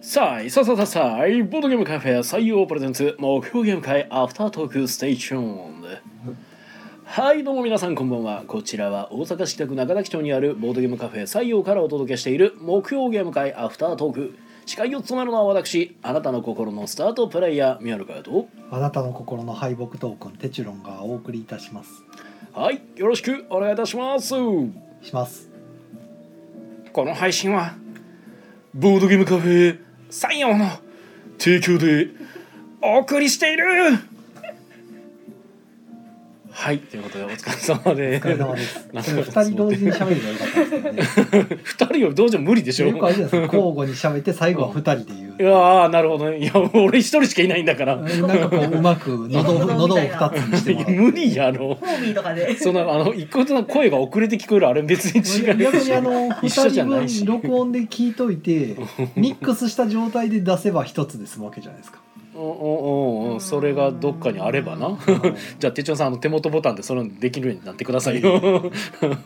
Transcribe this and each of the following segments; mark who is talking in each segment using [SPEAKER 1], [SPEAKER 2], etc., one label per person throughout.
[SPEAKER 1] さあ、いささささあ、ボードゲームカフェ採用プレゼンツ、目標ゲーム会アフタートークステーション。はい、どうも皆さんこんばんは。こちらは大阪市北区中崎町にあるボードゲームカフェ採用からお届けしている目標ゲーム会アフタートーク。司会を務めるのは私、あなたの心のスタートプレイヤー、宮野佳代と。
[SPEAKER 2] あなたの心の敗北トークンテチュロンがお送りいたします
[SPEAKER 1] はい、よろしくお願いいたします。
[SPEAKER 2] し ます
[SPEAKER 1] この配信はボードゲームカフェ採用の提供でお送りしているはいということでお疲れ様で
[SPEAKER 2] お疲れ様です
[SPEAKER 1] なんか
[SPEAKER 2] でも二人同時に喋るのが良かっ たですけどね
[SPEAKER 1] 2人をどうじゃ無理でしょ
[SPEAKER 2] よくあ
[SPEAKER 1] い
[SPEAKER 2] れじゃないですか交互に喋って最後は二人で言う
[SPEAKER 1] やーなるほどねいや俺一人しかいないんだから
[SPEAKER 2] なんかこううまく喉を喉を二つにしてもらう
[SPEAKER 1] 無理やろ
[SPEAKER 3] ホーミーとかで。
[SPEAKER 1] そんなあの一個ずつ声が遅れて聞こえるあれ別に違う
[SPEAKER 2] 逆にあの二
[SPEAKER 1] 一緒じゃ
[SPEAKER 2] 人
[SPEAKER 1] ないし
[SPEAKER 2] 分録音で聞いとい てミックスした状態で出せば一つで済むわけじゃないですか
[SPEAKER 1] おおおおそれがどっかにあればな じゃあ手帳さんあの手元ボタンでそれできるようになってくださいよ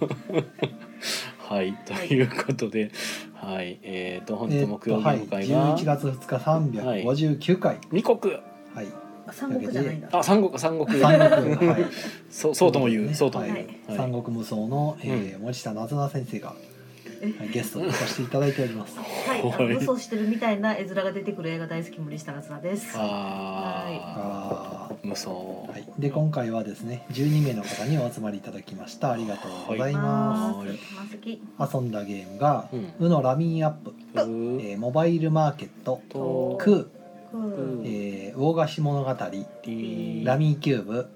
[SPEAKER 1] はいということではいえっ、と本日
[SPEAKER 2] え
[SPEAKER 1] 目
[SPEAKER 2] っ
[SPEAKER 1] 標
[SPEAKER 2] と
[SPEAKER 1] ゲ
[SPEAKER 2] はい
[SPEAKER 1] ーム会が
[SPEAKER 2] 11月2日359回
[SPEAKER 1] 二国
[SPEAKER 2] はい
[SPEAKER 3] 三国じゃないんだ。
[SPEAKER 1] あ三国三国
[SPEAKER 2] 三国はい
[SPEAKER 1] そうそうとも言う
[SPEAKER 2] ね
[SPEAKER 1] そうとも言う、
[SPEAKER 3] はい
[SPEAKER 1] はい
[SPEAKER 2] 三国無双の、えー森下なずな先生が、はいゲストにさせていただいており ます。
[SPEAKER 3] はい、あの嘘してるみたいな絵面が出てくる映画大好き森下夏菜です。
[SPEAKER 1] あ
[SPEAKER 2] あ
[SPEAKER 1] ー無双
[SPEAKER 2] ーは、
[SPEAKER 1] はい
[SPEAKER 2] で今回はですね12名の方にお集まりいただきましたありがとうございま
[SPEAKER 3] ます。マスキ。
[SPEAKER 2] す、遊んだゲームが
[SPEAKER 1] う
[SPEAKER 2] 「
[SPEAKER 1] ん
[SPEAKER 2] うのラミンアップ」
[SPEAKER 1] うー
[SPEAKER 2] えーモバイルマーケット」「
[SPEAKER 1] と
[SPEAKER 2] ク
[SPEAKER 3] うん
[SPEAKER 2] ー」えー「魚菓子物語」「ラミーキューブ」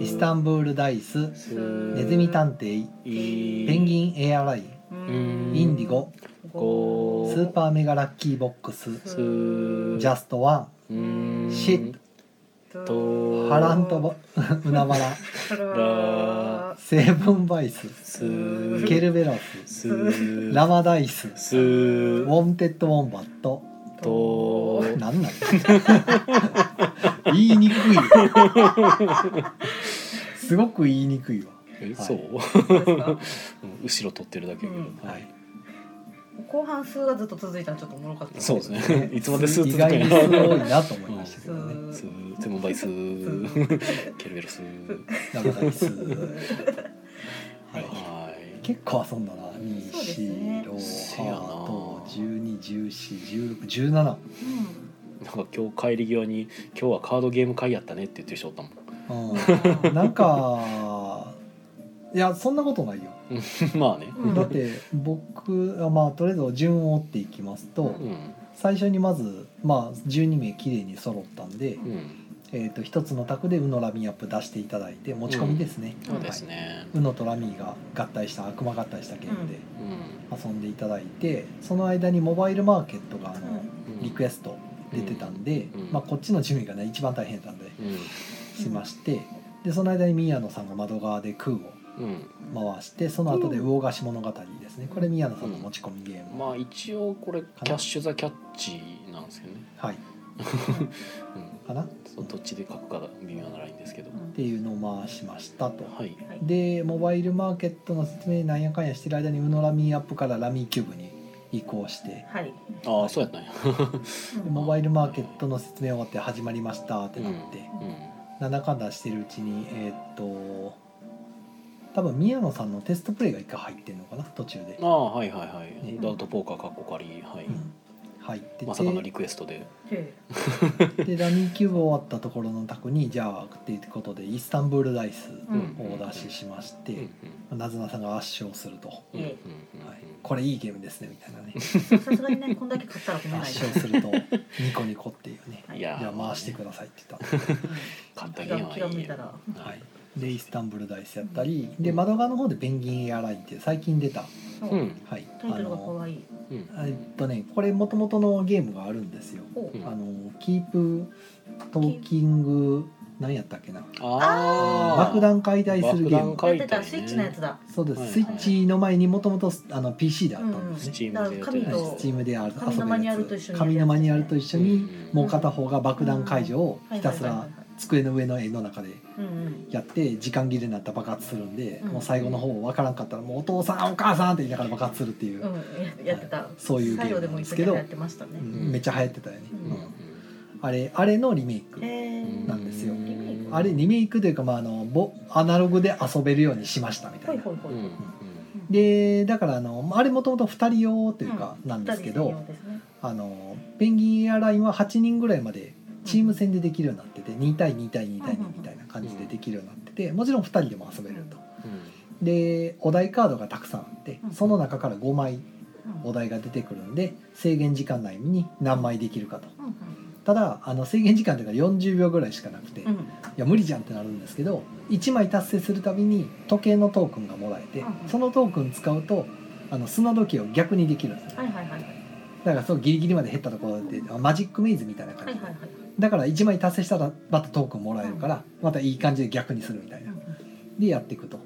[SPEAKER 2] 「イスタ
[SPEAKER 1] ン
[SPEAKER 2] ンブールダイス」
[SPEAKER 1] ス
[SPEAKER 2] 「ネズミ探偵」「ペン
[SPEAKER 1] ン
[SPEAKER 2] ギンエアライン」「インディゴ」「
[SPEAKER 1] ゴ
[SPEAKER 2] スーパーメガラッキーボックス」
[SPEAKER 1] スー
[SPEAKER 2] 「ジャストワン」
[SPEAKER 1] うーん
[SPEAKER 2] シッ
[SPEAKER 1] と
[SPEAKER 2] ハランと ボウナバラ
[SPEAKER 3] ラ。
[SPEAKER 2] セブンバイス
[SPEAKER 1] すー
[SPEAKER 2] ケルベロス
[SPEAKER 1] すー
[SPEAKER 2] ラマダイス
[SPEAKER 1] す
[SPEAKER 2] ウ
[SPEAKER 1] ー
[SPEAKER 2] ォンテッドウォンバット
[SPEAKER 1] と
[SPEAKER 2] なん なん言いにくいすごく言いにくいわ
[SPEAKER 1] えそううん後ろ取ってるだけやけど
[SPEAKER 3] うん
[SPEAKER 1] は
[SPEAKER 2] はいい
[SPEAKER 3] 後半数がずっと続いたのちょっとおもろかった。
[SPEAKER 1] そうですねいつまでスー
[SPEAKER 2] 意
[SPEAKER 1] ツ
[SPEAKER 2] 外
[SPEAKER 1] 作り
[SPEAKER 2] にすごいなと思いましたけ
[SPEAKER 3] す
[SPEAKER 2] どね
[SPEAKER 1] すーテモンバイスーケルベロスー
[SPEAKER 2] ラマダイス はい
[SPEAKER 1] はい
[SPEAKER 2] 結構遊んだな
[SPEAKER 3] そうですね
[SPEAKER 1] せやな
[SPEAKER 2] 24617
[SPEAKER 1] なんか今日帰り際に「今日はカードゲーム会やったね」って言ってる人おったもん
[SPEAKER 2] うんなんかいやそんなことないよ
[SPEAKER 1] まあね
[SPEAKER 3] うん
[SPEAKER 2] だって僕はまあとりあえず順を追っていきますと、
[SPEAKER 3] う
[SPEAKER 1] うん
[SPEAKER 2] 最初にまず、まあ、12名綺麗に揃ったんで、
[SPEAKER 1] うん
[SPEAKER 2] えー、と1つの卓で「うのラミーアップ」出していただいて持ち込みですね、
[SPEAKER 1] そうですね
[SPEAKER 2] はい、うのとラミーが合体した悪魔合体したゲームで
[SPEAKER 1] うん
[SPEAKER 2] 遊んでいただいてその間にモバイルマーケットがあの
[SPEAKER 1] うん
[SPEAKER 2] リクエスト出てたんで、
[SPEAKER 1] うん
[SPEAKER 2] まあ、こっちの準備がね一番大変だったんで
[SPEAKER 1] う
[SPEAKER 2] しましてでその間に宮野さんが窓側で空を
[SPEAKER 1] んうん
[SPEAKER 2] 回してその後で魚菓子物語ですねこれ宮野さんの持ち込みゲーム、
[SPEAKER 1] まあ一応これキャッシュ・ザ・キャッチなんですよね、
[SPEAKER 2] はい
[SPEAKER 1] うん
[SPEAKER 2] かなっ
[SPEAKER 1] そのどっちで書くかが微妙なラインですけど、
[SPEAKER 2] ていうのを回しましたと。
[SPEAKER 1] はい
[SPEAKER 2] でモバイルマーケットの説明なんやかんやしてる間にウノラミーアップからラミーキューブに移行して
[SPEAKER 3] はい。
[SPEAKER 1] ああそうやったんや、
[SPEAKER 2] でモバイルマーケットの説明終わって始まりましたってなって、
[SPEAKER 1] う
[SPEAKER 2] なんだかんだしてるうちにえーっと多分宮野さんのテストプレイが一回入ってるのかな途中で
[SPEAKER 1] ん、あ、あはいはいはい、
[SPEAKER 2] ね
[SPEAKER 1] ダウトポーカーかっこかりはい、
[SPEAKER 2] うん入ってて、
[SPEAKER 1] まさかのリクエストで
[SPEAKER 2] でラミーキューブ終わったところの卓にじゃあっていうことでイスタンブールダイス
[SPEAKER 3] うん
[SPEAKER 2] をお出ししまして、
[SPEAKER 1] うんうん
[SPEAKER 2] なずなさんが圧勝すると、は
[SPEAKER 1] うんうん
[SPEAKER 3] え
[SPEAKER 1] うん
[SPEAKER 2] い、これいいゲームですねみたいなね
[SPEAKER 3] さすがにねこんだけ買ったら褒めない。
[SPEAKER 2] 圧勝するとニコニコっていうね
[SPEAKER 1] いや
[SPEAKER 2] じゃあ回してくださいって言ったの
[SPEAKER 1] 買った
[SPEAKER 3] 気
[SPEAKER 1] ゲー
[SPEAKER 3] が
[SPEAKER 1] ムはいい
[SPEAKER 3] 気が向いたら。
[SPEAKER 1] は
[SPEAKER 2] はいい、でイスタンブルダイスやったりで窓側の方でペンギンエアラインっていう最近出た、
[SPEAKER 1] うん
[SPEAKER 2] はい、
[SPEAKER 3] タ
[SPEAKER 2] あ
[SPEAKER 3] イトルが可
[SPEAKER 2] の
[SPEAKER 3] 愛い。
[SPEAKER 1] うん
[SPEAKER 2] えっとねこれもともとのゲームがあるんですよ、
[SPEAKER 3] お
[SPEAKER 1] うん
[SPEAKER 2] あのキープトーキング何やったっけな
[SPEAKER 1] ああ
[SPEAKER 2] 爆弾解体するゲーム
[SPEAKER 1] 爆弾解
[SPEAKER 3] やってたスイッチのやつだ。
[SPEAKER 2] そうです、
[SPEAKER 1] はい
[SPEAKER 2] スイッチの前にもともと PC であったんです
[SPEAKER 1] ス
[SPEAKER 2] ね、
[SPEAKER 1] チームでやって
[SPEAKER 3] うん
[SPEAKER 1] たやつ
[SPEAKER 2] はい、
[SPEAKER 3] うん
[SPEAKER 2] スチームである
[SPEAKER 3] 紙のマニュアルと一緒にやるやつ
[SPEAKER 2] 紙のマニュアルと一緒に
[SPEAKER 1] うん
[SPEAKER 2] もう片方が爆弾解除をひたすら
[SPEAKER 3] い。
[SPEAKER 2] 机の上の絵の中で
[SPEAKER 3] うんうん
[SPEAKER 2] やって時間切れになったら爆発するんで、
[SPEAKER 3] うん
[SPEAKER 2] もう最後の方分からんかったらもうお父さんお母さんって言いながら爆発するっていう、
[SPEAKER 3] うんややってた
[SPEAKER 2] そういうゲ
[SPEAKER 3] 作
[SPEAKER 2] ーム
[SPEAKER 3] 業
[SPEAKER 2] な
[SPEAKER 3] で
[SPEAKER 2] ん
[SPEAKER 3] も
[SPEAKER 2] で
[SPEAKER 3] 一
[SPEAKER 2] す
[SPEAKER 3] 生
[SPEAKER 2] け
[SPEAKER 3] 懸
[SPEAKER 2] ど、
[SPEAKER 3] 命やってましたね
[SPEAKER 2] うんめっちゃ流行ってたよね、
[SPEAKER 3] うん
[SPEAKER 2] うんあれあれのリメイク、
[SPEAKER 3] えー
[SPEAKER 2] なんですよ
[SPEAKER 3] リメイク
[SPEAKER 2] あれリメイクというか、まあ、あのぼアナログで遊べるようにしましたみた
[SPEAKER 3] ほ
[SPEAKER 2] い
[SPEAKER 3] い
[SPEAKER 2] な。
[SPEAKER 3] ほいほい
[SPEAKER 2] でだからあのあれもともと2人用というかなんですけど、
[SPEAKER 3] 二人専用ですね
[SPEAKER 2] あのペンギンエアラインは8人ぐらいまでチーム戦でできるようになってて2対2対2対2みたいな感じでできるようになっててもちろん2人でも遊べると。でお題カードがたくさんあって
[SPEAKER 3] うん
[SPEAKER 2] その中から5枚
[SPEAKER 3] うん
[SPEAKER 2] お題が出てくるんで制限時間内に何枚できるかと。
[SPEAKER 3] うんうん
[SPEAKER 2] ただあの制限時間というか40秒ぐらいしかなくて、
[SPEAKER 3] うん
[SPEAKER 2] いや無理じゃんってなるんですけど1枚達成するたびに時計のトークンがもらえて、
[SPEAKER 3] うん
[SPEAKER 2] そのトークン使うとあの砂時計を逆にできるんですよ
[SPEAKER 3] はいはいはいはい
[SPEAKER 2] だからそうギリギリまで減ったところであマジックメイズみたいな感
[SPEAKER 3] は
[SPEAKER 2] じ
[SPEAKER 3] い
[SPEAKER 2] で、
[SPEAKER 3] はいはい
[SPEAKER 2] だから1枚達成したらまたトークンもらえるから、またいい感じで逆にするみたいなでやっていくと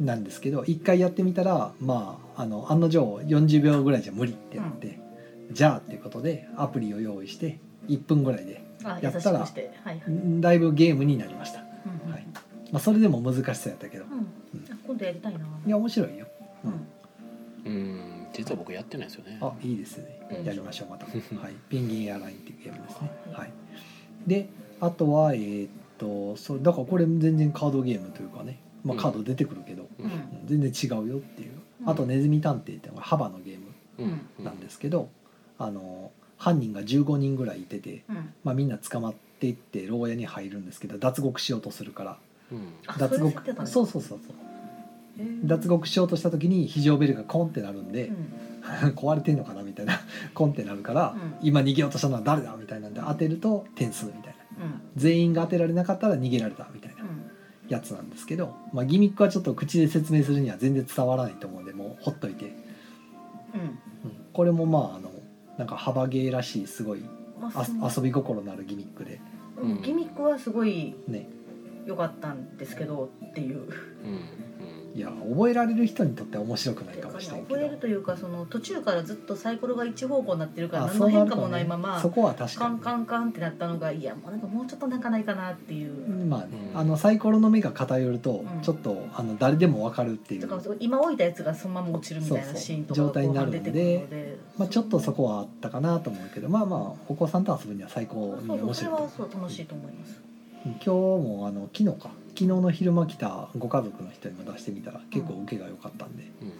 [SPEAKER 2] なんですけど1回やってみたらまああの案の定40秒ぐらいじゃ無理ってなって、じゃあっていうことでアプリを用意して1分ぐらいで
[SPEAKER 3] あ
[SPEAKER 2] や
[SPEAKER 3] 優
[SPEAKER 2] っ
[SPEAKER 3] した
[SPEAKER 2] ら
[SPEAKER 3] くしてはいはい
[SPEAKER 2] だいぶゲームになりました、
[SPEAKER 3] うんうん
[SPEAKER 2] はいまあ、それでも難しさやったけど
[SPEAKER 3] うんあ今度やりたいない
[SPEAKER 2] や面白いよ
[SPEAKER 3] うん
[SPEAKER 1] うん実は僕やってないんですよね
[SPEAKER 2] あいいですね
[SPEAKER 3] うん
[SPEAKER 2] やりましょうまた、はい、ペンギンエアラインっていうゲームですね、はい、であとはえーっとそれだからこれも全然カードゲームというかね、まあ、カード出てくるけど、
[SPEAKER 1] う
[SPEAKER 3] うん
[SPEAKER 1] ん
[SPEAKER 2] 全然違うよっていう
[SPEAKER 3] うん
[SPEAKER 2] あと「ネズミ探偵」っていうのが幅のゲー
[SPEAKER 1] う
[SPEAKER 2] ム
[SPEAKER 1] んう
[SPEAKER 2] なんですけど、あの犯人が15人ぐらいいてて、
[SPEAKER 3] うん
[SPEAKER 2] まあ、みんな捕まっていって牢屋に入るんですけど脱獄しようとするから
[SPEAKER 1] うん
[SPEAKER 3] あ
[SPEAKER 2] 脱獄
[SPEAKER 3] それ知ってたの
[SPEAKER 2] そうそうそうそう
[SPEAKER 3] へー
[SPEAKER 2] 脱獄しようとした時に非常ベルがコンってなるんで
[SPEAKER 3] う、ん
[SPEAKER 2] 壊れてんのかなみたいな コンってなるから、
[SPEAKER 3] うん
[SPEAKER 2] 今逃げようとしたのは誰だみたいなんで当てると点数みたいな
[SPEAKER 3] うん
[SPEAKER 2] 全員が当てられなかったら逃げられたみたいな
[SPEAKER 3] うん
[SPEAKER 2] やつなんですけど、まあ、ギミックはちょっと口で説明するには全然伝わらないと思うんでもうほっといて、
[SPEAKER 3] うん
[SPEAKER 2] うんこれもまああのなんか幅ゲーらしいすごい
[SPEAKER 3] まあ
[SPEAKER 2] あ
[SPEAKER 3] その
[SPEAKER 2] 遊び心のあるギミックで
[SPEAKER 3] うんギミックはすごい
[SPEAKER 2] ね
[SPEAKER 3] 良かったんですけどっていう
[SPEAKER 1] うん
[SPEAKER 2] いや覚えられる人にとっては面白くないかもしれないけ
[SPEAKER 3] 覚える
[SPEAKER 2] ど
[SPEAKER 3] というかその途中からずっとサイコロが一方向になってるから
[SPEAKER 2] あ
[SPEAKER 3] 何
[SPEAKER 2] そ
[SPEAKER 3] の
[SPEAKER 2] うな
[SPEAKER 3] 変
[SPEAKER 2] る
[SPEAKER 3] 化
[SPEAKER 2] と
[SPEAKER 3] もない
[SPEAKER 2] ね
[SPEAKER 3] まま
[SPEAKER 2] そこは確
[SPEAKER 3] カ
[SPEAKER 2] か
[SPEAKER 3] ン
[SPEAKER 2] に
[SPEAKER 3] カンカンってなったのがいやもうなんかもうちょっとなんかないかなっていうう、
[SPEAKER 2] んまあね
[SPEAKER 1] うん
[SPEAKER 2] あのサイコロの目が偏ると
[SPEAKER 3] うん
[SPEAKER 2] ちょっとあの誰でも分かるっていう
[SPEAKER 3] とか今置いたやつがそのまま落ちるみた
[SPEAKER 2] そ
[SPEAKER 3] い
[SPEAKER 2] う
[SPEAKER 3] な
[SPEAKER 2] そう
[SPEAKER 3] シーンと
[SPEAKER 2] 状
[SPEAKER 3] か
[SPEAKER 2] 態
[SPEAKER 3] が
[SPEAKER 2] に
[SPEAKER 3] 後
[SPEAKER 2] なる
[SPEAKER 3] 半
[SPEAKER 2] んで
[SPEAKER 3] 出てくるので
[SPEAKER 2] まあちょっとそこはあったかなと思うけどまあまあお子さんと遊ぶには最高に
[SPEAKER 3] そうそ
[SPEAKER 2] 面
[SPEAKER 3] うそれ
[SPEAKER 2] 白い
[SPEAKER 3] はそう楽しいと思います
[SPEAKER 2] 今日もあの昨日か昨日の昼間来たご家族の人にも出してみたら結構受けが良かったんで、
[SPEAKER 3] うん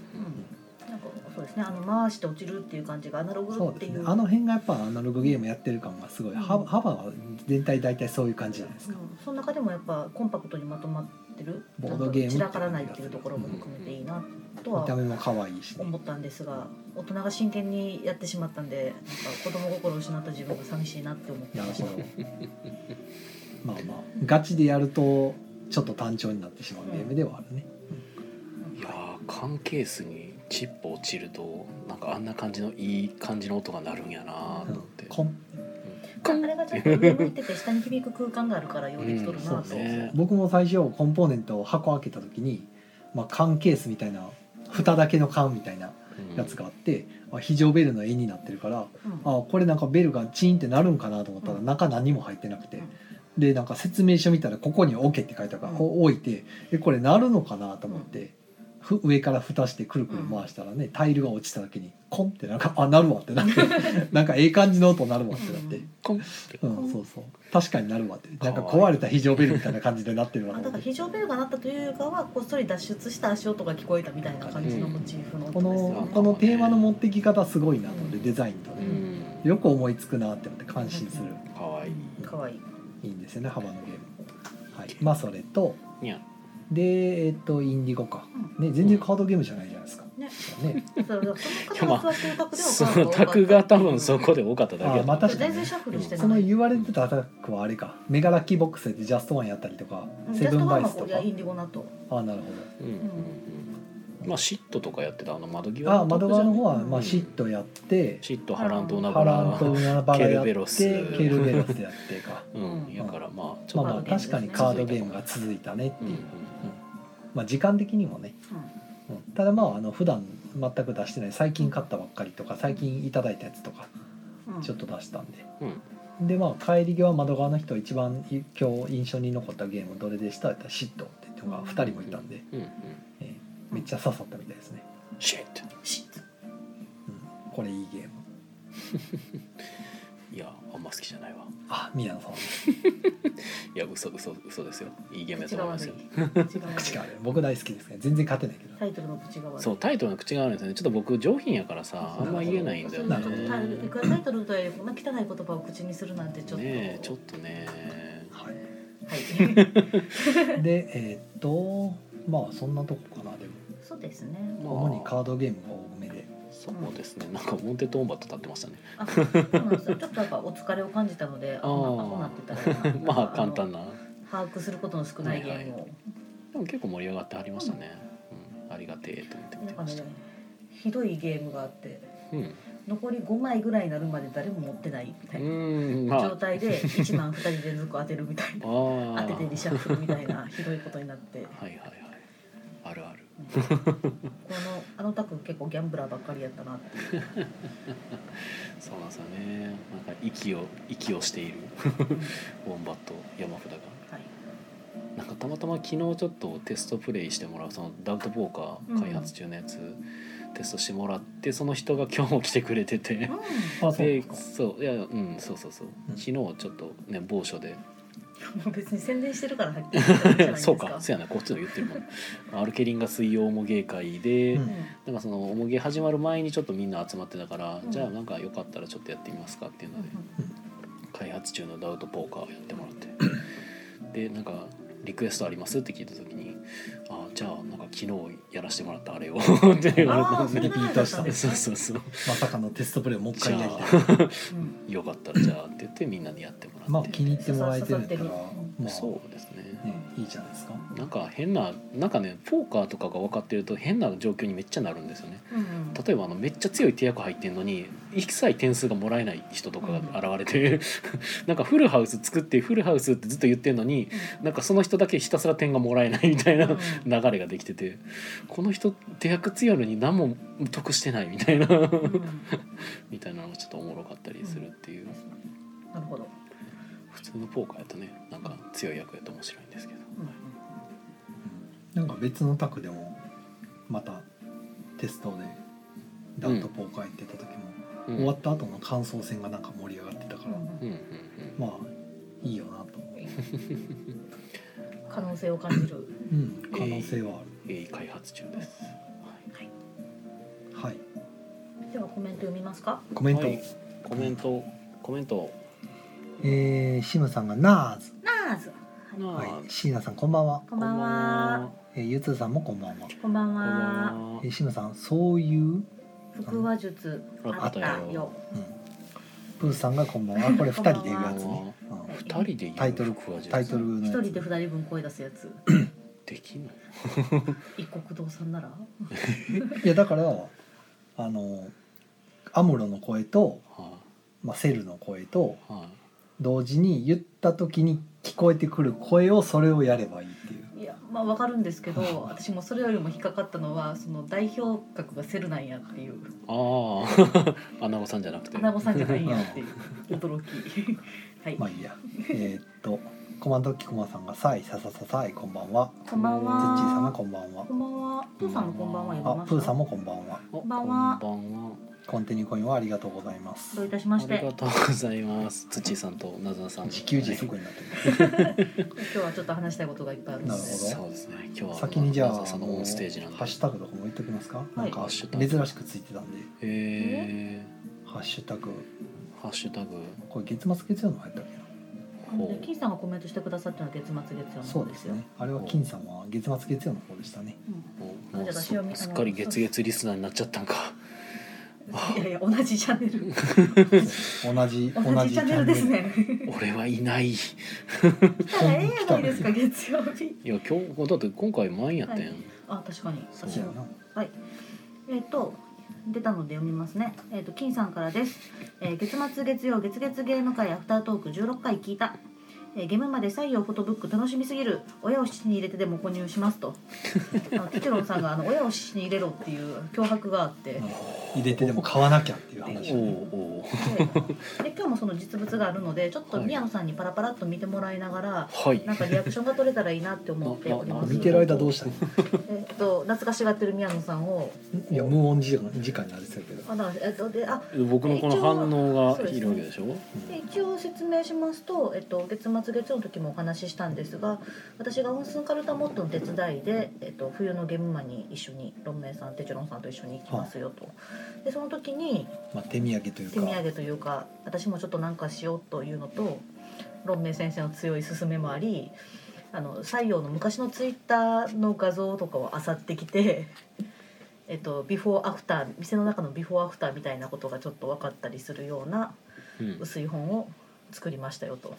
[SPEAKER 3] なんかそうですねあの回して落ちるっていう感じがアナログ
[SPEAKER 2] そう
[SPEAKER 3] っ
[SPEAKER 2] で
[SPEAKER 3] て
[SPEAKER 2] す
[SPEAKER 3] い
[SPEAKER 2] ね
[SPEAKER 3] う
[SPEAKER 2] あの辺がやっぱアナログゲームやってる感がすごい、
[SPEAKER 3] うん
[SPEAKER 2] 幅幅は全体大体そういう感じじゃないですか、
[SPEAKER 3] うんその中でもやっぱコンパクトにまとまってる
[SPEAKER 2] ボードゲーム
[SPEAKER 3] ちゃんと散らからないっていうところも含めていいなとは
[SPEAKER 2] 見た目も可愛いし、ね、
[SPEAKER 3] 思ったんですが大人が真剣にやってしまったんでなんか子供心を失った自分が寂しいなって思って
[SPEAKER 2] なる
[SPEAKER 3] まし
[SPEAKER 2] ほ
[SPEAKER 3] た
[SPEAKER 2] ど まあまあガチでやるとちょっと単調になってしまうゲームではあるね、
[SPEAKER 1] いやー缶ケースにチップ落ちるとなんかあんな感じのいい感じの音が鳴るんやな
[SPEAKER 2] う
[SPEAKER 1] と
[SPEAKER 2] ん
[SPEAKER 1] 思って、
[SPEAKER 2] こん
[SPEAKER 3] あれがちょっと上向いてて下に響く空間があるからよりきとるなと、
[SPEAKER 1] うんそうね
[SPEAKER 2] 僕も最初コンポーネントを箱開けた時に、まあ、缶ケースみたいな蓋だけの缶みたいなやつがあって、まあ非常ベルの絵になってるから
[SPEAKER 3] うん
[SPEAKER 2] あこれなんかベルがチーンってなるんかなと思ったら
[SPEAKER 3] うん
[SPEAKER 2] 中何も入ってなくて、
[SPEAKER 3] うん
[SPEAKER 2] でなんか説明書見たら「ここに置け」って書いてあるから、
[SPEAKER 3] うん
[SPEAKER 2] お置いてえこれなるのかなと思って、ふ上から蓋してくるくる回したらねタイルが落ちた時にコンってなんか「あなるわ」ってな ってなんかええ感じの音なるわってなって。
[SPEAKER 1] コンって
[SPEAKER 2] う、
[SPEAKER 1] うんん
[SPEAKER 2] そうそう確かになるわってなんか壊れた非常ベルみたいな感じでなってるわ
[SPEAKER 3] あ
[SPEAKER 2] と
[SPEAKER 3] だか
[SPEAKER 2] 思
[SPEAKER 3] ら
[SPEAKER 2] って
[SPEAKER 3] 非常ベルが鳴ったというよりかはこっそり脱出した足音が聞こえたみたいな感じのモチーフの
[SPEAKER 2] こ
[SPEAKER 3] 音ですよ
[SPEAKER 2] の
[SPEAKER 3] ね。
[SPEAKER 2] このテーマの持ってき方すごいなと思ってデザインと
[SPEAKER 1] う
[SPEAKER 2] ね、
[SPEAKER 1] ん
[SPEAKER 2] よく思いつくなって思って感心する
[SPEAKER 1] かわいい
[SPEAKER 3] かわいい。
[SPEAKER 2] いいんですよね幅のゲーム、はい、まあそれと
[SPEAKER 1] にゃん
[SPEAKER 2] でえっとインディゴか、ね、全然カードゲームじゃないじゃないですか、
[SPEAKER 3] ね
[SPEAKER 2] ね
[SPEAKER 3] そうだからこの方は性格では
[SPEAKER 1] その卓が多分そこで多かっただけ
[SPEAKER 2] あまあ
[SPEAKER 1] だ
[SPEAKER 2] 確か
[SPEAKER 3] 全
[SPEAKER 2] に
[SPEAKER 3] 然
[SPEAKER 2] ね
[SPEAKER 3] シャッフルしてない。
[SPEAKER 2] その言われてたアタックはあれかメガラッキーボックスでジャストワンやったりとか
[SPEAKER 3] うんジ
[SPEAKER 2] セ
[SPEAKER 3] ャ
[SPEAKER 2] ブ
[SPEAKER 3] スト
[SPEAKER 2] ン
[SPEAKER 3] ワ
[SPEAKER 2] バ
[SPEAKER 3] ン
[SPEAKER 2] イ
[SPEAKER 3] は
[SPEAKER 2] スと
[SPEAKER 3] こ
[SPEAKER 2] か
[SPEAKER 3] れはインディゴナと。
[SPEAKER 2] あなるほど
[SPEAKER 1] うんうんうんまあシットとかやってたあの窓際
[SPEAKER 2] あ窓側の方は
[SPEAKER 3] うん
[SPEAKER 2] まあシットやって
[SPEAKER 1] シットハランとナ
[SPEAKER 2] ハ
[SPEAKER 1] バ
[SPEAKER 2] ラン
[SPEAKER 1] ラ
[SPEAKER 2] とウナバラやっ
[SPEAKER 1] ケル
[SPEAKER 2] て
[SPEAKER 1] ベロス
[SPEAKER 2] ケルベロスやってか
[SPEAKER 1] うんやからまあち
[SPEAKER 2] ま
[SPEAKER 1] ょ
[SPEAKER 2] あ
[SPEAKER 1] っ
[SPEAKER 2] ま
[SPEAKER 1] と
[SPEAKER 2] あ確かにカードゲームが続いたねって
[SPEAKER 1] うん
[SPEAKER 2] いうう、
[SPEAKER 1] ん
[SPEAKER 2] まあ時間的にもね、
[SPEAKER 3] うん
[SPEAKER 2] うんただまああの普段全く出してない最近買ったばっかりとか最近いただいたやつとか
[SPEAKER 3] うん
[SPEAKER 2] ちょっと出したんで、
[SPEAKER 1] うん
[SPEAKER 2] でまあ帰り際窓側の人一番い今日印象に残ったゲームどれでしたって言ったら「シット」って人が2人もいたんで、
[SPEAKER 1] うんうん、
[SPEAKER 2] えーめっちゃ刺さったみたいですね、
[SPEAKER 1] シェット
[SPEAKER 3] シ
[SPEAKER 2] う
[SPEAKER 3] ッ
[SPEAKER 2] ん、これいいゲーム
[SPEAKER 1] いやあんま好きじゃないわ
[SPEAKER 2] あ宮野さん
[SPEAKER 1] いや嘘嘘嘘ですよいいゲームや
[SPEAKER 3] 口
[SPEAKER 1] と
[SPEAKER 3] が
[SPEAKER 1] 思いま
[SPEAKER 3] 悪
[SPEAKER 1] すよ
[SPEAKER 3] い口が悪い
[SPEAKER 2] 口が悪い僕大好きですね全然勝てないけど
[SPEAKER 3] タイトルの口が悪い
[SPEAKER 1] そうタイトルの口が悪いんですよねちょっと僕上品やからさあんま言えないんだよ
[SPEAKER 3] な
[SPEAKER 1] ね
[SPEAKER 3] るほどタイトルタイトルとはいえこんな汚い言葉を口にするなんてちょっと
[SPEAKER 1] ねえちょっとね
[SPEAKER 2] はい
[SPEAKER 3] はい
[SPEAKER 2] でえーっとまあそんなとこかなでも
[SPEAKER 3] そうですね
[SPEAKER 1] まあ
[SPEAKER 2] 主にカードゲームが多めで
[SPEAKER 1] そうですねなんかモンテッドオンバット立ってましたね
[SPEAKER 3] あそうなんですよちょっとやっぱお疲れを感じたのであ
[SPEAKER 1] あー
[SPEAKER 3] こんなあこうなってたらな
[SPEAKER 1] まあ簡単
[SPEAKER 3] の
[SPEAKER 1] な
[SPEAKER 3] 把握することの少ないゲームを、
[SPEAKER 1] はいでも結構盛り上がってはりましたね、うん、ありがてえと思って見
[SPEAKER 3] な
[SPEAKER 1] て
[SPEAKER 3] んか
[SPEAKER 1] ました
[SPEAKER 3] ねひどいゲームがあって
[SPEAKER 1] うん
[SPEAKER 3] 残り5枚ぐらいになるまで誰も持ってないみた
[SPEAKER 1] う
[SPEAKER 3] いな
[SPEAKER 1] ーんまあ
[SPEAKER 3] 状態で1万2人連続当てるみた い
[SPEAKER 1] あ
[SPEAKER 3] な当
[SPEAKER 1] あ
[SPEAKER 3] ててリシャッフルみたいなひどいことになって
[SPEAKER 1] はいはいはいあるある
[SPEAKER 3] このあのタク結構ギャンブラーばっかりやった なって
[SPEAKER 1] そうなんですよねなんか息を息をしている ウォンバット山札が
[SPEAKER 3] はい
[SPEAKER 1] なんかたまたま昨日ちょっとテストプレイしてもらうそのダウトポーカー開発中のやつ、テストしてもらってその人が今日も来てくれてて
[SPEAKER 3] う
[SPEAKER 2] あそうなんで
[SPEAKER 1] です
[SPEAKER 2] か
[SPEAKER 1] そういやうんそうそうそう、
[SPEAKER 2] うん
[SPEAKER 1] 昨日ちょっとね某所で
[SPEAKER 3] んもう別に宣伝してるからはっきり言ってるんじゃないですか
[SPEAKER 1] そうかそうやなこっちの言ってるもんアルケリンが水曜おもげ会で、
[SPEAKER 2] うん
[SPEAKER 1] なんかそのおもげ始まる前にちょっとみんな集まってたから、
[SPEAKER 3] うん
[SPEAKER 1] じゃあなんかよかったらちょっとやってみますかっていうので、
[SPEAKER 3] う
[SPEAKER 1] 開発中のダウトポーカーやってもらってでなんか「リクエストあります?」って聞いた時に「あじゃあなんか昨日やらせてもらったあれを」って言
[SPEAKER 3] ん
[SPEAKER 1] われ
[SPEAKER 3] あ
[SPEAKER 1] た
[SPEAKER 3] あ
[SPEAKER 1] ん
[SPEAKER 3] そ
[SPEAKER 1] で
[SPEAKER 3] れがだったんです
[SPEAKER 1] そう
[SPEAKER 3] ね
[SPEAKER 1] そうそう
[SPEAKER 2] まさかのテストプレイをもう一回やりたい
[SPEAKER 3] うん
[SPEAKER 1] よかったらじゃあって言ってみんなにやってもらって、
[SPEAKER 2] まあ気に入ってもらえてるんだったら
[SPEAKER 3] 刺さって
[SPEAKER 2] まあ
[SPEAKER 1] そうですね
[SPEAKER 2] ねいいじゃないですか
[SPEAKER 1] なんか変ななんかねポーカーとかが分かってると変な状況にめっちゃなるんですよね
[SPEAKER 3] うんうん
[SPEAKER 1] 例えばあのめっちゃ強い手役入ってんのに一切点数がもらえない人とかが現れて なんかフルハウス作ってフルハウスってずっと言ってんのになんかその人だけひたすら点がもらえないみたいな
[SPEAKER 3] うん
[SPEAKER 1] 流れができててこの人手役強いのに何も得してないみたいな
[SPEAKER 3] うん
[SPEAKER 1] みたいなのがちょっとおもろかったりするっていう
[SPEAKER 3] なるほど
[SPEAKER 1] 普通のポーカーやとねなんか強い役やと面白いんですけど
[SPEAKER 3] うんうん
[SPEAKER 2] なんか別の卓でもまたテストでダウトポーカー行ってた時も、
[SPEAKER 1] うん
[SPEAKER 2] 終わった後の感想戦がなんか盛り上がってたから、
[SPEAKER 3] うん
[SPEAKER 1] うんうん
[SPEAKER 2] まあいいよなと思う、
[SPEAKER 3] 可能性を感じる
[SPEAKER 2] うん、可能性はある、
[SPEAKER 1] うんいい開発中です
[SPEAKER 3] はい
[SPEAKER 2] はい
[SPEAKER 3] ではコメント読みますか
[SPEAKER 2] コメント、
[SPEAKER 1] はいコメントコメント
[SPEAKER 2] えーシムさんが「ナーズ
[SPEAKER 3] ナーズ」
[SPEAKER 1] なあ
[SPEAKER 2] はい、椎名さんこんばんは、
[SPEAKER 3] こんばんは
[SPEAKER 2] えー、ゆつさんもこんばんは、
[SPEAKER 3] こんばん
[SPEAKER 1] こんばん
[SPEAKER 3] は
[SPEAKER 1] は
[SPEAKER 2] えー、シムさんそういう、うん、
[SPEAKER 3] 腹話術あったよ
[SPEAKER 2] プーさんがこんばんはこれ2人で言うやつね、う
[SPEAKER 1] 二人で言う
[SPEAKER 2] タイトル
[SPEAKER 1] 腹話術
[SPEAKER 2] ん、タイトルの
[SPEAKER 3] 一
[SPEAKER 2] やつ
[SPEAKER 3] 人で二人分声出すやつ
[SPEAKER 1] できんの
[SPEAKER 3] 一国堂さんなら
[SPEAKER 2] いやだからあのアムロの声と、
[SPEAKER 1] は
[SPEAKER 2] まあ、セルの声と
[SPEAKER 1] いはい
[SPEAKER 2] 同時に言った時に聞こえてくる声をそれをやればいいっていう
[SPEAKER 3] いやまあわかるんですけど 私もそれよりも引っかかったのはその代表格がセルなんやっていう
[SPEAKER 1] ああ 穴子さんじゃなくて
[SPEAKER 3] 花子さんじゃないんやっていう驚きはい
[SPEAKER 2] まあいいやえーっとコマンドキコマさんが「さいささささいこんばんは」
[SPEAKER 3] こんばん
[SPEAKER 2] ズッチーさんが「
[SPEAKER 3] は
[SPEAKER 2] こんばんは
[SPEAKER 3] こんばんはプーさんもこんばんは呼び
[SPEAKER 2] あ
[SPEAKER 3] まし
[SPEAKER 2] プーさ
[SPEAKER 3] た
[SPEAKER 2] んもこんばんは
[SPEAKER 1] こ
[SPEAKER 3] んばんは
[SPEAKER 1] こんばんは
[SPEAKER 2] コンテニューコインはありがとうございま
[SPEAKER 3] ど
[SPEAKER 2] す
[SPEAKER 3] ういたしまし
[SPEAKER 1] あ
[SPEAKER 3] て
[SPEAKER 1] りがとうございます土井さんとなずなさん
[SPEAKER 2] 自給自足になって
[SPEAKER 3] 今日はちょっと話したいことがいっぱいあるんで
[SPEAKER 2] なるほど
[SPEAKER 1] そうですね今日
[SPEAKER 2] る
[SPEAKER 1] は
[SPEAKER 2] 先にじゃあ
[SPEAKER 1] なずな
[SPEAKER 2] あ
[SPEAKER 1] さん
[SPEAKER 2] の
[SPEAKER 1] のオ
[SPEAKER 2] ハ
[SPEAKER 1] ンステージなんで
[SPEAKER 2] ッシュタグとかも言っときますか、な
[SPEAKER 1] ハ
[SPEAKER 2] んか
[SPEAKER 1] ッシュタグ
[SPEAKER 2] 珍しくついてたんで
[SPEAKER 1] え
[SPEAKER 2] 「ハッシュタグ
[SPEAKER 1] ー、ハッシュタグ
[SPEAKER 2] これ月末月曜の入ったっけな
[SPEAKER 3] なんで
[SPEAKER 1] ほう
[SPEAKER 3] 金さんがコメントしてくださったのは月末月曜の
[SPEAKER 2] そ
[SPEAKER 3] 方
[SPEAKER 2] うで
[SPEAKER 3] ですすよ
[SPEAKER 2] ね。あれは金さんは月末月曜の方でしたね
[SPEAKER 3] うん
[SPEAKER 1] もう
[SPEAKER 3] じゃあ
[SPEAKER 1] す
[SPEAKER 3] 私はみあの
[SPEAKER 1] すっかり月月リスナーになっちゃったんか
[SPEAKER 3] いやいや 同じチャンネル
[SPEAKER 2] 同じ
[SPEAKER 3] 同じチャンネルですね。
[SPEAKER 1] 俺はいないい
[SPEAKER 3] 来たらええやないですか月曜日。
[SPEAKER 1] や今日だって今回前やったやん、
[SPEAKER 3] はあ確かに。
[SPEAKER 1] そう
[SPEAKER 2] そうやな
[SPEAKER 3] はい。えっ、と出たので読みますね。えっ、と金さんからです。えー月末月曜月月ゲーム会アフタートーク16回聞いた。えーゲームまで採用フォトブック楽しみすぎる親を質に入れてでも購入しますとあのテチロンさんがあの親を質に入れろっていう脅迫があって
[SPEAKER 2] 入れてでも買わなきゃっていう話
[SPEAKER 1] お
[SPEAKER 2] だ
[SPEAKER 1] う
[SPEAKER 2] ね
[SPEAKER 1] おう
[SPEAKER 3] で今日もその実物があるのでちょっと
[SPEAKER 1] はい
[SPEAKER 3] 宮野さんにパラパラっと見てもらいながら、
[SPEAKER 1] はい
[SPEAKER 3] なんかリアクションが取れたらいいなって思っております
[SPEAKER 2] 見てる間どうしたの
[SPEAKER 3] えっと懐かしがってる宮野さんを
[SPEAKER 2] いや無音時間時間になりそうやけど
[SPEAKER 3] あだからえっとであ
[SPEAKER 1] 僕のこの反応がいるわけでしょ
[SPEAKER 3] で一応説明しますと、えっと、月末月曜の時もお話ししたんですが私が温ンスンカルタモットの手伝いで、えっと、冬のゲームマに一緒にロンメイさんテチロンさんと一緒に行きますよとでその時に
[SPEAKER 2] まあ手土産という
[SPEAKER 3] 手
[SPEAKER 2] か
[SPEAKER 3] 土産というか私もちょっとなんかしようというのとロンメイ先生の強い勧めもありあの西洋の昔のツイッターの画像とかを漁ってきて。えっと、ビフォーアフター店の中のビフォーアフターみたいなことがちょっと分かったりするような
[SPEAKER 1] うん
[SPEAKER 3] 薄い本を作りまし たよと。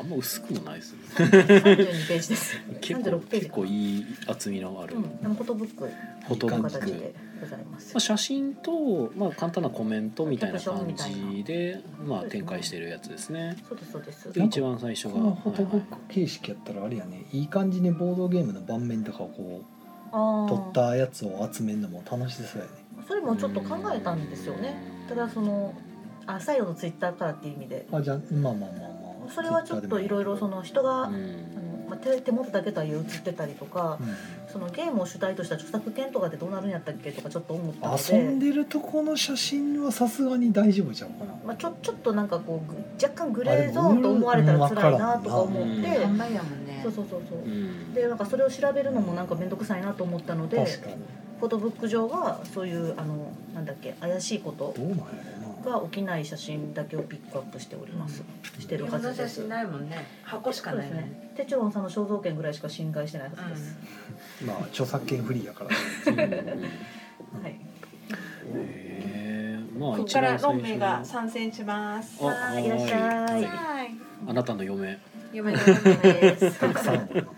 [SPEAKER 1] あんま薄くもないですね
[SPEAKER 3] 三十二ページです。
[SPEAKER 1] 結
[SPEAKER 3] 三
[SPEAKER 1] 構
[SPEAKER 3] 十六ペー
[SPEAKER 1] 結
[SPEAKER 3] ジか。
[SPEAKER 1] 構いい厚みのある
[SPEAKER 3] うん、フォトブック
[SPEAKER 1] フォトブ
[SPEAKER 3] の
[SPEAKER 1] ッ
[SPEAKER 3] 形
[SPEAKER 1] クま
[SPEAKER 3] でございます
[SPEAKER 1] あ。写真と、まあ、簡単なコメントみたいな感
[SPEAKER 3] キャプション
[SPEAKER 1] じ
[SPEAKER 3] み
[SPEAKER 1] で、まあ、
[SPEAKER 3] そうですね
[SPEAKER 1] 展開してるやつですね
[SPEAKER 3] そうですそうです。
[SPEAKER 1] で一番最初が
[SPEAKER 2] このフォトブッ
[SPEAKER 1] は
[SPEAKER 2] ク形式やったらあれやねいい感じにボードゲームの盤面とかをこう
[SPEAKER 3] ああ
[SPEAKER 2] 撮ったやつを集めるのも楽しそうやね
[SPEAKER 3] それ
[SPEAKER 1] いは
[SPEAKER 3] も
[SPEAKER 1] い
[SPEAKER 3] ちょっと考えたんですよね。ただそのあ最後のツイッターからっていう意味で、
[SPEAKER 2] あじゃあまあまあまあまあ
[SPEAKER 3] それはちょっといろいろそ、の人が、
[SPEAKER 1] う
[SPEAKER 3] あ
[SPEAKER 1] ん
[SPEAKER 3] のまあ、手手元だけとはいえ映ってたりとか。
[SPEAKER 2] うん
[SPEAKER 3] そのゲームを主体とした著作権とかってどうなるんやったっけとかちょっと思ったので
[SPEAKER 2] 遊んでるとこの写真はさすがに大丈夫じゃんかな
[SPEAKER 3] まあ、ちょちょっとなんかこうぐ若干グレーゾーンと思われたら辛いなとか思って、
[SPEAKER 1] うん
[SPEAKER 4] 販売やもんね
[SPEAKER 3] そうそうそうそう
[SPEAKER 1] う、ん
[SPEAKER 3] でなんかそれを調べるのもなんか面倒くさいなと思ったので
[SPEAKER 2] 確かに
[SPEAKER 3] フォトブック上はそういうあのなんだっけ怪しいこと
[SPEAKER 2] どうなんやろ
[SPEAKER 3] が起きない写真だけをピックアップしております、してる
[SPEAKER 4] 日
[SPEAKER 3] は
[SPEAKER 4] 本の
[SPEAKER 3] ずで
[SPEAKER 4] 写
[SPEAKER 3] す
[SPEAKER 4] 真ないもんね箱しかない
[SPEAKER 3] そう
[SPEAKER 4] もん
[SPEAKER 3] です
[SPEAKER 4] ね
[SPEAKER 3] ねテチロンさんの肖像権ぐらいしか侵害してないはずです、
[SPEAKER 2] うなまあ著作権フリーやからね
[SPEAKER 1] うんうん
[SPEAKER 2] うん
[SPEAKER 3] はい
[SPEAKER 1] へーまあ
[SPEAKER 5] ここ
[SPEAKER 1] 一
[SPEAKER 5] から
[SPEAKER 1] 番
[SPEAKER 5] ロ
[SPEAKER 1] 最
[SPEAKER 5] ン
[SPEAKER 1] 初
[SPEAKER 5] メ
[SPEAKER 1] の
[SPEAKER 5] が参戦します。
[SPEAKER 1] あ
[SPEAKER 5] は
[SPEAKER 3] あいらっしゃい
[SPEAKER 1] は
[SPEAKER 5] ーい。
[SPEAKER 1] あなたの嫁はい
[SPEAKER 4] 嫁の嫁です
[SPEAKER 2] たくさんあるな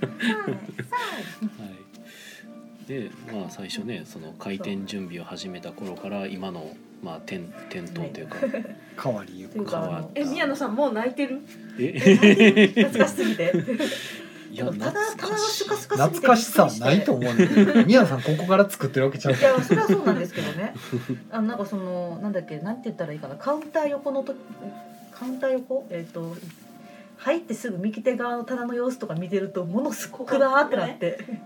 [SPEAKER 1] でまあ最初ねその開店準備を始めた頃から今のまあ店店頭というか
[SPEAKER 2] 変わりゆ
[SPEAKER 3] とい
[SPEAKER 2] く
[SPEAKER 3] うかあの
[SPEAKER 5] え宮野さんもう泣いてる？
[SPEAKER 1] え
[SPEAKER 3] 懐かしすぎて
[SPEAKER 1] い
[SPEAKER 3] た
[SPEAKER 1] や
[SPEAKER 3] だ
[SPEAKER 1] 懐
[SPEAKER 3] ただ
[SPEAKER 1] か
[SPEAKER 3] が
[SPEAKER 1] し
[SPEAKER 3] ス
[SPEAKER 1] い
[SPEAKER 3] カスカすぎて
[SPEAKER 2] 懐かしさはないと
[SPEAKER 3] びっ
[SPEAKER 2] 思
[SPEAKER 3] く
[SPEAKER 2] うんだけど宮野さんここから作ってるわけちゃう
[SPEAKER 3] りし
[SPEAKER 2] か
[SPEAKER 3] て
[SPEAKER 2] ら
[SPEAKER 3] いやそれはそうなんですけどね あのなんかそのなんだっけなんて言ったらいいかなカウンター横のとカウンター横えっ、と入ってすぐ右手側の棚の様子とか見てるとものすごくだーってなって、
[SPEAKER 1] うん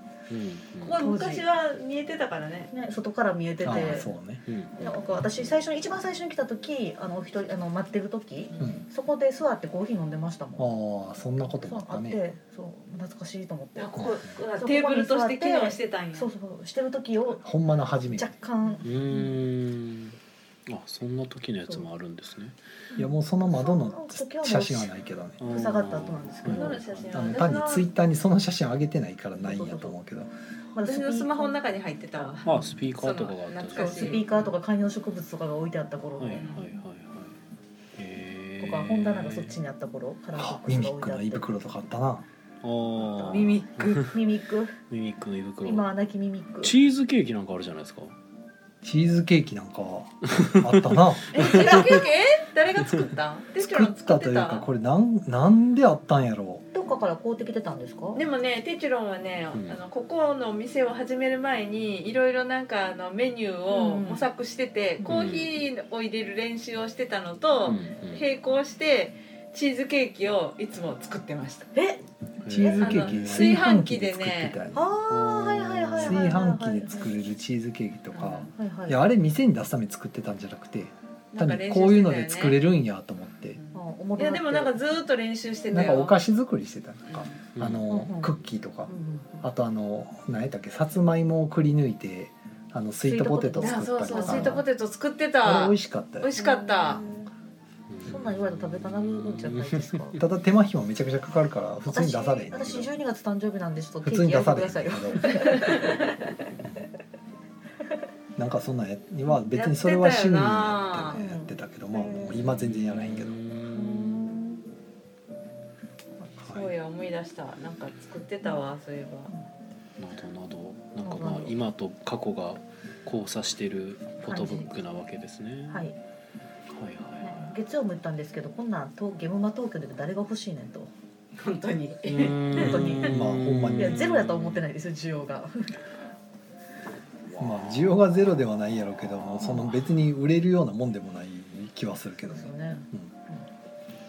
[SPEAKER 5] ここ昔は見えてたからね。
[SPEAKER 3] ね、外から見えてて
[SPEAKER 2] ああそうね
[SPEAKER 1] うんうん
[SPEAKER 3] なんか私最初に一番最初に来た時あのお一人あの待ってる時
[SPEAKER 2] うん
[SPEAKER 3] そこで座ってコーヒー飲んでましたもん
[SPEAKER 2] ああそんなこと
[SPEAKER 3] そ
[SPEAKER 2] も
[SPEAKER 3] う
[SPEAKER 2] あっ
[SPEAKER 3] あ
[SPEAKER 2] た
[SPEAKER 3] っ
[SPEAKER 2] ね
[SPEAKER 3] てそう懐かしいと思って
[SPEAKER 4] あここあ
[SPEAKER 3] そう
[SPEAKER 5] テーブルとして機能してたんや。
[SPEAKER 3] そうそうしてる時を
[SPEAKER 2] ほんまの初めて
[SPEAKER 3] 若干
[SPEAKER 1] うーんあそんな時のやつもあるんですね
[SPEAKER 2] いやもうその窓の写真はないけどね
[SPEAKER 3] 塞がった後なんですけど
[SPEAKER 5] 窓の写真
[SPEAKER 2] あ
[SPEAKER 5] は
[SPEAKER 2] の
[SPEAKER 5] 私
[SPEAKER 2] 単に
[SPEAKER 5] の
[SPEAKER 2] ツイッターにその写真上げてないからないんやと思うけど
[SPEAKER 3] まだ
[SPEAKER 5] 私
[SPEAKER 3] スピ
[SPEAKER 5] のスマホの
[SPEAKER 3] ー
[SPEAKER 5] 中に入ってたわ。
[SPEAKER 1] あスピーカーとかがあった
[SPEAKER 5] その懐かし
[SPEAKER 3] ス
[SPEAKER 5] い
[SPEAKER 3] ピーカーとか観葉植物とかが置いてあった頃
[SPEAKER 1] はいはいはい
[SPEAKER 3] ね
[SPEAKER 1] はいへー
[SPEAKER 3] とか本棚がそっちにあった頃カラーボ
[SPEAKER 2] あ
[SPEAKER 3] ック
[SPEAKER 2] ミ
[SPEAKER 3] ス
[SPEAKER 2] ミ
[SPEAKER 3] が
[SPEAKER 2] ックの
[SPEAKER 3] 置い
[SPEAKER 2] 胃
[SPEAKER 3] てあって
[SPEAKER 2] 袋とかあったな
[SPEAKER 1] あー
[SPEAKER 4] ミミック
[SPEAKER 3] ミミック
[SPEAKER 1] ミミックの胃袋
[SPEAKER 3] 今はなきミミック
[SPEAKER 1] チーズケーキなんかあるじゃないですか
[SPEAKER 2] チーズケーキなんかあった な
[SPEAKER 5] えチーズケーキえ誰が作った？テスチ
[SPEAKER 2] 作
[SPEAKER 5] ロ
[SPEAKER 2] っ
[SPEAKER 5] ン
[SPEAKER 2] た
[SPEAKER 5] 作っ
[SPEAKER 2] とい
[SPEAKER 5] て
[SPEAKER 2] うか
[SPEAKER 5] た
[SPEAKER 2] こ。れなんなんであったんやろ
[SPEAKER 3] どっかから買うてきてたんですか
[SPEAKER 5] でもねテチロンはね、
[SPEAKER 1] うん
[SPEAKER 5] あのここのお店を始める前にいろいろなんかあのメニューを模索してて、
[SPEAKER 3] うん
[SPEAKER 5] コーヒーを入れる練習をしてたの
[SPEAKER 1] う
[SPEAKER 5] と
[SPEAKER 1] ん、うん
[SPEAKER 5] 並行してチーズケーキをいつも作ってました
[SPEAKER 3] え
[SPEAKER 2] うチーズケーキ
[SPEAKER 1] へ
[SPEAKER 2] 炊飯器で作ってたよね
[SPEAKER 3] ああはいはいはいはい
[SPEAKER 2] 炊
[SPEAKER 3] はい
[SPEAKER 2] 飯
[SPEAKER 3] は
[SPEAKER 2] 器
[SPEAKER 3] い
[SPEAKER 2] で作れるチーズケーキとか
[SPEAKER 3] はいはい
[SPEAKER 2] いやあれ店に出すために作ってたんじゃなくて
[SPEAKER 5] な
[SPEAKER 2] 単
[SPEAKER 5] んか
[SPEAKER 2] に
[SPEAKER 5] 練習してたよ
[SPEAKER 2] こ
[SPEAKER 5] ね
[SPEAKER 2] ういうので作れるんやと思って
[SPEAKER 3] あおも
[SPEAKER 5] い
[SPEAKER 3] ろ
[SPEAKER 5] や
[SPEAKER 3] って
[SPEAKER 5] でもなんかずーっと練習してた
[SPEAKER 2] なん
[SPEAKER 5] よ
[SPEAKER 2] かお菓子作りしてたとか
[SPEAKER 1] うん
[SPEAKER 2] あ
[SPEAKER 3] うんう
[SPEAKER 2] の
[SPEAKER 3] ん
[SPEAKER 2] クッキーとか
[SPEAKER 3] うんうん
[SPEAKER 2] あとあの何やったっけさつまいもをくり抜いてあのスイートポテトを
[SPEAKER 5] いや
[SPEAKER 2] 作
[SPEAKER 5] そ
[SPEAKER 2] ったり
[SPEAKER 5] うそう
[SPEAKER 2] と
[SPEAKER 5] スイートポ
[SPEAKER 2] か
[SPEAKER 5] テト作って
[SPEAKER 2] あれ
[SPEAKER 5] た
[SPEAKER 2] 美
[SPEAKER 5] 美
[SPEAKER 2] 味しかったよ
[SPEAKER 5] 味しかった
[SPEAKER 3] そんなん言われたら食べたなるんじゃないですか
[SPEAKER 2] ただ手間暇めちゃくちゃかかるから普通に
[SPEAKER 3] 私
[SPEAKER 2] 出されへんねんけ
[SPEAKER 3] 私
[SPEAKER 2] ど
[SPEAKER 3] 12月誕生日なんでちょっと
[SPEAKER 2] 普
[SPEAKER 3] ケ
[SPEAKER 2] 通
[SPEAKER 3] ー
[SPEAKER 2] に
[SPEAKER 3] キ焼
[SPEAKER 2] 出
[SPEAKER 3] いて
[SPEAKER 2] さ
[SPEAKER 3] く
[SPEAKER 2] れへ
[SPEAKER 3] だ
[SPEAKER 2] ん
[SPEAKER 3] さ
[SPEAKER 2] ねん
[SPEAKER 3] いよ
[SPEAKER 2] けどなんかそんなんやは別にそれは趣味やってやってたけどまあもう今全然やらへんけど
[SPEAKER 5] そ
[SPEAKER 2] は
[SPEAKER 5] う
[SPEAKER 2] い
[SPEAKER 5] や思い出したなんか作ってたわそういえば
[SPEAKER 1] などなどなんかまあ今と過去が交差してるフォトブックなわけですね
[SPEAKER 3] はい
[SPEAKER 1] はい
[SPEAKER 3] ね
[SPEAKER 1] はいは
[SPEAKER 3] 月曜も言ったんですけどこんなん東ゲムマ東京で誰が欲しいねんと
[SPEAKER 4] 本当に
[SPEAKER 1] い
[SPEAKER 3] 本当に
[SPEAKER 2] まあほんまに
[SPEAKER 3] いやゼロやとは思ってないいですよ需要が
[SPEAKER 2] まあ需要がゼロではないやろうけどもその別に売れるようなもんでもない気はするけどね
[SPEAKER 4] そうね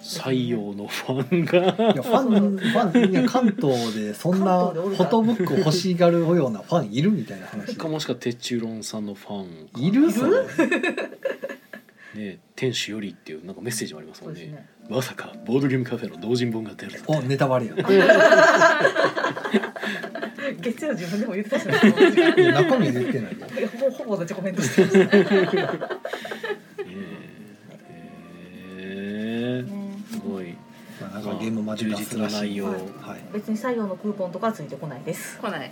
[SPEAKER 1] 採用のファンが
[SPEAKER 2] いやファンファンいや関東でそんな
[SPEAKER 4] 関東でお
[SPEAKER 2] フ
[SPEAKER 4] るか
[SPEAKER 2] ォトブック欲しがるようなファンいるみたいな話
[SPEAKER 1] かもしくは鉄柱論さんのファンか
[SPEAKER 2] いるそれ
[SPEAKER 1] ね天使よりっていうなんかメッセージもあります
[SPEAKER 4] そ
[SPEAKER 1] も
[SPEAKER 4] うんで
[SPEAKER 1] ね
[SPEAKER 4] すね
[SPEAKER 1] まさかボードゲームカフェの同人本が出る
[SPEAKER 2] おネタバレや
[SPEAKER 4] 月曜自分でも言ってたしねも
[SPEAKER 2] いや中身言ってないよ
[SPEAKER 4] うほぼ同じコメントしてました
[SPEAKER 1] ねえへえ
[SPEAKER 3] ね
[SPEAKER 1] すごい
[SPEAKER 2] まあなんかゲームマジ
[SPEAKER 1] 充
[SPEAKER 2] 出
[SPEAKER 1] 実
[SPEAKER 2] す
[SPEAKER 1] な
[SPEAKER 2] らし
[SPEAKER 1] 内
[SPEAKER 2] い
[SPEAKER 1] 容、
[SPEAKER 2] は
[SPEAKER 1] はいい、
[SPEAKER 3] 別に採用のクーポンとかはついてこないです。
[SPEAKER 5] 来な
[SPEAKER 1] う
[SPEAKER 5] い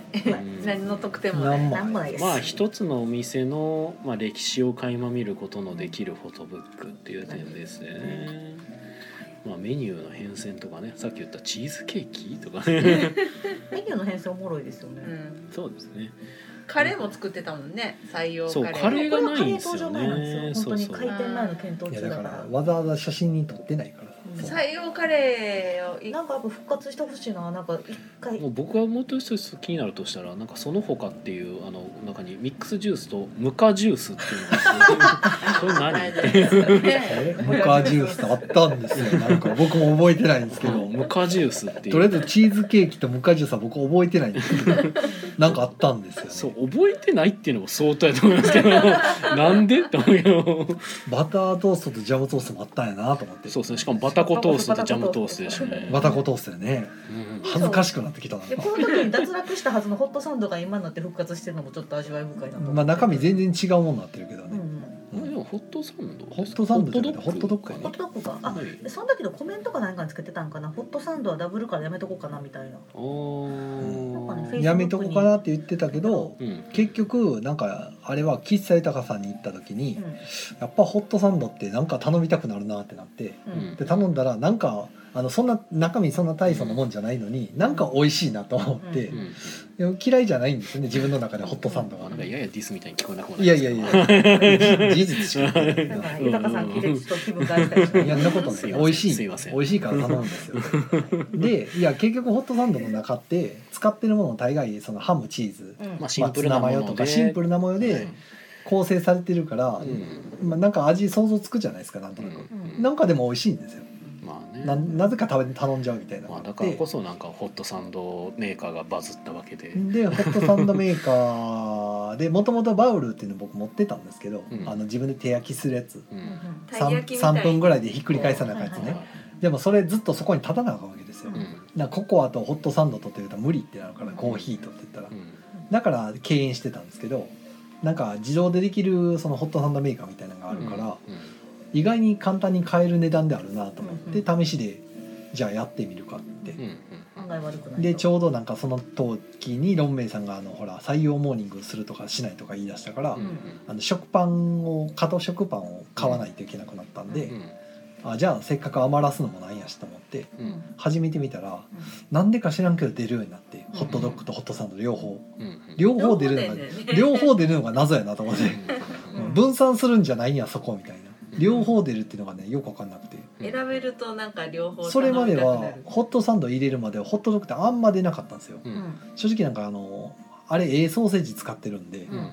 [SPEAKER 1] ん
[SPEAKER 5] 何の得点もな
[SPEAKER 2] ないんも
[SPEAKER 3] なんもないです。
[SPEAKER 1] まあ一つのお店の、まあ、歴史を垣間見ることのできるフォトブックっていう点ですね。まあ、メニューの変遷とかねさっき言ったチーズケーキとかね
[SPEAKER 3] メニューの編成おもろいですよ
[SPEAKER 5] う
[SPEAKER 3] ね。
[SPEAKER 5] ん
[SPEAKER 1] そうですね
[SPEAKER 5] カレーも作ってたもんね採用
[SPEAKER 1] そう
[SPEAKER 5] カ
[SPEAKER 1] カ
[SPEAKER 5] レ
[SPEAKER 1] レ
[SPEAKER 5] ー
[SPEAKER 1] ーがないんですよ
[SPEAKER 3] これはカレー登場前なん
[SPEAKER 1] ね
[SPEAKER 3] です
[SPEAKER 1] そ
[SPEAKER 3] よ。
[SPEAKER 1] う
[SPEAKER 3] 本当に
[SPEAKER 1] そう
[SPEAKER 3] 開店前の検討
[SPEAKER 2] いや
[SPEAKER 3] 中
[SPEAKER 2] だか
[SPEAKER 3] だからら。
[SPEAKER 2] わざわざ写真に撮ってないからさ
[SPEAKER 5] 採用カレーをい
[SPEAKER 3] なんかやっぱ復活してほしいな。なんか一回
[SPEAKER 1] もう僕はもう一つ気になるとしたらなんかその他っていうあの中にミックスジュースとムカジュースっていうのがそれ何
[SPEAKER 5] ない
[SPEAKER 1] っ
[SPEAKER 5] で
[SPEAKER 1] て
[SPEAKER 5] すよね
[SPEAKER 2] えムカジュースとあったんで すよなんか僕も覚えてないんですけ
[SPEAKER 1] そう
[SPEAKER 2] ど
[SPEAKER 1] ムカジュースっていう
[SPEAKER 2] とりあえずチーズケーキとムカジュースは僕覚えてないんです けどなんかあったんですよね
[SPEAKER 1] そう覚えてないっていうのも相当やと思いますけどなんでって思うけど
[SPEAKER 2] バタートーストとジャムトーストもあったんやなと思って
[SPEAKER 1] そうですねしかもバタコトーストとジャムトーストでしたね、
[SPEAKER 2] バタコトーストよね
[SPEAKER 1] うん
[SPEAKER 2] 恥ずかしくなってきたな
[SPEAKER 3] でこの時に脱落したはずのホットサンドが今になって復活してるのもちょっと味わい深いなと思って。
[SPEAKER 2] まあ中身全然違うもんなってるけど
[SPEAKER 3] うんう
[SPEAKER 2] ね、
[SPEAKER 3] ん。
[SPEAKER 1] あでもホットサンド
[SPEAKER 2] ホットサンドじゃなくて
[SPEAKER 1] ホ
[SPEAKER 2] ホ
[SPEAKER 1] ッ
[SPEAKER 2] ッ
[SPEAKER 1] トド
[SPEAKER 2] トド
[SPEAKER 1] ッ
[SPEAKER 2] ッ
[SPEAKER 1] グ
[SPEAKER 2] グ
[SPEAKER 1] か
[SPEAKER 2] や
[SPEAKER 3] ホッ
[SPEAKER 2] ね
[SPEAKER 3] トドッグか。あ
[SPEAKER 1] はい、
[SPEAKER 3] その時のコメントか何かにつけてたんかな。ホットサンドはダブルからやめとこうかなみたいな。
[SPEAKER 1] あー
[SPEAKER 3] なんかね
[SPEAKER 2] やめとこうかなって言ってたけど
[SPEAKER 1] うん
[SPEAKER 2] 結局なんかあれは喫茶豊さんに行った時に、やっぱホットサンドってなんか頼みたくなるなってなって
[SPEAKER 3] うん。う
[SPEAKER 1] うん
[SPEAKER 3] ん。
[SPEAKER 2] で頼んだらなんかあのそんな中身そんな大層なもんじゃないのになんか美味しいなと思って、
[SPEAKER 3] う
[SPEAKER 1] うん
[SPEAKER 2] でも嫌いじゃないんですよね自分の中でホットサンド
[SPEAKER 1] まあ
[SPEAKER 2] が
[SPEAKER 1] なんか。ややディスみたいに聞こえなくもない
[SPEAKER 2] いやいやいや事実しか言ってな
[SPEAKER 3] ないんか
[SPEAKER 2] な
[SPEAKER 3] 豊さん聞いてちょっと気分変えたりしない
[SPEAKER 2] いやそんなことない
[SPEAKER 1] すいません
[SPEAKER 2] 美味しい
[SPEAKER 1] すいません
[SPEAKER 2] 美味しいから頼むんですよでいや結局ホットサンドの中って使ってるもの大概そのハムチーズ、
[SPEAKER 3] うん
[SPEAKER 1] まあシンプル
[SPEAKER 2] ま
[SPEAKER 1] なも
[SPEAKER 2] あツナマ
[SPEAKER 1] の
[SPEAKER 2] ヨ
[SPEAKER 1] で
[SPEAKER 2] とかシンプルなもので構成されてるから
[SPEAKER 1] う、ん
[SPEAKER 2] まあ、なんか味想像つくじゃないですかなんとなく、
[SPEAKER 1] うん
[SPEAKER 2] なんかでも美味しいんですよ
[SPEAKER 1] まあね
[SPEAKER 2] ななぜか食べ頼んじゃうみたいなの
[SPEAKER 1] ま
[SPEAKER 2] が
[SPEAKER 1] あ、だ
[SPEAKER 2] あっ
[SPEAKER 1] から
[SPEAKER 2] て
[SPEAKER 1] こそなんかホットサンドメーカーがバズったわけで、
[SPEAKER 2] でホットサンドメーカーでもともとバウルっていうの僕持ってたんですけど、
[SPEAKER 1] うん
[SPEAKER 2] あの自分で手焼きするやつ
[SPEAKER 1] うん
[SPEAKER 3] うんうん
[SPEAKER 5] たい
[SPEAKER 2] 三
[SPEAKER 5] 焼きみたい
[SPEAKER 2] 3分ぐらいでひっくり返さなあかんやつね、
[SPEAKER 3] はいは
[SPEAKER 2] でもそれずっとそこに立たなあかんわけですよ、
[SPEAKER 1] うん
[SPEAKER 2] なんかココアとホットサンドとって言うたら無理ってなるからコーヒーとって言ったら
[SPEAKER 1] うん
[SPEAKER 2] だから敬遠してたんですけどなんか自動でできるそのホットサンドメーカーみたいなのがあるから、
[SPEAKER 1] う
[SPEAKER 2] 意外に簡単に買える値段であるなと思って、試しでじゃあやってみるかって、
[SPEAKER 1] んうん
[SPEAKER 3] 案外悪くないと。
[SPEAKER 2] でちょうどなんかその時にロンメイさんがあのほら採用モーニングするとかしないとか言い出したから、
[SPEAKER 1] うん
[SPEAKER 2] あの食パンを加藤食パンを買わないといけなくなったんで、
[SPEAKER 1] うんうん
[SPEAKER 2] あじゃあせっかく余らすのもなんやしと思って
[SPEAKER 1] うん
[SPEAKER 2] 始めてみたらなんでか知らんけど出るようになって、ホットドッグとホットサンド両方
[SPEAKER 1] うん
[SPEAKER 2] 両方出るのが
[SPEAKER 5] 両方出るね
[SPEAKER 2] 両方出るのが謎やなと思って、
[SPEAKER 1] うん
[SPEAKER 3] ん
[SPEAKER 2] 分散するんじゃないんやそこみたいな
[SPEAKER 1] うん
[SPEAKER 2] 両方出るっていうのがねよく分かんなくて。
[SPEAKER 5] 選べるとなんか両方
[SPEAKER 2] それまで
[SPEAKER 5] 頼みた
[SPEAKER 2] は
[SPEAKER 5] くなる
[SPEAKER 2] ホットサンド入れるまではホットドッグってあんま出なかったんですよ
[SPEAKER 1] うん
[SPEAKER 3] う
[SPEAKER 1] うん
[SPEAKER 3] ん。
[SPEAKER 2] 正直なんかあのあれええソーセージ使ってるんで
[SPEAKER 1] うんうん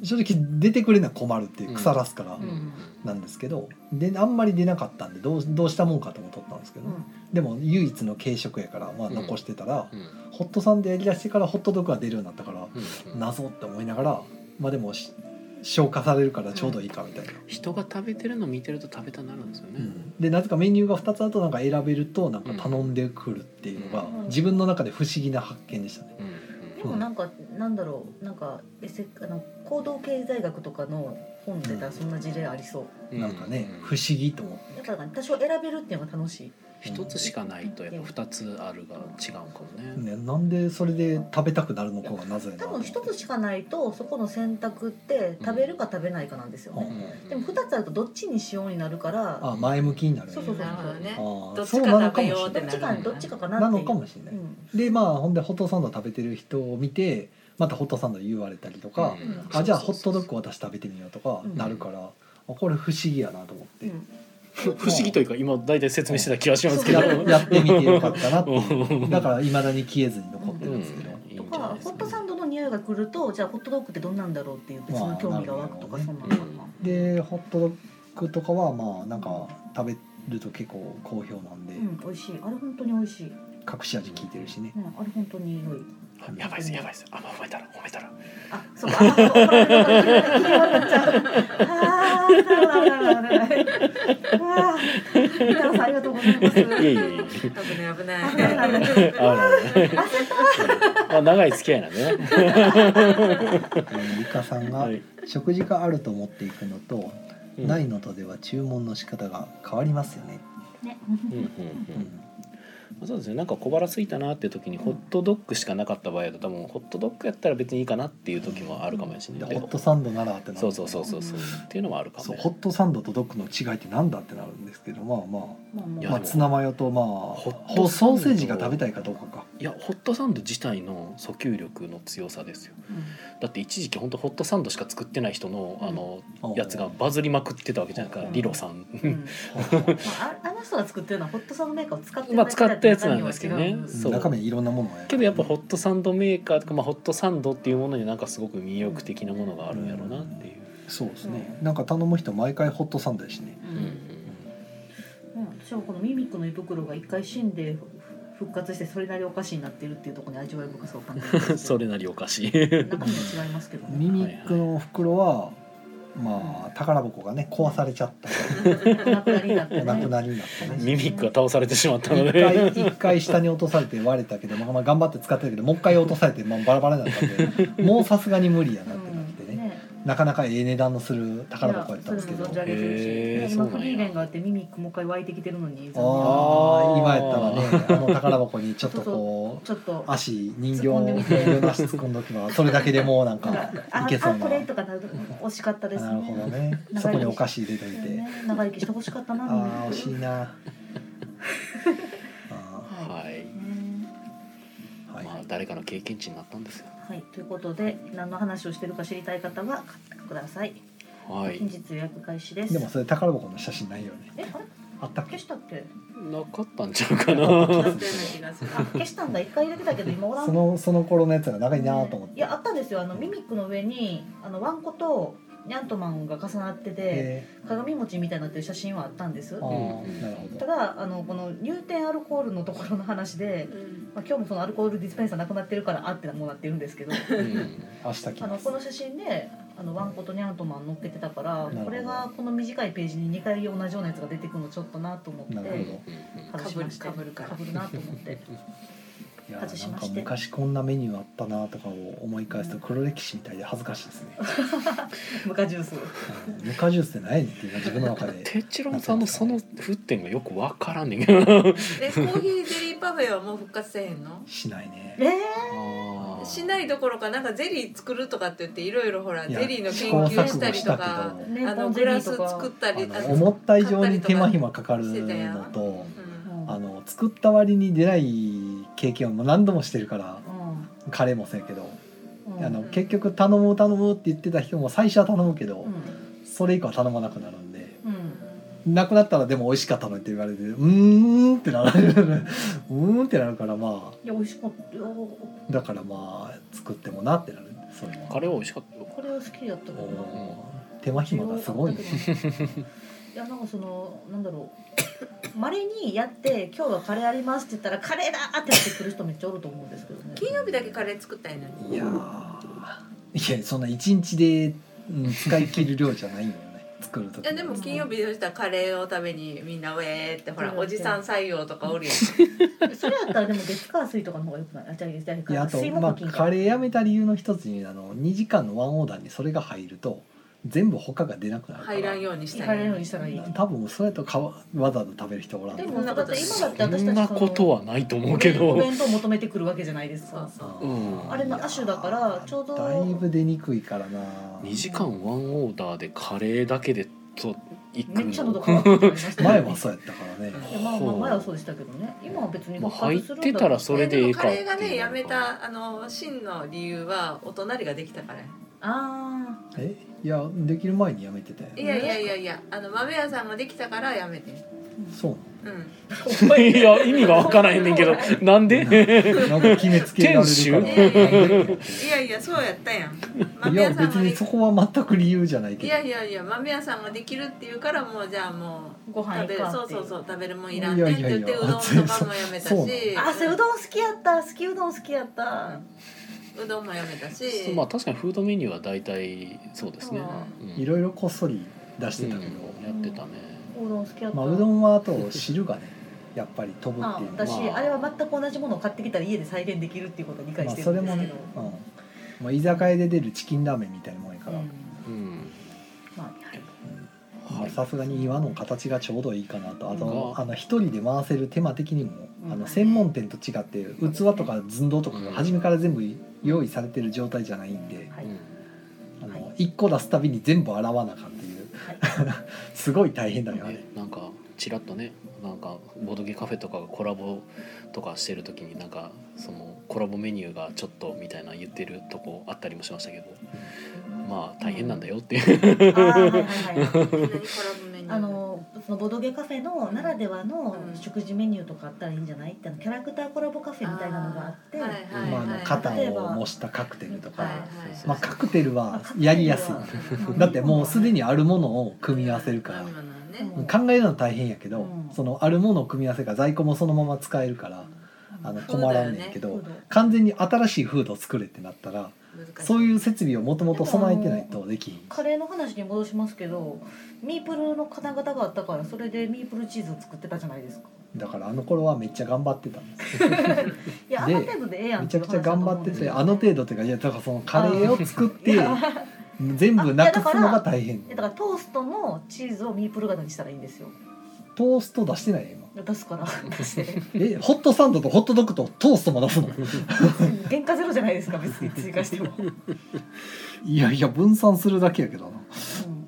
[SPEAKER 2] 正直出てくれな困るっていう腐らすから
[SPEAKER 1] うんうん
[SPEAKER 2] なんですけどであんまり出なかったんでどうどうしたもんかと思っとったんですけど
[SPEAKER 3] うん
[SPEAKER 2] でも唯一の軽食やからまあ
[SPEAKER 1] うん
[SPEAKER 2] 残してたら
[SPEAKER 1] うん
[SPEAKER 2] ホットサンドやりだしてからホットドッグが出るようになったから
[SPEAKER 1] うんうん
[SPEAKER 2] 謎って思いながらまあでもし消化されるからちょうどいいかみたいな。
[SPEAKER 1] 人が食べてるの見てると食べたくなるんですよね、
[SPEAKER 2] でなぜかメニューが2つあるとなんか選べるとなんか頼んでくるっていうのが
[SPEAKER 3] うん
[SPEAKER 2] 自分の中で不思議な発見でしたね。
[SPEAKER 1] うん
[SPEAKER 3] でもなんか、なんだろう、なんか、えせあの行動経済学とかの本で出たらそんな事例ありそう。
[SPEAKER 1] う
[SPEAKER 2] なんかね
[SPEAKER 1] う
[SPEAKER 2] 不思議と思っ
[SPEAKER 3] だから多少選べるっていうのが楽しい。
[SPEAKER 1] 一つしかないとやっぱ二つあるが違うかもね、
[SPEAKER 2] て、ね、なんでそれで食べたくなるのかがなぜな
[SPEAKER 3] 多
[SPEAKER 2] と思
[SPEAKER 3] 分
[SPEAKER 2] って
[SPEAKER 3] 一つしかないとそこの選択って食べるか食べないかなんですよ
[SPEAKER 2] う
[SPEAKER 3] ね。
[SPEAKER 1] ん
[SPEAKER 3] でも二つあるとどっちにしようになるから、
[SPEAKER 2] あ前向きになる
[SPEAKER 3] そうそうそう
[SPEAKER 5] なるほどね
[SPEAKER 2] あー
[SPEAKER 5] どっ
[SPEAKER 2] そう
[SPEAKER 5] ち
[SPEAKER 2] な
[SPEAKER 5] か
[SPEAKER 2] の
[SPEAKER 5] 食
[SPEAKER 2] かもし
[SPEAKER 5] べようっ
[SPEAKER 2] れ
[SPEAKER 5] て
[SPEAKER 3] ど
[SPEAKER 5] な
[SPEAKER 3] っ
[SPEAKER 5] る
[SPEAKER 3] ちかどっちかかな
[SPEAKER 2] な
[SPEAKER 3] って
[SPEAKER 2] の
[SPEAKER 3] いう。
[SPEAKER 2] かもしれな
[SPEAKER 3] う
[SPEAKER 2] い、
[SPEAKER 3] ん
[SPEAKER 2] でまあほんでホットサンド食べてる人を見てまたホットサンド言われたりとか、
[SPEAKER 1] うん
[SPEAKER 2] あじゃあホットドッグ私食べてみようとか
[SPEAKER 3] うん
[SPEAKER 2] なるから、あこれ不思議やなと思って、
[SPEAKER 1] 不思議というか今大体説明してた気がしますけど
[SPEAKER 2] ややってみてよかったなって
[SPEAKER 1] うん
[SPEAKER 2] だからいまだに消えずに残ってるんですけど、
[SPEAKER 1] うんいい
[SPEAKER 3] と
[SPEAKER 1] んじゃない
[SPEAKER 3] か
[SPEAKER 1] です
[SPEAKER 3] ホ
[SPEAKER 1] か
[SPEAKER 3] ットサンドの匂い週が来るとじゃあホットドッグってどんなんだろうっていう別の興味が湧くとか
[SPEAKER 2] まあ
[SPEAKER 3] そんなのかな
[SPEAKER 2] でホットドッグとかはまあなんか食べると結構好評なんで、
[SPEAKER 3] うん美味しいあれ本当に美味しい、う
[SPEAKER 2] 隠し味効いてるしね、
[SPEAKER 3] ん、あれ本当に良い
[SPEAKER 1] やばいっすやばいっすあんま褒めたら褒めたら
[SPEAKER 3] あそうかあ怒られる怒られる怒られちゃうあー怒られる怒られるあーみなさんありがとうございます
[SPEAKER 1] いやいやいや
[SPEAKER 4] 危ない危ない。
[SPEAKER 3] 危ない危ない
[SPEAKER 1] あらねまあ長い付き合いなんでね
[SPEAKER 2] えー、ゆかさんが
[SPEAKER 1] はい
[SPEAKER 2] 食事があると思っていくのと、
[SPEAKER 1] うん
[SPEAKER 2] ないのとでは注文の仕方が変わりますよね、
[SPEAKER 3] ね
[SPEAKER 1] うんうん
[SPEAKER 2] う
[SPEAKER 1] うん
[SPEAKER 2] ん
[SPEAKER 1] まあそうですねなんか小腹空いたなっていう時にホットドッグしかなかった場合だと多分ホットドッグやったら別にいいかなっていう時もあるかもしれ
[SPEAKER 2] で
[SPEAKER 1] ない
[SPEAKER 2] ホットサンドならってなる
[SPEAKER 1] そうそうそうそうそうっていうのもあるか
[SPEAKER 2] そ
[SPEAKER 1] も
[SPEAKER 2] う
[SPEAKER 1] ね
[SPEAKER 2] ホットサンドとドッグの違いってなんだってなるんですけどまあま
[SPEAKER 3] ま
[SPEAKER 1] い
[SPEAKER 2] あ、
[SPEAKER 3] あ
[SPEAKER 1] や
[SPEAKER 2] ま
[SPEAKER 3] まあ
[SPEAKER 2] あ、
[SPEAKER 1] でも
[SPEAKER 2] ツナマヨとまあ
[SPEAKER 1] ホットサンド
[SPEAKER 2] ほソーセージが食べたいかどうかか
[SPEAKER 1] いやホットサンド自体の訴求力の強さですよだって一時期本当ホットサンドしか作ってない人のあのやつがバズりまくってたわけじゃないですか
[SPEAKER 3] うん
[SPEAKER 1] リロさ
[SPEAKER 3] うんうんんまあああの人が作ってるのはホットサンドメーカーを使ってる
[SPEAKER 1] まあ
[SPEAKER 3] だけ
[SPEAKER 1] 使
[SPEAKER 3] だ
[SPEAKER 1] ったやつなんですけど
[SPEAKER 4] う
[SPEAKER 1] ね
[SPEAKER 4] ん
[SPEAKER 1] そう
[SPEAKER 2] 中身いろんなものが
[SPEAKER 1] けどやっぱホットサンドメーカーとか、まあ、ホットサンドっていうものになんかすごく魅力的なものがあるんやろうなっていう、
[SPEAKER 2] そうですね、なんか頼む人毎回ホットサンドやしね
[SPEAKER 3] う
[SPEAKER 1] うん
[SPEAKER 3] んうん私はこのミミックの胃袋が一回死んで復活してそれなりおかしになってるっていうところに味わい深さを感じま す
[SPEAKER 1] それなりおかしい
[SPEAKER 3] 中身は違いますけどね
[SPEAKER 2] ミミックのお袋はまあ宝箱がね壊されち ゃった
[SPEAKER 3] お亡くなりになって
[SPEAKER 2] お亡く
[SPEAKER 3] ね
[SPEAKER 2] なりになってね
[SPEAKER 1] ミミックが倒されてしまったの
[SPEAKER 2] 一
[SPEAKER 1] で
[SPEAKER 2] 回一回下に落とされて割れたけど、まあ、まあ頑張って使ってたけどもう一回落とされて、まあ、バラバラになったん でもうさすがに無理やなってなって
[SPEAKER 3] う
[SPEAKER 2] ね
[SPEAKER 3] んね
[SPEAKER 2] なかなかええ値段のする宝箱やったんですけど
[SPEAKER 3] いやそ
[SPEAKER 2] あ
[SPEAKER 3] れも存じ上げてるし、
[SPEAKER 1] へー
[SPEAKER 3] ね
[SPEAKER 1] そうなんや
[SPEAKER 3] 今フリーレンがあってミミックもう一回湧いてきてるのに残念なが
[SPEAKER 2] あ
[SPEAKER 1] あ
[SPEAKER 2] 今
[SPEAKER 1] ー
[SPEAKER 2] やったらねあの宝箱にちょっとこ
[SPEAKER 3] らちょっと
[SPEAKER 2] う足人形
[SPEAKER 3] 突っ込んでみて
[SPEAKER 2] 人形の足突っ込んどけばそれだけでもうなん
[SPEAKER 3] なん
[SPEAKER 2] か
[SPEAKER 3] かあ
[SPEAKER 2] いけそう
[SPEAKER 3] あ
[SPEAKER 2] な
[SPEAKER 3] これとかなる惜しかったですね
[SPEAKER 2] なるほどねそこにお菓子入れとい
[SPEAKER 3] そう
[SPEAKER 2] て
[SPEAKER 3] ね長生きしてほしかったなミミ
[SPEAKER 2] ああ惜
[SPEAKER 3] ッ
[SPEAKER 2] し
[SPEAKER 3] ク
[SPEAKER 2] い なあ
[SPEAKER 1] はい、
[SPEAKER 3] ね
[SPEAKER 2] ーはい、
[SPEAKER 1] まあ誰かの経験値になったんですよ
[SPEAKER 3] はい、ということで何の話をしてるか知りたい方は買ってください、
[SPEAKER 1] はい
[SPEAKER 3] 近日予約開始です
[SPEAKER 2] でもそれ宝箱の写真ないよね
[SPEAKER 3] えあれ
[SPEAKER 2] あったっけ
[SPEAKER 3] 消したっけ
[SPEAKER 1] なかったんちゃうかな
[SPEAKER 3] あ消したんだ一回入れてたけど今おらん
[SPEAKER 2] そのその頃のやつが長いなと思って、
[SPEAKER 3] いやあったんですよあのミミックの上にあのワンコとニャントマンが重なってて
[SPEAKER 2] え
[SPEAKER 3] 鏡餅みたいになってる写真はあったんで
[SPEAKER 2] ー、
[SPEAKER 3] す
[SPEAKER 2] あ
[SPEAKER 1] うん
[SPEAKER 2] ーなるほ
[SPEAKER 3] た
[SPEAKER 2] ど
[SPEAKER 3] だあのこの入店アルコールのところの話で、まあ、今日もそのアルコールディスペンサーなくなってるからあってもなってるんで すけど
[SPEAKER 1] うん
[SPEAKER 2] 明日来
[SPEAKER 3] あの
[SPEAKER 2] ます
[SPEAKER 3] この写真であのワンコとニャントマン乗っけてたから
[SPEAKER 2] るほど
[SPEAKER 3] これがこの短いページに2回同じようなやつが出てくるのちょっとなと思っ
[SPEAKER 2] なるほ
[SPEAKER 3] て
[SPEAKER 2] ど
[SPEAKER 3] 外しまして
[SPEAKER 4] かぶるかぶるから
[SPEAKER 3] ぶるなと思 って
[SPEAKER 2] いや
[SPEAKER 3] 外し
[SPEAKER 2] ーなん
[SPEAKER 3] ま
[SPEAKER 2] か
[SPEAKER 3] して
[SPEAKER 2] 昔こんなメニューあったなとかを思い返すと黒歴史みたいで恥ずかしいですね
[SPEAKER 3] ムカジュース
[SPEAKER 2] うんぬかジュースってないねんっていうのは自分の中で
[SPEAKER 1] てっちろんさんのその沸点がよくわからんねんけど
[SPEAKER 5] でコーヒーゼリーパフェはもう復活せえへんの
[SPEAKER 2] しないね
[SPEAKER 3] えー、
[SPEAKER 1] あー
[SPEAKER 5] しないどころかなんかゼリー作るとかって言っていろいろほら
[SPEAKER 2] い
[SPEAKER 5] ゼ
[SPEAKER 2] や
[SPEAKER 5] リーの研究したりとか
[SPEAKER 2] 試行錯誤したけど
[SPEAKER 3] ね
[SPEAKER 5] あのグラス作ったり
[SPEAKER 2] あ
[SPEAKER 5] あ
[SPEAKER 2] の
[SPEAKER 5] の
[SPEAKER 2] 思った以上に手間暇かかるのと
[SPEAKER 5] うん
[SPEAKER 2] あの作った割に出ない経験をもう何度もしてるから
[SPEAKER 3] う
[SPEAKER 2] カレーもそうやけど、
[SPEAKER 3] んうん
[SPEAKER 2] あの結局頼む頼むって言ってた人も最初は頼むけど、
[SPEAKER 3] うん
[SPEAKER 2] それ以降は頼まなくなるんで
[SPEAKER 3] うん
[SPEAKER 2] なくなったらでも美味しかったのにって言われてうーんってなるうーんってなるからま
[SPEAKER 3] いや美味しかったよ
[SPEAKER 2] あだからまあ作ってもなってなるそういうの
[SPEAKER 1] カレーは美味しかったよ
[SPEAKER 3] これは好きやったか
[SPEAKER 2] お
[SPEAKER 3] らな
[SPEAKER 2] ー手間暇がすごいね
[SPEAKER 3] いやなんかそのなんだろうまれにやって「今日はカレーあります」って言ったら「カレーだ!」って言ってくる人めっちゃおると思うんですけどね
[SPEAKER 5] 金曜日だけカレー作ったんやのに
[SPEAKER 2] いやーいやそんな一日で、うん、使い切る量じゃないんよね作る時
[SPEAKER 5] いやでも金曜日そしたらカレーを食べにみんなウェーってほらおじさん採用とかおるやん
[SPEAKER 3] それやったらでも月火水とかの方がよくないあじゃあじゃ
[SPEAKER 2] いや
[SPEAKER 3] あ
[SPEAKER 2] あと
[SPEAKER 3] 水、
[SPEAKER 2] ま
[SPEAKER 3] 木
[SPEAKER 2] あ、
[SPEAKER 3] 金
[SPEAKER 2] カレーやめた理由の一つにあの2時間のワンオーダーにそれが入ると全部他が出なくなるから
[SPEAKER 5] 入らんようにした
[SPEAKER 3] カ
[SPEAKER 5] ん
[SPEAKER 3] レーの
[SPEAKER 5] や
[SPEAKER 3] ようにしたらいい
[SPEAKER 2] 多分それとかわわざわざ食べる人おらんと
[SPEAKER 3] で
[SPEAKER 2] 思う
[SPEAKER 3] もだって今だって私たち
[SPEAKER 1] そんなことはないと思うけど
[SPEAKER 3] お弁当求めてくるわけじゃないです
[SPEAKER 5] そう
[SPEAKER 3] か
[SPEAKER 5] そう
[SPEAKER 1] うん
[SPEAKER 3] あれの亜種だからちょうど
[SPEAKER 2] だいぶ出にくいからな
[SPEAKER 1] 2時間ワンオーダーでカレーだけでと行く
[SPEAKER 3] めっちゃ
[SPEAKER 1] の
[SPEAKER 3] 喉乾くってなりましたよ
[SPEAKER 2] 前はそうやったからね
[SPEAKER 3] いやまあまあ前はそうでしたけどね今は別に
[SPEAKER 1] まあ
[SPEAKER 3] 復活するんだ
[SPEAKER 1] 入ってたらそれでええ
[SPEAKER 5] もカ
[SPEAKER 1] かって
[SPEAKER 5] レ
[SPEAKER 1] い
[SPEAKER 5] ー
[SPEAKER 1] う
[SPEAKER 5] がねや めたあの真の理由はお隣ができたからや
[SPEAKER 3] あ
[SPEAKER 2] えいやできる前にやめてたよ
[SPEAKER 5] いやいやいやいやあの豆屋さんができたからやめてん
[SPEAKER 3] あ
[SPEAKER 2] そう
[SPEAKER 5] うん
[SPEAKER 1] いや意味がわからへんねんけ どなん で
[SPEAKER 2] なのなんか決めつけられるから
[SPEAKER 5] いやいやいやいやいやそうやったやん
[SPEAKER 2] い
[SPEAKER 5] 豆
[SPEAKER 2] や
[SPEAKER 5] 屋さん
[SPEAKER 2] 別
[SPEAKER 5] がで
[SPEAKER 2] にそこは全く理由じゃないけ
[SPEAKER 5] い
[SPEAKER 2] ど
[SPEAKER 5] やいやいや豆屋さんができるっていうからもうじゃあもう
[SPEAKER 4] ご飯
[SPEAKER 5] 食
[SPEAKER 4] 行
[SPEAKER 5] べ
[SPEAKER 4] くわ
[SPEAKER 5] そう
[SPEAKER 4] ってい
[SPEAKER 5] そう
[SPEAKER 4] う
[SPEAKER 5] そう食べるもんいらんねんって言っ
[SPEAKER 2] いやいう
[SPEAKER 5] て
[SPEAKER 2] やい
[SPEAKER 5] ど
[SPEAKER 2] や
[SPEAKER 5] んとかもやめたし
[SPEAKER 2] そう
[SPEAKER 3] あそううどん好きやった好きうどん好きやった
[SPEAKER 5] うどんもやめたし
[SPEAKER 1] まあ確かにフードメニューは大体そうですね、うん
[SPEAKER 2] いろいろこっそり出してたけど、
[SPEAKER 1] うんやってたね
[SPEAKER 3] うどん好きやった、
[SPEAKER 2] まあ、うどんはあと汁がねやっぱり飛ぶっ
[SPEAKER 3] あ
[SPEAKER 2] ていうの
[SPEAKER 3] 私、
[SPEAKER 1] まあ
[SPEAKER 3] あ、れは全く同じものを買ってきたら家で再現できるっていうことを理解
[SPEAKER 2] まあ
[SPEAKER 3] して
[SPEAKER 2] そ
[SPEAKER 3] る
[SPEAKER 2] れ
[SPEAKER 3] んで
[SPEAKER 2] も
[SPEAKER 3] すけ
[SPEAKER 2] ね
[SPEAKER 3] ど、、
[SPEAKER 2] うんまあ、居酒屋で出るチキンラーメンみたいなもんやか
[SPEAKER 3] う
[SPEAKER 2] ら、
[SPEAKER 3] ん
[SPEAKER 1] うん
[SPEAKER 3] まあはい
[SPEAKER 2] まあさすがに岩の形がちょうどいいかなとあと
[SPEAKER 1] うん
[SPEAKER 2] あの一人で回せる手間的にも、
[SPEAKER 3] うん
[SPEAKER 2] あの専門店と違って器とか寸胴とかが初めから全部用意されてる状態じゃないんで、
[SPEAKER 3] はい
[SPEAKER 1] うん
[SPEAKER 2] あ
[SPEAKER 3] は
[SPEAKER 2] の
[SPEAKER 3] い
[SPEAKER 2] 一個出すたびに全部洗わなあかんっていうすごい大変だよあれ
[SPEAKER 1] ね、なんかちらっとねなんかボドゲカフェとかがコラボとかしてる時になんかそのコラボメニューがちょっとみたいな言ってるとこあったりもしましたけどまあ大変なんだよっていう、
[SPEAKER 3] あーはいはいはい
[SPEAKER 5] みんなにコラボメニュー
[SPEAKER 3] あのそのボドゲカフェのならではの
[SPEAKER 5] うん
[SPEAKER 3] 食事メニューとかあったらいいんじゃないってあのキャラクターコラボカフェみたいなのがあって
[SPEAKER 5] ーはいはい
[SPEAKER 2] まああ
[SPEAKER 5] は
[SPEAKER 2] の
[SPEAKER 5] い
[SPEAKER 2] 肩を模したカクテルとか、
[SPEAKER 5] はいはい
[SPEAKER 2] まあ、カクテルはやりやすい
[SPEAKER 3] まあカクテルは
[SPEAKER 2] だってもうすでにあるものを組み合わせるから
[SPEAKER 5] まあまあね
[SPEAKER 3] うん
[SPEAKER 2] 考えるのは大変やけど、
[SPEAKER 3] うん
[SPEAKER 2] そのあるものを組み合わせが在庫もそのまま使えるからあの
[SPEAKER 5] そうだ
[SPEAKER 2] 困
[SPEAKER 5] よね
[SPEAKER 2] らんねんけど、
[SPEAKER 3] そうだよ
[SPEAKER 2] 完全に新しいフードを作れってなったら
[SPEAKER 5] 難しい
[SPEAKER 2] そういう設備をもともと備えてないとできひん
[SPEAKER 3] カレーの話に戻しますけどミープルの金型があったからそれでミープルチーズを作ってたじゃないですか
[SPEAKER 2] だからあの頃はめっちゃ頑張ってたんです
[SPEAKER 3] いやあ
[SPEAKER 2] で
[SPEAKER 3] の程度でええやん
[SPEAKER 2] め
[SPEAKER 3] っ
[SPEAKER 2] ちゃ
[SPEAKER 3] て
[SPEAKER 2] くちゃ頑張っててあの
[SPEAKER 3] 度
[SPEAKER 2] 程度っていうかいやだからそのカレーを作って全部なくすのが大変
[SPEAKER 3] だからトーストのチーズをミープル型にしたらいいんですよ
[SPEAKER 2] トースト出してないよ今
[SPEAKER 3] 出 すから出して
[SPEAKER 2] えホットサンドとホットドッグとトーストも出 すの
[SPEAKER 3] 原価ゼロじゃないですか別 に追加しても、うん
[SPEAKER 2] いやいや分散するだけやけどな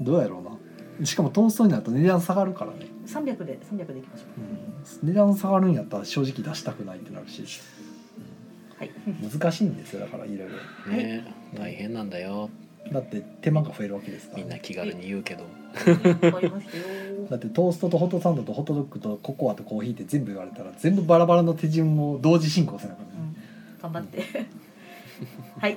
[SPEAKER 2] どうやろうなしかもトーストになると値段下がるからね、
[SPEAKER 3] 300で300でいきましょ
[SPEAKER 2] うん、値段下がるんやったら正直出したくないってなるし
[SPEAKER 3] うはい
[SPEAKER 2] 難しいんですよだからいろいろ
[SPEAKER 1] ね、大変なんだよ
[SPEAKER 2] だって手間が増えるわけですから
[SPEAKER 1] みんな気軽に言うけど、
[SPEAKER 3] わかりましたよ
[SPEAKER 2] だってトーストとホットサンドとホットドッグとココアとコーヒーって全部言われたら全部バラバラの手順を同時進行せなあかん
[SPEAKER 3] う
[SPEAKER 2] ね、
[SPEAKER 3] ん頑張って はい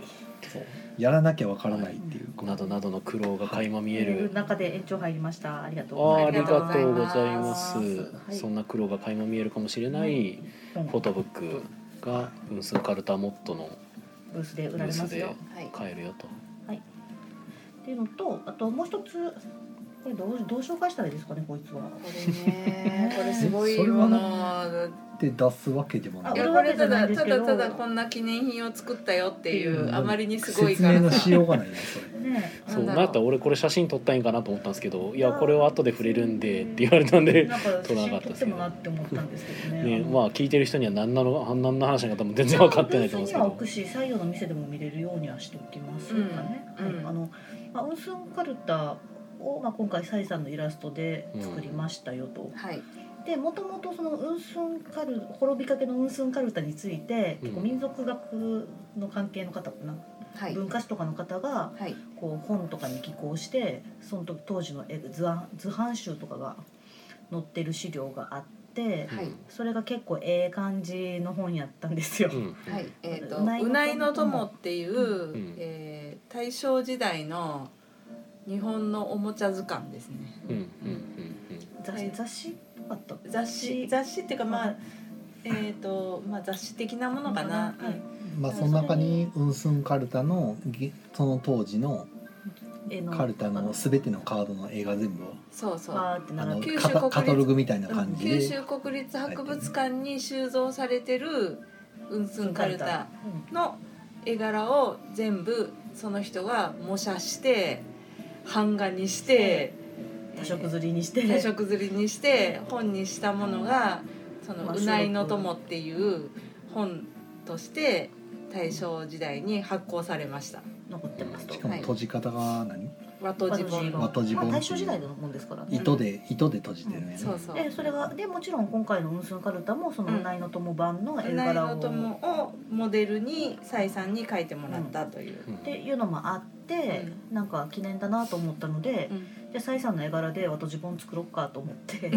[SPEAKER 2] そうやらなきゃわからないっていう、
[SPEAKER 1] などなどの苦労が垣間見え
[SPEAKER 3] 見え
[SPEAKER 1] る
[SPEAKER 3] る中で延長入りましたありがとう
[SPEAKER 1] あーあ
[SPEAKER 5] り
[SPEAKER 1] り
[SPEAKER 5] が
[SPEAKER 1] が
[SPEAKER 5] とうござい
[SPEAKER 1] とうご
[SPEAKER 5] ます
[SPEAKER 1] ざいます、
[SPEAKER 3] はい
[SPEAKER 1] そんな苦労が垣間見えるかもしれないフォトブックが分数カルタモットの
[SPEAKER 3] ブースで売られますよ
[SPEAKER 1] ブースで
[SPEAKER 5] はい
[SPEAKER 1] 買えるよと
[SPEAKER 3] っていうのとあともう一つこれどうどう紹介したらいいですかねこいつは
[SPEAKER 5] これねこれすごいよな
[SPEAKER 2] で出すわけでもない
[SPEAKER 5] いやこれただただただこんな記念品を作ったよっていうあまりにすごい
[SPEAKER 2] 説
[SPEAKER 5] か
[SPEAKER 2] 明の
[SPEAKER 5] ら
[SPEAKER 2] し
[SPEAKER 5] さ
[SPEAKER 2] ようがないな それ
[SPEAKER 3] ねえ
[SPEAKER 1] そうな
[SPEAKER 5] な
[SPEAKER 1] ん
[SPEAKER 5] だろうん
[SPEAKER 1] やったら俺これ写真撮ったんかなと思ったんですけどいやこれは後で触れるんでって言われたんで
[SPEAKER 3] なんか写真撮ってもなって思ったんですけどね
[SPEAKER 1] ねまあ聞いてる人には何なの何の話なのかも全然分かってないと思うんですけ
[SPEAKER 3] ブースには
[SPEAKER 1] ど
[SPEAKER 3] 置くし採用の店でも見れるようにはしておきますかね、
[SPEAKER 5] うん
[SPEAKER 3] はい
[SPEAKER 5] うん
[SPEAKER 3] あの、まあ、ウンスンカルタを、まあ、今回サイさんのイラストで作りましたよと、
[SPEAKER 5] はい
[SPEAKER 3] でもともとそのウンスンカル滅びかけのウンスンカルタについて結構民族学の関係の方かな、
[SPEAKER 5] はい
[SPEAKER 3] 文化史とかの方が
[SPEAKER 5] はい
[SPEAKER 3] こう本とかに寄稿してその時当時の絵図案図版集とかが載ってる資料があって
[SPEAKER 5] はい
[SPEAKER 3] それが結構ええ感じの本やったんですよ。
[SPEAKER 1] うん
[SPEAKER 5] はい、えっ、
[SPEAKER 3] うない
[SPEAKER 5] と、
[SPEAKER 3] うの友
[SPEAKER 5] ないの友っていう、
[SPEAKER 1] ん
[SPEAKER 5] えー大正時代の。日本のおもちゃ図鑑ですね。
[SPEAKER 1] うんうんうん
[SPEAKER 3] 雑誌雑誌あった
[SPEAKER 5] 雑誌、雑誌っていうか、ま
[SPEAKER 3] は
[SPEAKER 5] あ
[SPEAKER 3] い、
[SPEAKER 5] えっ、と、まあ、雑誌的なものかな。
[SPEAKER 3] はい
[SPEAKER 2] まあその中にウンスンカルタのぎその当時の
[SPEAKER 3] 絵の
[SPEAKER 2] カルタの全てのカードの絵が全部
[SPEAKER 5] そうそう。
[SPEAKER 3] バーって
[SPEAKER 2] あ
[SPEAKER 3] 並
[SPEAKER 2] の
[SPEAKER 3] べて
[SPEAKER 5] 九州
[SPEAKER 2] カタ
[SPEAKER 5] 国立
[SPEAKER 2] カタログみたいな感じ
[SPEAKER 5] 九
[SPEAKER 2] で
[SPEAKER 5] 州国立博物館に収蔵されてる。うんすんカルタの絵柄を全部、その人が模写して。版画にして。
[SPEAKER 3] うん多色刷りにして
[SPEAKER 5] 定食釣りにして本にしたものが「その
[SPEAKER 3] まあ
[SPEAKER 5] うないの友」っていう本として大正時代に発行されました
[SPEAKER 3] 残ってますと
[SPEAKER 2] しかも閉じ方が何
[SPEAKER 5] 和とじ本
[SPEAKER 2] 和
[SPEAKER 5] の
[SPEAKER 2] とじ本
[SPEAKER 3] まあ大正時代のもんですからね
[SPEAKER 2] 糸で糸で閉じてるね
[SPEAKER 5] そうそう
[SPEAKER 3] でそれがでもちろん今回の「ウンスンカルタ」もその
[SPEAKER 5] う
[SPEAKER 3] 「
[SPEAKER 5] ん
[SPEAKER 3] うないの友版」の
[SPEAKER 5] 「う
[SPEAKER 3] 絵
[SPEAKER 5] ない
[SPEAKER 3] 柄
[SPEAKER 5] の
[SPEAKER 3] を
[SPEAKER 5] 友」をモデルに崔さんに書いてもらったという
[SPEAKER 1] う。ん
[SPEAKER 3] っていうのもあって、なんか記念だなと思ったので、
[SPEAKER 5] うん
[SPEAKER 3] でサイさんの絵柄で私本作ろうかと思って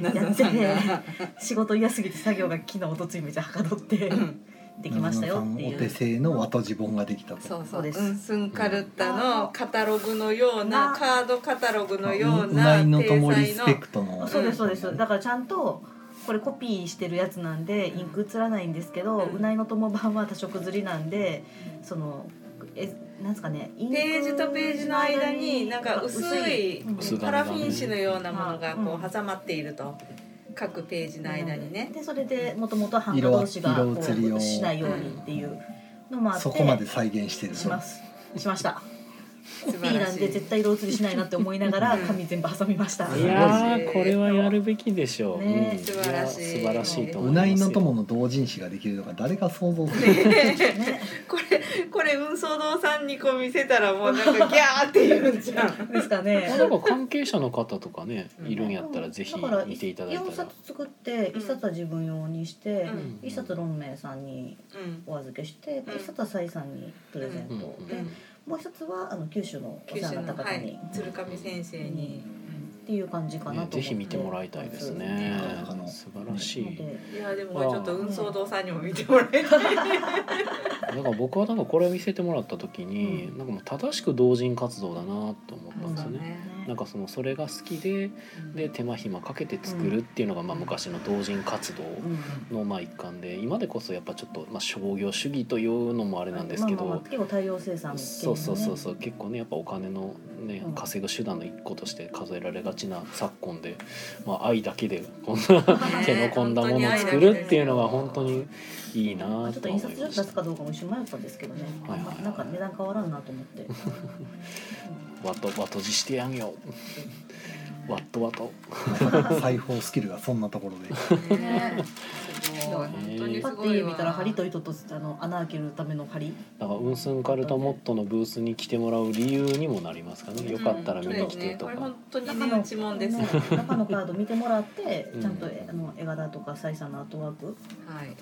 [SPEAKER 5] 謎のさんが
[SPEAKER 3] 仕事嫌すぎて作業が昨日おとついめちゃはかどって
[SPEAKER 5] うん
[SPEAKER 3] できましたよってい
[SPEAKER 2] お手
[SPEAKER 3] う
[SPEAKER 2] 製の和と字本ができたと
[SPEAKER 5] そうそ
[SPEAKER 3] そう
[SPEAKER 5] う
[SPEAKER 3] です
[SPEAKER 5] うんすんかるたのカタログのような
[SPEAKER 3] な
[SPEAKER 5] カードカタログのよう
[SPEAKER 2] な
[SPEAKER 5] ない
[SPEAKER 2] のと
[SPEAKER 5] 体
[SPEAKER 2] もリ
[SPEAKER 5] 裁
[SPEAKER 2] ス
[SPEAKER 5] の
[SPEAKER 2] ペクトの
[SPEAKER 3] あそうですそうですだからちゃんとこれコピーしてるやつなんでインク映らないんですけど
[SPEAKER 5] うん
[SPEAKER 3] うないの友版は多色刷りなんでそのえなんですかねインク
[SPEAKER 5] ページとページの間になんか薄い
[SPEAKER 3] うん
[SPEAKER 1] 薄い
[SPEAKER 5] パラフィン紙のようなものがこ
[SPEAKER 3] うん
[SPEAKER 5] う挟まっていると各ページの間にね
[SPEAKER 3] でそれでもともと版画同士が
[SPEAKER 2] 色
[SPEAKER 3] こ
[SPEAKER 2] 移りを
[SPEAKER 3] うしないようにっていうのもあって
[SPEAKER 2] そこまで再現してる
[SPEAKER 3] しますしましたピー
[SPEAKER 5] 素晴ら
[SPEAKER 3] なんで
[SPEAKER 5] し
[SPEAKER 3] 絶対色移りしないなって思いながら紙全部挟みました
[SPEAKER 1] いやーこれはやるべきでしょう、
[SPEAKER 3] ね
[SPEAKER 1] うん
[SPEAKER 5] 素晴らしい
[SPEAKER 1] や素晴らしいと思
[SPEAKER 2] う
[SPEAKER 1] いま
[SPEAKER 2] な
[SPEAKER 1] すよ
[SPEAKER 2] いの友の同人誌ができるとか誰が想像する
[SPEAKER 5] いね
[SPEAKER 3] ね
[SPEAKER 5] これこれ運送堂さんにこう見せたらもうなんかギャーって言うんじゃん
[SPEAKER 3] ですか
[SPEAKER 1] まあ
[SPEAKER 3] ね
[SPEAKER 1] なんか関係者の方とかねいるんやったらぜひ
[SPEAKER 3] だから
[SPEAKER 1] 見ていただいた
[SPEAKER 3] 4
[SPEAKER 1] ら
[SPEAKER 3] 冊作って1冊は自分用にして
[SPEAKER 5] うん
[SPEAKER 3] 1冊論名さんに
[SPEAKER 5] うん
[SPEAKER 3] お預けして
[SPEAKER 5] うん
[SPEAKER 3] 1冊はサイさんにプレゼン
[SPEAKER 1] うんうん
[SPEAKER 3] トでもう1冊はあの九州のお
[SPEAKER 5] 九
[SPEAKER 3] 世話
[SPEAKER 5] 州
[SPEAKER 3] にな
[SPEAKER 5] の
[SPEAKER 3] った
[SPEAKER 5] は
[SPEAKER 3] 方
[SPEAKER 5] い
[SPEAKER 3] に
[SPEAKER 5] 鶴上先生に、
[SPEAKER 3] っていう感じかなと思
[SPEAKER 1] ね
[SPEAKER 3] って
[SPEAKER 1] ぜひ見てもらいたいですね
[SPEAKER 2] そうですね
[SPEAKER 1] 素晴らし
[SPEAKER 3] の
[SPEAKER 1] い
[SPEAKER 3] で
[SPEAKER 5] いやでもちょっと運送堂さんにも見てもらえたい
[SPEAKER 1] なんか僕はなんかこれを見せてもらった時に、なんかもう正しく同人活動だなと思ったんですよね。なんかそのそれが好きでで手間暇かけて作るっていうのがまあ昔の同人活動
[SPEAKER 3] うん
[SPEAKER 1] のまあ一環で今でこそやっぱちょっとまあ商業主義というのもあれなんですけ
[SPEAKER 3] まあま
[SPEAKER 1] ど
[SPEAKER 3] あまあ結構大量生産ってい
[SPEAKER 1] そうそうそう
[SPEAKER 3] う
[SPEAKER 1] そう結構ねやっぱお金のね
[SPEAKER 3] うん
[SPEAKER 1] 稼ぐ手段の一個として数えられがちな昨今で、まあ、愛だけでこんな手の込んだものを作るっていうのが本当にいいなと
[SPEAKER 3] の
[SPEAKER 1] 思い
[SPEAKER 3] ねちょっと
[SPEAKER 1] ま
[SPEAKER 3] 印刷所
[SPEAKER 1] し
[SPEAKER 3] 出
[SPEAKER 1] た
[SPEAKER 3] す。かどうかも一瞬迷ったんですけどね、
[SPEAKER 1] はいはいはい
[SPEAKER 3] なんか値段変わらんなと 思って
[SPEAKER 1] わとわとじしてやんよ。 わっとわと。
[SPEAKER 2] 裁縫スキルがそんなところ で
[SPEAKER 5] ねすごい本当に
[SPEAKER 3] パ
[SPEAKER 5] す
[SPEAKER 3] ッ
[SPEAKER 5] ご
[SPEAKER 3] て
[SPEAKER 5] い
[SPEAKER 3] 家
[SPEAKER 5] わ
[SPEAKER 3] 見たら針と糸とあの穴開けるための針
[SPEAKER 1] だからウンスンカルタモットのブースに来てもらう理由にもなりますかね。よかったら見に来てと
[SPEAKER 5] う
[SPEAKER 1] か。
[SPEAKER 5] んそうですねこれ本当に
[SPEAKER 3] 中
[SPEAKER 5] 値
[SPEAKER 3] の
[SPEAKER 5] 打ちもんです、
[SPEAKER 3] ね
[SPEAKER 5] は
[SPEAKER 3] 中のカード見てもらって
[SPEAKER 1] うん
[SPEAKER 3] ちゃんとえあの絵柄とか採算のアートワーク
[SPEAKER 5] い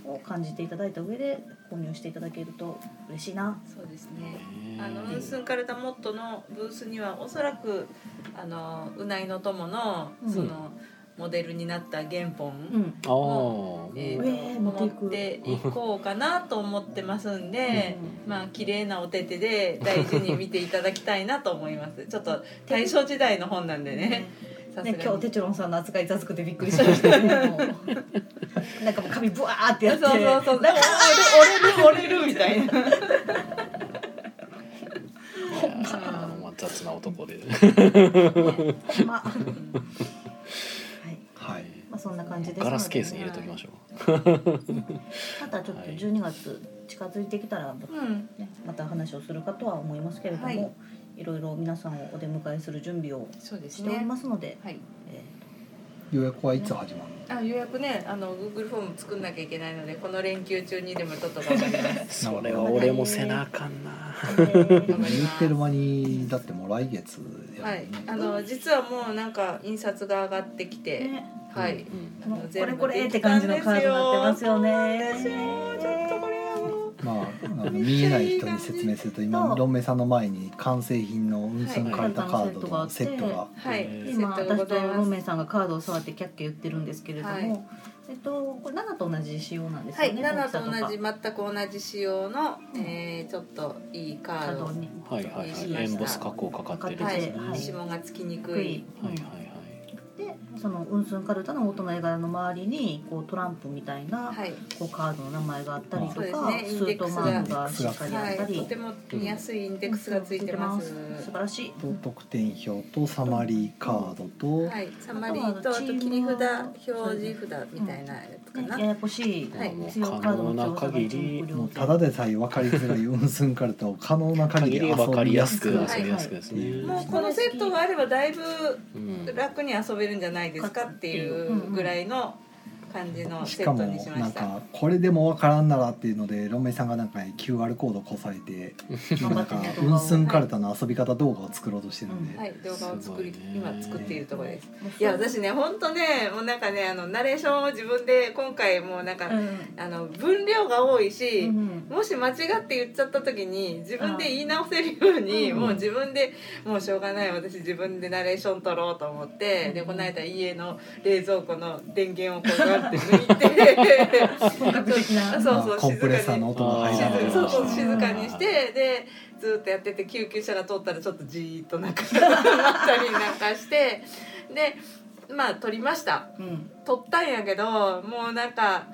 [SPEAKER 3] を感じていただいた上で購入していただけると嬉しいな
[SPEAKER 5] そうですね
[SPEAKER 1] ね
[SPEAKER 5] あのウンスンカルタモットのブースにはおそらくあのうないの友の
[SPEAKER 3] うん
[SPEAKER 5] そのモデルになった原本、
[SPEAKER 3] うん
[SPEAKER 1] ああ、もう
[SPEAKER 5] えー
[SPEAKER 3] うえー持って
[SPEAKER 5] 持
[SPEAKER 3] いく
[SPEAKER 5] っていこうかなと思ってますんで、まあ綺麗なお手手で大事に見ていただきたいなと思います。ちょっと大正時代の本なんでね。さす
[SPEAKER 3] ね、
[SPEAKER 5] が
[SPEAKER 3] 今日
[SPEAKER 5] に。
[SPEAKER 3] テチロンさんの扱い雑くてびっくりしま した、ね、もうなんかもう髪ブワーってやって
[SPEAKER 5] そうそうそう。
[SPEAKER 3] なん
[SPEAKER 5] なん
[SPEAKER 3] か
[SPEAKER 5] か折れる折れる折れるみたいな。
[SPEAKER 1] いやーまあ雑な男で。
[SPEAKER 3] まあ、はい
[SPEAKER 2] はい
[SPEAKER 3] まあ、そんな感じですの
[SPEAKER 1] ガ
[SPEAKER 3] で
[SPEAKER 1] ラスケースに入れときましょ
[SPEAKER 3] またちょっと
[SPEAKER 1] はい
[SPEAKER 3] 12月近づいてきたら、
[SPEAKER 5] うん。
[SPEAKER 3] ね、また話をするかとは思いますけれども、
[SPEAKER 5] はいい、
[SPEAKER 3] ろいろ皆さんをお出迎えする準備を
[SPEAKER 5] そうです
[SPEAKER 3] しており
[SPEAKER 5] ね。
[SPEAKER 3] ますので、
[SPEAKER 5] はい。
[SPEAKER 3] え
[SPEAKER 2] 予約はいつ始まる
[SPEAKER 5] あ予約ねあの Google フォーム作んなきゃいけないのでこの連休中にでもちょっと頑張りま
[SPEAKER 1] う。
[SPEAKER 5] す。
[SPEAKER 1] それは俺もせなあかんな。
[SPEAKER 3] ー
[SPEAKER 5] 頑張り
[SPEAKER 2] 言
[SPEAKER 5] ま
[SPEAKER 2] ってる間にだってもう来月や
[SPEAKER 5] は
[SPEAKER 2] る
[SPEAKER 5] い
[SPEAKER 2] ね。
[SPEAKER 5] あの実はもうなんか印刷が上がってきて、
[SPEAKER 3] ね
[SPEAKER 5] はい。
[SPEAKER 1] うん
[SPEAKER 5] あ
[SPEAKER 3] も
[SPEAKER 5] の
[SPEAKER 3] うこ
[SPEAKER 5] 全
[SPEAKER 3] れ
[SPEAKER 5] 部
[SPEAKER 3] これって感じのカードになってますよね。
[SPEAKER 5] できたんですよちょっとこれあの
[SPEAKER 2] まあ、あの見えない人に説明すると今ロンメイさんの前に完成品の運送カルタカードのセットが
[SPEAKER 5] はい。
[SPEAKER 1] ね
[SPEAKER 5] セ
[SPEAKER 3] 今
[SPEAKER 5] ットがご
[SPEAKER 3] 私と
[SPEAKER 5] ざ
[SPEAKER 3] ロ
[SPEAKER 5] いま
[SPEAKER 3] ン
[SPEAKER 5] す。
[SPEAKER 3] メイさんがカードを触ってキャッキャ言ってるんですけれども、
[SPEAKER 5] はい
[SPEAKER 3] えっとこれ7と同じ仕様なんです
[SPEAKER 5] は
[SPEAKER 3] よ
[SPEAKER 5] い、
[SPEAKER 3] ね。
[SPEAKER 5] 7
[SPEAKER 3] 大きさ
[SPEAKER 5] と同
[SPEAKER 3] か
[SPEAKER 5] じ全く同じ仕様の、えーちょっといいカ
[SPEAKER 3] カ
[SPEAKER 5] ー
[SPEAKER 3] ー
[SPEAKER 5] ド
[SPEAKER 3] ドに
[SPEAKER 1] はいはいはい。エンボス加工かかってるや
[SPEAKER 5] は
[SPEAKER 1] つ
[SPEAKER 5] い
[SPEAKER 1] ね。
[SPEAKER 3] は
[SPEAKER 1] はいい
[SPEAKER 5] 指紋がつきに
[SPEAKER 3] く
[SPEAKER 5] く
[SPEAKER 3] い
[SPEAKER 5] い、。
[SPEAKER 1] はい
[SPEAKER 3] でそのウンスンカルタの元の絵柄の周りにこうトランプみたいな
[SPEAKER 5] はい
[SPEAKER 3] こうカードの名前があったりとか、
[SPEAKER 5] そうですね
[SPEAKER 3] スートマークがしっかりあ
[SPEAKER 5] は
[SPEAKER 3] った
[SPEAKER 5] い、
[SPEAKER 3] り、
[SPEAKER 5] とても見やすいインデックスがついてます、
[SPEAKER 3] 素晴らしい。
[SPEAKER 2] と得点表とサマリーカードと
[SPEAKER 5] はい、サマリーとあと切り札表示札みたいなやつか
[SPEAKER 3] ね
[SPEAKER 5] な、
[SPEAKER 3] ややこしい
[SPEAKER 1] は。
[SPEAKER 5] はいい
[SPEAKER 1] もう
[SPEAKER 3] 強いカ
[SPEAKER 1] 可
[SPEAKER 3] ード
[SPEAKER 1] 能な
[SPEAKER 3] の強さが
[SPEAKER 1] 限
[SPEAKER 3] 一
[SPEAKER 1] り
[SPEAKER 3] 目。瞭
[SPEAKER 2] もうた
[SPEAKER 3] 然
[SPEAKER 2] だでさえ分かりづらい運寸カルタを可能な限り
[SPEAKER 1] 限り分か
[SPEAKER 2] 遊
[SPEAKER 1] り
[SPEAKER 2] び
[SPEAKER 1] や
[SPEAKER 2] や
[SPEAKER 1] す
[SPEAKER 2] す
[SPEAKER 1] く
[SPEAKER 2] く
[SPEAKER 1] 遊びやすくですね。
[SPEAKER 5] もうこのセットがあればだいぶ
[SPEAKER 1] うん
[SPEAKER 5] 楽に遊べるんじゃないですかっていうぐらいの感じの
[SPEAKER 2] し
[SPEAKER 5] セ
[SPEAKER 2] か
[SPEAKER 5] ット
[SPEAKER 2] も
[SPEAKER 5] にしま
[SPEAKER 2] なん
[SPEAKER 5] した。
[SPEAKER 2] かこれでもわからんならっていうのでロンメイさんがなんか QR コードこさえてなん
[SPEAKER 3] 頑張って
[SPEAKER 2] か
[SPEAKER 3] ね
[SPEAKER 2] ウンスンカルタの遊び方動画を作ろうとしてるんで、
[SPEAKER 5] はい、動画を作り、
[SPEAKER 1] すごいね
[SPEAKER 5] 今作っているところです。
[SPEAKER 3] い
[SPEAKER 5] いや、私ね、本当ね、もうなんかね、あのナレーションを自分で今回もうなんか、
[SPEAKER 4] うん
[SPEAKER 5] あの分量が多いし。
[SPEAKER 3] うん
[SPEAKER 5] もし間違って言っちゃった時に自分で言い直せるように
[SPEAKER 3] あー
[SPEAKER 5] もう自分でもうしょうがない私自分でナレーション取ろうと思ってでこの間家の冷蔵庫の電源をこうやって抜い て
[SPEAKER 4] 本格的な。
[SPEAKER 5] そう
[SPEAKER 2] まあ
[SPEAKER 5] そう
[SPEAKER 2] コンプレッサーの音が入らないよ
[SPEAKER 5] 静
[SPEAKER 2] に
[SPEAKER 5] そうそう
[SPEAKER 2] して
[SPEAKER 5] 静かにしてでずっとやってて救急車が通ったらちょっとじーっとなんか なったりなんかしてでまあ撮りました。
[SPEAKER 3] うん
[SPEAKER 5] 撮ったんやけどもうなんか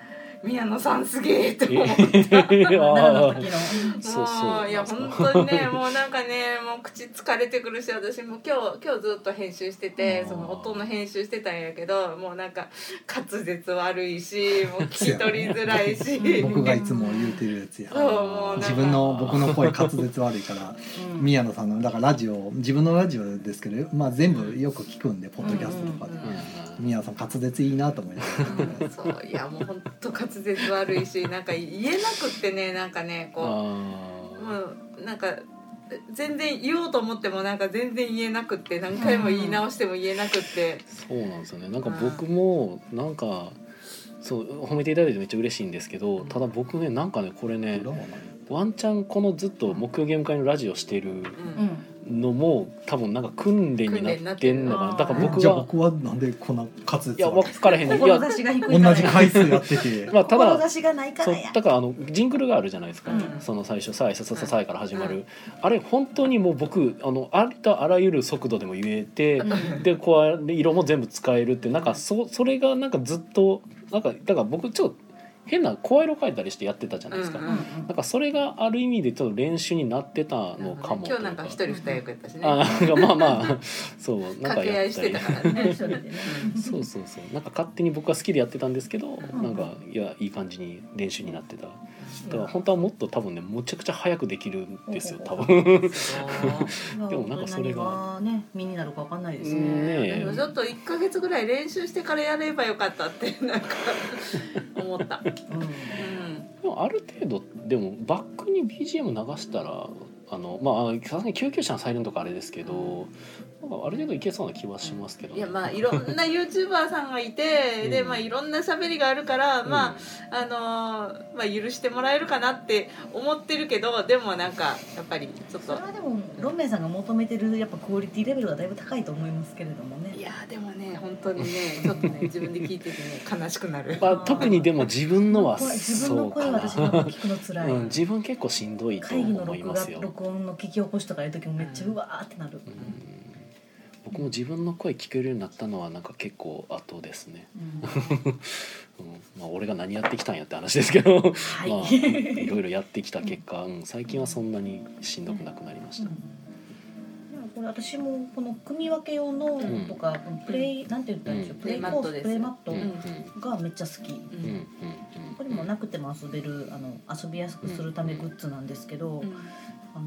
[SPEAKER 5] 宮野さんすげえって思う。
[SPEAKER 4] 奈良
[SPEAKER 1] あ
[SPEAKER 4] の時の。
[SPEAKER 1] そうそう
[SPEAKER 5] もういや本当にねもうなんかねもう口疲れてくるし私も今日今日ずっと編集してて
[SPEAKER 1] あー
[SPEAKER 5] その音の編集してたんやけどもうなんか滑舌悪 いしもう聞き取りづらいし
[SPEAKER 2] 僕がいつも言うてるやつや
[SPEAKER 5] そうもうなんか
[SPEAKER 2] 自分の僕の声滑舌悪いから
[SPEAKER 3] うん
[SPEAKER 2] 宮野さんのだからラジオ自分のラジオですけど、まあ、全部よく聞くんでポッドキャストとかで、
[SPEAKER 5] うんうんうん
[SPEAKER 2] 宮野さん滑舌いいなと思います
[SPEAKER 5] うんそういやもう本当滑舌悪いしなんか言えなくってねなんかねこう
[SPEAKER 1] あ
[SPEAKER 5] もうなんか全然言おうと思ってもなんか全然言えなくって何回も言い直しても言えなくって、
[SPEAKER 1] そうなんですよねなんか僕もなんかそう褒めていただいてめっちゃ嬉しいんですけどただ僕ねなんかねこれね
[SPEAKER 2] 裏はない
[SPEAKER 1] ワンチャンこのずっと目標ゲーム会のラジオしてる
[SPEAKER 5] うん
[SPEAKER 3] うん
[SPEAKER 1] のも多分なんか訓練になってんのかなだから僕
[SPEAKER 2] じゃあ
[SPEAKER 1] が
[SPEAKER 2] 僕はなんでこんな滑
[SPEAKER 1] い
[SPEAKER 2] 舌
[SPEAKER 1] や
[SPEAKER 2] 悪い
[SPEAKER 1] 分からへんねいや
[SPEAKER 3] 志が低いから
[SPEAKER 2] 同じ回数やって て
[SPEAKER 1] まあただ
[SPEAKER 3] 志がないか
[SPEAKER 1] そ
[SPEAKER 3] ら
[SPEAKER 1] う
[SPEAKER 3] や
[SPEAKER 1] だからあのジングルがあるじゃないですか、
[SPEAKER 3] うん
[SPEAKER 1] その最初「さあいささささい」から始まる、
[SPEAKER 5] う
[SPEAKER 1] あれ本当にもう僕あのありとあらゆる速度でも言えて、でこう色も全部使えるってなんかそそれがなんかずっとなんかだから僕ちょっと変な声色変えたりしてやってたじゃないですか、
[SPEAKER 5] うん
[SPEAKER 3] う
[SPEAKER 5] うん
[SPEAKER 1] なんかそれがある意味でちょっと練習になってたのかも
[SPEAKER 5] 今日なんか一人二役やったしね
[SPEAKER 1] あなんかまあまあ そうなん
[SPEAKER 5] 掛
[SPEAKER 1] か
[SPEAKER 5] け合
[SPEAKER 1] や
[SPEAKER 5] い
[SPEAKER 1] っ
[SPEAKER 5] したて
[SPEAKER 1] り
[SPEAKER 5] たから
[SPEAKER 4] ね
[SPEAKER 5] ね。
[SPEAKER 4] 一人でね
[SPEAKER 1] そうそうそうなんか勝手に僕は好きでやってたんですけど、
[SPEAKER 3] ん
[SPEAKER 1] なんかいやいい感じに練習になってた。
[SPEAKER 4] い
[SPEAKER 1] だから
[SPEAKER 4] や
[SPEAKER 1] 本当はもっと多分ねむちゃくちゃ早くできるんですよ多分 でもなんかそれが
[SPEAKER 3] 本当に何ね身になるかわかんないです
[SPEAKER 5] そう
[SPEAKER 3] ね
[SPEAKER 1] ねえ
[SPEAKER 5] でもちょっと一ヶ月ぐらい練習してからやればよかったって なんか思った。
[SPEAKER 3] うん
[SPEAKER 5] う
[SPEAKER 1] でもある程度でもバックに BGM 流したらあのまあさすがに救急車のサイレントかあれですけど、なんかある程度いけそうな気はしますけど、
[SPEAKER 5] ん、いやまあいろんなユーチューバーさんがいて、でまあいろんな喋りがあるから、
[SPEAKER 1] うん
[SPEAKER 5] まああのーまあ、許してもらえるかなって思ってるけどでもなんかやっぱりちょっ
[SPEAKER 3] そ
[SPEAKER 5] と
[SPEAKER 3] れはでもロンメイさんが求めてるやっぱクオリティレベルはだいぶ高いと思いますけれどもね
[SPEAKER 5] いやーでもね本当にね ちょっとね自分で聞いててね悲しくなる
[SPEAKER 1] まあ特にでも自分のは
[SPEAKER 3] 怖い自分
[SPEAKER 1] そ
[SPEAKER 3] の
[SPEAKER 1] う
[SPEAKER 3] 声
[SPEAKER 1] か
[SPEAKER 3] は
[SPEAKER 1] な
[SPEAKER 3] 私なんか聞くのつらい、
[SPEAKER 1] うん、自分結構しんどいと
[SPEAKER 3] 会議の
[SPEAKER 1] 思い
[SPEAKER 3] 録
[SPEAKER 1] ま
[SPEAKER 3] 画
[SPEAKER 1] すよ、
[SPEAKER 3] 録音の聞き起こしとかいう時もめっちゃ
[SPEAKER 5] うん
[SPEAKER 3] うわーってなる、
[SPEAKER 1] うん僕も自分の声聞けるようになったのはなんか結構後ですね、 うんまあ俺が何やってきたんやって話ですけど
[SPEAKER 3] はい、
[SPEAKER 1] まあ、いろいろやってきた結果、うん、最近はそんなにしんどくなくなりました。
[SPEAKER 3] うんこれ私もこの組み分け用の
[SPEAKER 1] ん
[SPEAKER 3] とか、プレイなんて言ったんでしょう、
[SPEAKER 1] うん
[SPEAKER 3] プレイコース
[SPEAKER 5] プ
[SPEAKER 3] プレ
[SPEAKER 5] レ
[SPEAKER 3] イ
[SPEAKER 5] イ
[SPEAKER 3] マ
[SPEAKER 5] マ
[SPEAKER 3] ット
[SPEAKER 5] ッ
[SPEAKER 1] うん、うん、
[SPEAKER 3] がめっちゃ好き、
[SPEAKER 5] う
[SPEAKER 1] うん、うん
[SPEAKER 5] ん、
[SPEAKER 3] これもなくても遊べるあの遊びやすくするためグッズなんですけど、
[SPEAKER 5] うん
[SPEAKER 3] あの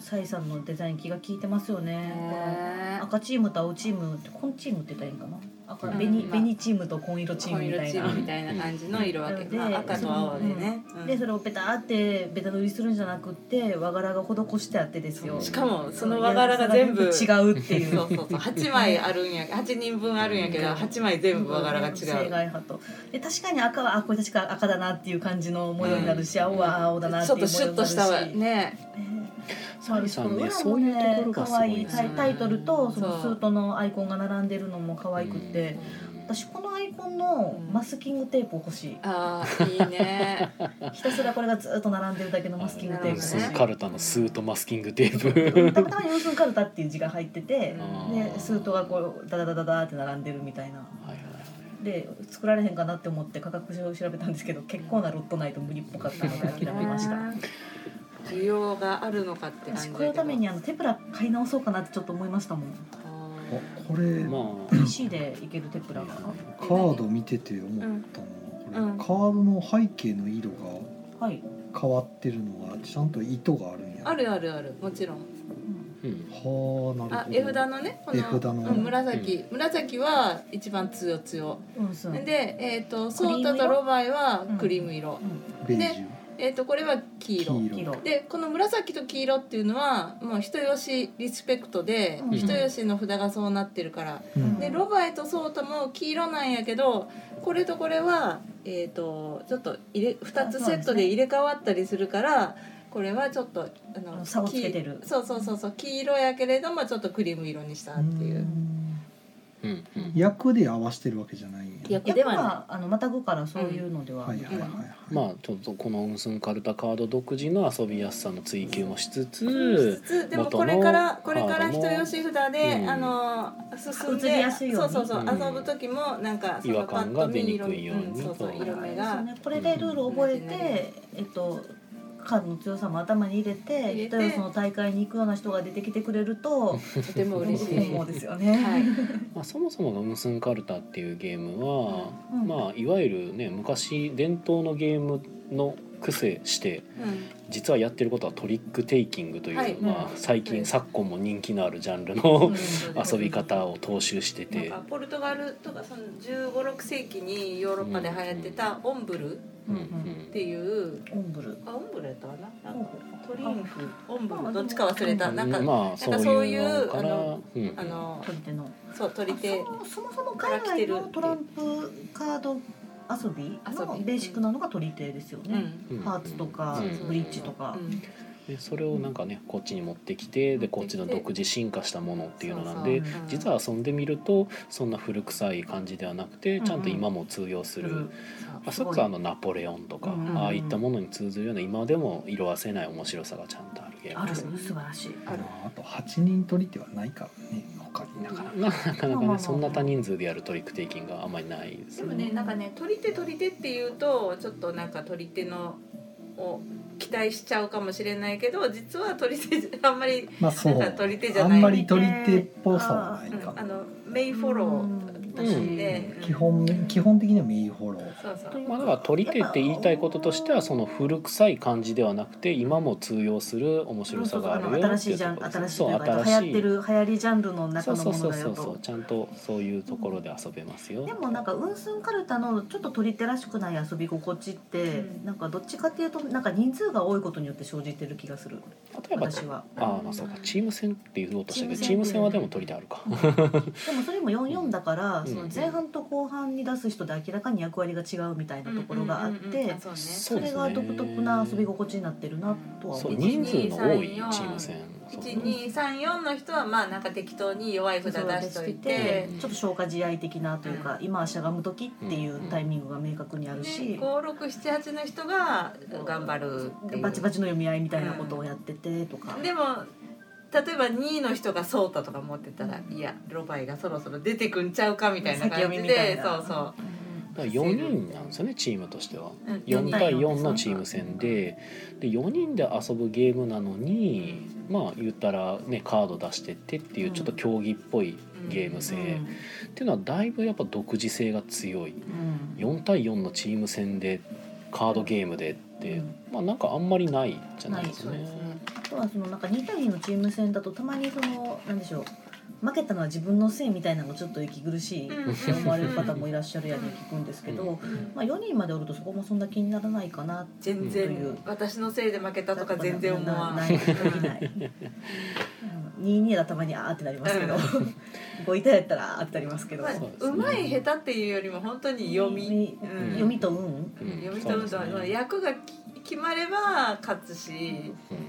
[SPEAKER 3] サイさんのデザイン気が利いてますよね、
[SPEAKER 5] ね
[SPEAKER 3] 赤チームと青チームって紺チームって言ったらいいんかな赤、
[SPEAKER 5] うん
[SPEAKER 3] 紅
[SPEAKER 5] まあ
[SPEAKER 3] 紅チームと紺色チームみたい
[SPEAKER 5] チー
[SPEAKER 3] な
[SPEAKER 5] ムみたいな感じの色分け、
[SPEAKER 3] うん
[SPEAKER 5] まあ、赤と青でね、うん
[SPEAKER 3] でそれをベターってベタ塗りするんじゃなくって和柄が施してあってですよ
[SPEAKER 5] しかもその和柄が全部
[SPEAKER 3] 違うっていう
[SPEAKER 5] そうそうそう8枚あるんや8人分あるんやけど8枚全部和柄が違
[SPEAKER 3] 正
[SPEAKER 5] う
[SPEAKER 3] 解派とで確かに赤はあこれ確か赤だなっていう感じの模様になるし、
[SPEAKER 1] うん
[SPEAKER 3] 青は青だなってい
[SPEAKER 5] ちょ
[SPEAKER 3] う
[SPEAKER 5] っ
[SPEAKER 3] 模
[SPEAKER 5] と
[SPEAKER 3] 様
[SPEAKER 5] シュッ
[SPEAKER 3] にな
[SPEAKER 5] と
[SPEAKER 3] るし
[SPEAKER 5] したわね
[SPEAKER 1] サリさんね、
[SPEAKER 3] 裏
[SPEAKER 1] そ
[SPEAKER 3] も
[SPEAKER 1] ういう
[SPEAKER 3] ね
[SPEAKER 1] ところがす
[SPEAKER 3] 可
[SPEAKER 1] ご
[SPEAKER 3] 愛
[SPEAKER 1] い
[SPEAKER 3] い
[SPEAKER 1] です
[SPEAKER 3] タ
[SPEAKER 1] ね
[SPEAKER 3] イ。タイトルとそのス
[SPEAKER 5] そう
[SPEAKER 3] ートのアイコンが並んでるのも可愛くて、私このアイコンのマスキングテープ欲しい、
[SPEAKER 5] ああいいね
[SPEAKER 3] ひたすらこれがずっと並んでるだけのマスキングテ
[SPEAKER 1] う
[SPEAKER 3] ー
[SPEAKER 1] ん、
[SPEAKER 3] プ
[SPEAKER 1] そ
[SPEAKER 5] な
[SPEAKER 1] の
[SPEAKER 5] るほどね
[SPEAKER 1] カルタのスーとマスキングテープ。
[SPEAKER 3] ねたまたま「四寸カルタ」っていう字が入ってて
[SPEAKER 5] うん
[SPEAKER 3] でスートがこうダダダダダーって並んでるみたいな
[SPEAKER 1] はいはいはい
[SPEAKER 3] で作られへんかなって思って価格を調べたんですけど結構なロットないと無理っぽかったので諦めました
[SPEAKER 5] 需要があるのかって感じ
[SPEAKER 3] 私これのためにあのテプラ買い直そうかなってちょっと思いましたもん
[SPEAKER 5] あ
[SPEAKER 2] おこれ、
[SPEAKER 1] ま
[SPEAKER 3] PC でいけるテプラが
[SPEAKER 2] カード見てて思ったのは、
[SPEAKER 5] うん
[SPEAKER 2] これカードの背景の色が
[SPEAKER 3] はい、
[SPEAKER 2] 変わってるのはちゃんと糸があるんや
[SPEAKER 5] あるあるあるもちろん
[SPEAKER 3] うん
[SPEAKER 1] うん
[SPEAKER 2] はあなるほど
[SPEAKER 5] あ絵札のねこの
[SPEAKER 2] 絵札の
[SPEAKER 5] うん紫、紫は一番強強、
[SPEAKER 3] うんそう
[SPEAKER 5] で、えー、とソータとロバイはクリーム色、
[SPEAKER 2] ベージュ
[SPEAKER 5] えー、とこれは黄色
[SPEAKER 2] 黄
[SPEAKER 3] 黄
[SPEAKER 2] 色
[SPEAKER 3] 色
[SPEAKER 5] でこの紫と黄色っていうのはもう人吉リスペクトで、
[SPEAKER 3] うん
[SPEAKER 5] 人吉の札がそうなってるから、
[SPEAKER 2] うん
[SPEAKER 5] でロバイとソータも黄色なんやけどこれとこれは、えー、とちょっと入れ2つセットで入れ替わったりするから。これはちょっとあ
[SPEAKER 3] あ
[SPEAKER 5] の
[SPEAKER 3] の差をつけてる
[SPEAKER 5] 黄そうそうそうそう黄色やけれどもちょっとクリーム色にしたっていううん
[SPEAKER 1] うんうん
[SPEAKER 2] 役で合わせてるわけじゃないんや
[SPEAKER 5] 役
[SPEAKER 3] 役はあのまたぐからそういうのでは、
[SPEAKER 2] はいはいはいはい
[SPEAKER 1] まあちょっとこのウンスンカルタカード独自の遊びやすさの追求もしつ
[SPEAKER 5] し
[SPEAKER 1] つ
[SPEAKER 5] つつでも
[SPEAKER 1] 元の
[SPEAKER 5] これからこれから
[SPEAKER 1] あの
[SPEAKER 5] 人吉札で、
[SPEAKER 1] うん
[SPEAKER 5] あの進
[SPEAKER 3] 移
[SPEAKER 5] ん
[SPEAKER 3] り
[SPEAKER 5] で
[SPEAKER 3] やすいよう
[SPEAKER 5] そ
[SPEAKER 3] に
[SPEAKER 5] うそうそう、
[SPEAKER 1] うん
[SPEAKER 5] 遊ぶ時もなんかそ
[SPEAKER 1] 違
[SPEAKER 5] の
[SPEAKER 1] 和
[SPEAKER 5] パ
[SPEAKER 1] 感
[SPEAKER 5] ッ
[SPEAKER 1] が
[SPEAKER 5] と
[SPEAKER 1] 出
[SPEAKER 5] 見
[SPEAKER 1] に
[SPEAKER 5] 色
[SPEAKER 1] くいように
[SPEAKER 5] んそうそう
[SPEAKER 1] と
[SPEAKER 5] 色目
[SPEAKER 3] そう
[SPEAKER 5] が
[SPEAKER 3] ね、これでルールを覚えて、えっとカードの強さも頭に入れて
[SPEAKER 5] 入れて
[SPEAKER 3] 例えばその大会に行くような人が出てきてくれる と
[SPEAKER 5] とても嬉しい。
[SPEAKER 3] 思うですよね。
[SPEAKER 5] はい、
[SPEAKER 1] まあ、そもそもが「ウンスンカルタ」っていうゲームは、
[SPEAKER 3] うん
[SPEAKER 1] まあいわゆるね昔伝統のゲームの癖して実はやってることはトリックテイキングという、
[SPEAKER 5] はい
[SPEAKER 1] まあ、最近、
[SPEAKER 5] うん
[SPEAKER 1] 昨今も人気のあるジャンル
[SPEAKER 5] う
[SPEAKER 1] の
[SPEAKER 5] ん
[SPEAKER 1] 遊び方を踏襲して
[SPEAKER 5] なん
[SPEAKER 1] て
[SPEAKER 5] か。ポルトガルとかその1 5 6世紀にヨーロッパで流行ってたオンブルっ
[SPEAKER 1] うんう
[SPEAKER 3] うん
[SPEAKER 1] ん
[SPEAKER 5] ていう
[SPEAKER 3] オンブル
[SPEAKER 5] あオンブルやったかななんかト
[SPEAKER 3] ト
[SPEAKER 5] リ
[SPEAKER 3] リ
[SPEAKER 5] ン
[SPEAKER 3] ン
[SPEAKER 5] フオンブ
[SPEAKER 3] あ
[SPEAKER 5] ルどっちか忘れたなんか、
[SPEAKER 1] まあ
[SPEAKER 5] なんかそういう
[SPEAKER 1] のから
[SPEAKER 5] あの
[SPEAKER 1] うん
[SPEAKER 5] あの
[SPEAKER 3] 取り手の
[SPEAKER 5] そう取り手
[SPEAKER 3] あそもそもそも海外のトランプカード遊びのベーシックなのが取り手ですよね。
[SPEAKER 1] うん
[SPEAKER 3] パーツとか
[SPEAKER 1] うん
[SPEAKER 3] ブリッジとか
[SPEAKER 5] う。ん
[SPEAKER 1] でそれをなんかねこっちに持ってきてでこっちの独自進化したものっていうのなんで
[SPEAKER 5] そうそう
[SPEAKER 1] 実は遊んでみるとそんな古臭い感じではなくて
[SPEAKER 3] うん
[SPEAKER 1] ちゃんと今も通用する、まあ、
[SPEAKER 3] す
[SPEAKER 1] それ
[SPEAKER 3] ご
[SPEAKER 1] こ
[SPEAKER 3] い
[SPEAKER 1] そあのナポレオンとか、
[SPEAKER 3] うん
[SPEAKER 5] うん
[SPEAKER 1] ああいったものに通ずるような今でも色褪せない面白さがちゃんとあるゲー
[SPEAKER 3] あ
[SPEAKER 1] ム
[SPEAKER 3] る
[SPEAKER 1] です
[SPEAKER 3] 素
[SPEAKER 1] ね。
[SPEAKER 3] 晴らしい。
[SPEAKER 5] ある
[SPEAKER 2] まああと8人取り手はないからね他になかなか
[SPEAKER 1] なかなか
[SPEAKER 3] まあまあま
[SPEAKER 1] ね
[SPEAKER 3] あ
[SPEAKER 1] そんな多人数でやるトリックテイキングがあんまりないです
[SPEAKER 5] で
[SPEAKER 1] ね。
[SPEAKER 5] もねなんかね取り手取り手っていうとちょっとなんか取り手のを期待しちゃうかもしれないけど実は取り手あんまり、
[SPEAKER 2] まあそう
[SPEAKER 5] なんか取り手じ
[SPEAKER 2] あ
[SPEAKER 5] ゃない
[SPEAKER 2] んまり取り手っぽさはないうか
[SPEAKER 5] ん、あ
[SPEAKER 2] な
[SPEAKER 5] のメイフォローとして、
[SPEAKER 2] 基本基本的にはメイフォロー
[SPEAKER 5] そうそう
[SPEAKER 1] まあ、だから取り手って言いたいこととしてはその古臭い感じではなくて今も通用する面白さがあるよっていう
[SPEAKER 3] 新しいジャン
[SPEAKER 1] ところです
[SPEAKER 3] 新
[SPEAKER 1] ねそう
[SPEAKER 3] しいという
[SPEAKER 1] 新
[SPEAKER 3] か流行
[SPEAKER 1] しい
[SPEAKER 3] ってる流行りジャンルの
[SPEAKER 1] そ
[SPEAKER 3] 中
[SPEAKER 1] う
[SPEAKER 3] の
[SPEAKER 1] そう
[SPEAKER 3] も
[SPEAKER 1] そ
[SPEAKER 3] の
[SPEAKER 1] う
[SPEAKER 3] だ
[SPEAKER 1] そ
[SPEAKER 3] よ
[SPEAKER 1] うそう
[SPEAKER 3] と。
[SPEAKER 1] ちゃんとそういうところで遊べますよ。
[SPEAKER 3] でもなんかうんすんかるたのちょっと取り手らしくない遊び心地って、
[SPEAKER 5] うん
[SPEAKER 3] なんかどっちかっていうとなんか人数が多いことによって生じてる気がする
[SPEAKER 1] 例えば
[SPEAKER 3] 私は
[SPEAKER 1] ああまあそうかチーム戦っていうことでしたけどチー
[SPEAKER 3] チー
[SPEAKER 1] ム
[SPEAKER 3] ム戦
[SPEAKER 1] 戦はでも取り手あるか。
[SPEAKER 3] でもそれも44だから、
[SPEAKER 1] うん
[SPEAKER 3] その前半と後半に出す人で明らかに役割が違うみたいなところがあって、
[SPEAKER 5] うんうんうんうんあそうね
[SPEAKER 1] そ
[SPEAKER 3] そう
[SPEAKER 1] で
[SPEAKER 3] れ
[SPEAKER 1] すね
[SPEAKER 3] が独特な遊び心地になってるなとは
[SPEAKER 1] そ
[SPEAKER 3] 思
[SPEAKER 1] う
[SPEAKER 3] い
[SPEAKER 1] 人
[SPEAKER 3] ます
[SPEAKER 1] 数の多いチーム戦。そうそう
[SPEAKER 5] 1234の人はまあなんか適当に弱い札出しといて
[SPEAKER 1] うん
[SPEAKER 3] ちょっと消化試合的なというか、今はしゃがむ時っていうタイミングが明確にあるし、
[SPEAKER 5] 5678の人が頑張るっていう
[SPEAKER 3] バチバチの読み合いみたいなことをやっててとか、
[SPEAKER 5] でも例えば2位の人がソータとか持ってたらいやロバイがそろそろ出てくんちゃうかみたいな感じ
[SPEAKER 3] 先読みみた
[SPEAKER 5] で
[SPEAKER 3] いな
[SPEAKER 5] そうそう
[SPEAKER 1] だから4人なんですよねチームとしては。
[SPEAKER 5] うん
[SPEAKER 1] 4対4のチーム戦でで4人で遊ぶゲームなのにまあ言ったらねカード出してってっていう
[SPEAKER 3] うん
[SPEAKER 1] ちょっと競技っぽいゲーム
[SPEAKER 3] うん
[SPEAKER 1] 性っていうのはだいぶやっぱ独自性が強い
[SPEAKER 3] うん
[SPEAKER 1] 4対4のチーム戦でカードゲームでって
[SPEAKER 3] うん
[SPEAKER 1] まあなんかあんまりないじゃないです
[SPEAKER 5] そう
[SPEAKER 1] ね
[SPEAKER 5] です。ね
[SPEAKER 3] あとはそのなんか2対2のチーム戦だとたまにそのなんでしょう負けたのは自分のせいみたいなのがちょっと息苦しい
[SPEAKER 5] うん
[SPEAKER 3] と思われる方もいらっしゃるやに聞くんですけど、まあ、4人までおるとそこもそんな気にならないかな
[SPEAKER 5] 全然私のせいで負けたとか全然思わ
[SPEAKER 3] な
[SPEAKER 5] ない
[SPEAKER 3] いできない22だたまにあーってなりますけど5位やったらあーってなりますけど、
[SPEAKER 5] まあうまい下手っていうよりも本当に読み
[SPEAKER 3] 読
[SPEAKER 5] うん
[SPEAKER 3] 読みと運
[SPEAKER 1] うん
[SPEAKER 5] 読みと運動
[SPEAKER 1] そうです
[SPEAKER 5] は
[SPEAKER 1] ね
[SPEAKER 5] 役がき決まれば勝つし
[SPEAKER 1] うん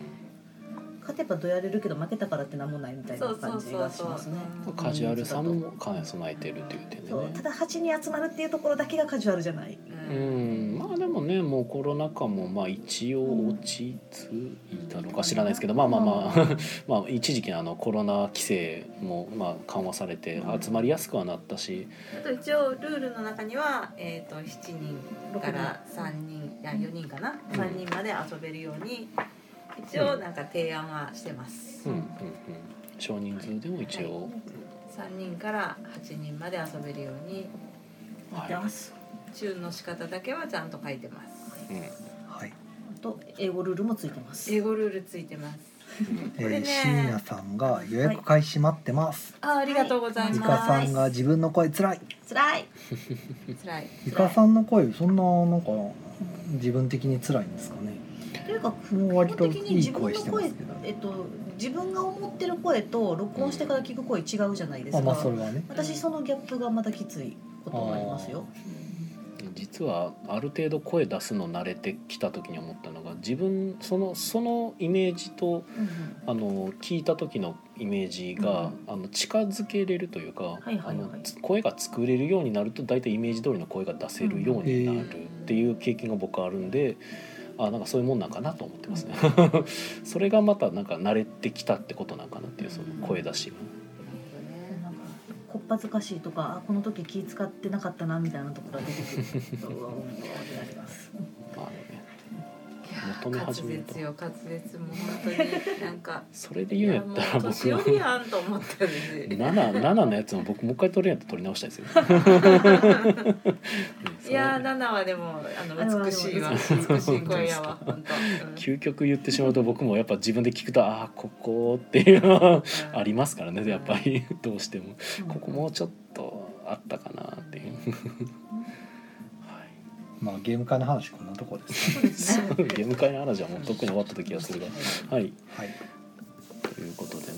[SPEAKER 3] 勝てばどやれるけど負けたからってなんもないみたいな
[SPEAKER 5] そうそ
[SPEAKER 3] 感
[SPEAKER 5] う
[SPEAKER 3] じ
[SPEAKER 5] そ
[SPEAKER 3] が
[SPEAKER 5] う
[SPEAKER 3] し
[SPEAKER 5] そう
[SPEAKER 3] ますね。
[SPEAKER 5] うん
[SPEAKER 1] カジュアルさも兼ね備えてるっていう点で
[SPEAKER 3] そう
[SPEAKER 1] ね
[SPEAKER 3] た。だ8に集まるっていうところだけがカジュアルじゃない。
[SPEAKER 1] う
[SPEAKER 5] うん
[SPEAKER 1] んまあでもねもうコロナ禍もまあ一応落ち着いたのか知らないですけどまあまあまあ まあ一時期のあのコロナ規制もまあ緩和されて集まりやすくはなったし
[SPEAKER 5] あと一応ルールの中には、えー、と7人から3人いや4人かな
[SPEAKER 1] うん
[SPEAKER 5] 3人まで遊べるように一応なんか提案はしてま
[SPEAKER 1] う
[SPEAKER 5] す、
[SPEAKER 1] んうんうん少人数でも一応
[SPEAKER 5] 3人から8人まで遊べるように
[SPEAKER 1] はい
[SPEAKER 3] やってます
[SPEAKER 5] チューンの仕方だけはちゃんと書いてます
[SPEAKER 1] うん
[SPEAKER 2] はい
[SPEAKER 3] あと英語ルールもついてます。
[SPEAKER 5] 英語ルールついてます
[SPEAKER 2] え
[SPEAKER 5] これ
[SPEAKER 2] ー、
[SPEAKER 5] ね
[SPEAKER 2] 深夜さんが予約開始待ってます。
[SPEAKER 5] あありがとうござい
[SPEAKER 2] ゆ
[SPEAKER 5] ま
[SPEAKER 2] か
[SPEAKER 5] す。
[SPEAKER 2] さんが自分の声つらい。
[SPEAKER 3] 辛い
[SPEAKER 5] 辛い。
[SPEAKER 2] ゆかさんの声そんななんか自分的につらいんですかね。
[SPEAKER 3] というか
[SPEAKER 2] もう割
[SPEAKER 3] 基本
[SPEAKER 2] と
[SPEAKER 3] 的に
[SPEAKER 2] いい
[SPEAKER 3] 自分
[SPEAKER 2] 声
[SPEAKER 3] の
[SPEAKER 2] してま
[SPEAKER 3] 声
[SPEAKER 2] すけど。
[SPEAKER 3] えっと自分が思ってる声と録音してから聞く声違うじゃないです
[SPEAKER 2] あ
[SPEAKER 3] か、
[SPEAKER 2] まあそれはね。
[SPEAKER 3] 私そのギャップがまたきついこともありますよ
[SPEAKER 1] 実はある程度声出すの慣れてきた時に思ったのが自分そのそのイメージと
[SPEAKER 3] うんうん
[SPEAKER 1] あの聞いた時のイメージが、あの近づけれるというか、
[SPEAKER 3] いはいはい
[SPEAKER 1] あのつ声が作れるようになると大体イメージ通りの声が出せるようになるっていう経験が僕はあるんで、あなんかそういうもんなんかなと思ってますね。 それがまたなんか慣れてきたってことなんかなっていうその声出しが。
[SPEAKER 3] なんかこっぱずかしいとかあこの時気使ってなかったなみたいなところが出てくるとうわうわうわってなります
[SPEAKER 1] まあね求め
[SPEAKER 5] 滑
[SPEAKER 1] 始めると
[SPEAKER 5] 舌よ滑舌もう本当になんか
[SPEAKER 1] それで
[SPEAKER 5] い
[SPEAKER 1] 言うんやっ
[SPEAKER 5] やもう
[SPEAKER 1] たら僕
[SPEAKER 5] 年寄
[SPEAKER 1] は
[SPEAKER 5] りやんと思ったんで
[SPEAKER 1] 七七のやつも僕もう一回取れんやったら取り直したい ですよ。
[SPEAKER 5] いやーナナはでもあ
[SPEAKER 3] あれは
[SPEAKER 5] の美しいわ
[SPEAKER 3] 美
[SPEAKER 5] 美しい声やわ本当、 うん
[SPEAKER 1] 究極言ってしまうと僕もやっぱ自分で聞くとああここっていうのはありますからねやっぱり どうしても
[SPEAKER 3] うん
[SPEAKER 1] ここもうちょっとあったかなっていう。は
[SPEAKER 2] まあゲーム会の話こんなとこです、ね。
[SPEAKER 3] そう
[SPEAKER 1] いそ
[SPEAKER 3] ですね
[SPEAKER 1] うゲーム会の話はもうとっくに終わった気がするがはい
[SPEAKER 2] はい。
[SPEAKER 1] ということで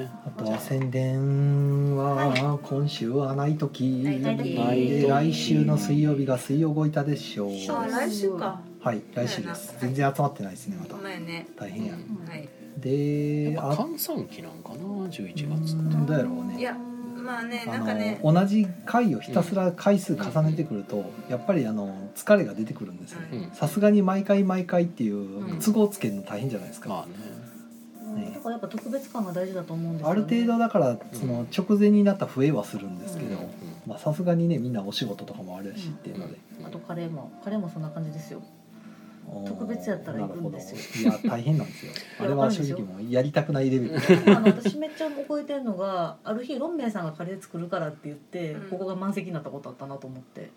[SPEAKER 1] ね
[SPEAKER 2] あとは宣伝は今週はないとき、
[SPEAKER 4] ない時
[SPEAKER 2] で来週の水曜日が水曜ごいたでしょう。
[SPEAKER 5] あ来週か
[SPEAKER 2] はい、来週です。全然集まってないですね、ま
[SPEAKER 5] ご
[SPEAKER 2] た。
[SPEAKER 5] めんね
[SPEAKER 2] 大変や。
[SPEAKER 5] はい
[SPEAKER 2] で、
[SPEAKER 1] やっぱ
[SPEAKER 2] あ、
[SPEAKER 1] 換算期なんかな十一月って。
[SPEAKER 2] どうやろう
[SPEAKER 5] い
[SPEAKER 2] ね。
[SPEAKER 5] やまあね
[SPEAKER 2] あ
[SPEAKER 5] なんかね
[SPEAKER 2] の同じ回をひたすら回数重ねてくるとやっぱりあの疲れが出てくるんですよ
[SPEAKER 5] う
[SPEAKER 2] ね
[SPEAKER 1] ん
[SPEAKER 2] さすがに毎回毎回ってい
[SPEAKER 5] うん
[SPEAKER 2] う都合つけるの大変じゃないですか、
[SPEAKER 1] まあね。
[SPEAKER 2] ね
[SPEAKER 3] だからやっぱ特別感が大事だと思うんです
[SPEAKER 2] あ
[SPEAKER 3] よ、ね、
[SPEAKER 2] る程度だからその直前になったら増えはするんですけ
[SPEAKER 1] うん
[SPEAKER 2] どまあさすがにねみんなお仕事とかもあるしっていうので、
[SPEAKER 1] うん
[SPEAKER 3] あとカレーもカレーもそんな感じですよ
[SPEAKER 2] おー
[SPEAKER 3] 特別やったら行くんです
[SPEAKER 2] なるほどいや大変なんですよ
[SPEAKER 3] い
[SPEAKER 2] あ
[SPEAKER 3] や
[SPEAKER 2] れ
[SPEAKER 3] わ
[SPEAKER 2] は
[SPEAKER 3] かる
[SPEAKER 2] 正
[SPEAKER 3] んですよ
[SPEAKER 2] 直もうやりたくないレベル
[SPEAKER 3] あの私めっちゃ覚えてるのがある日ロンメイさんがカレー作るからって言って、
[SPEAKER 5] うん
[SPEAKER 3] ここが満席になったことあったなと思って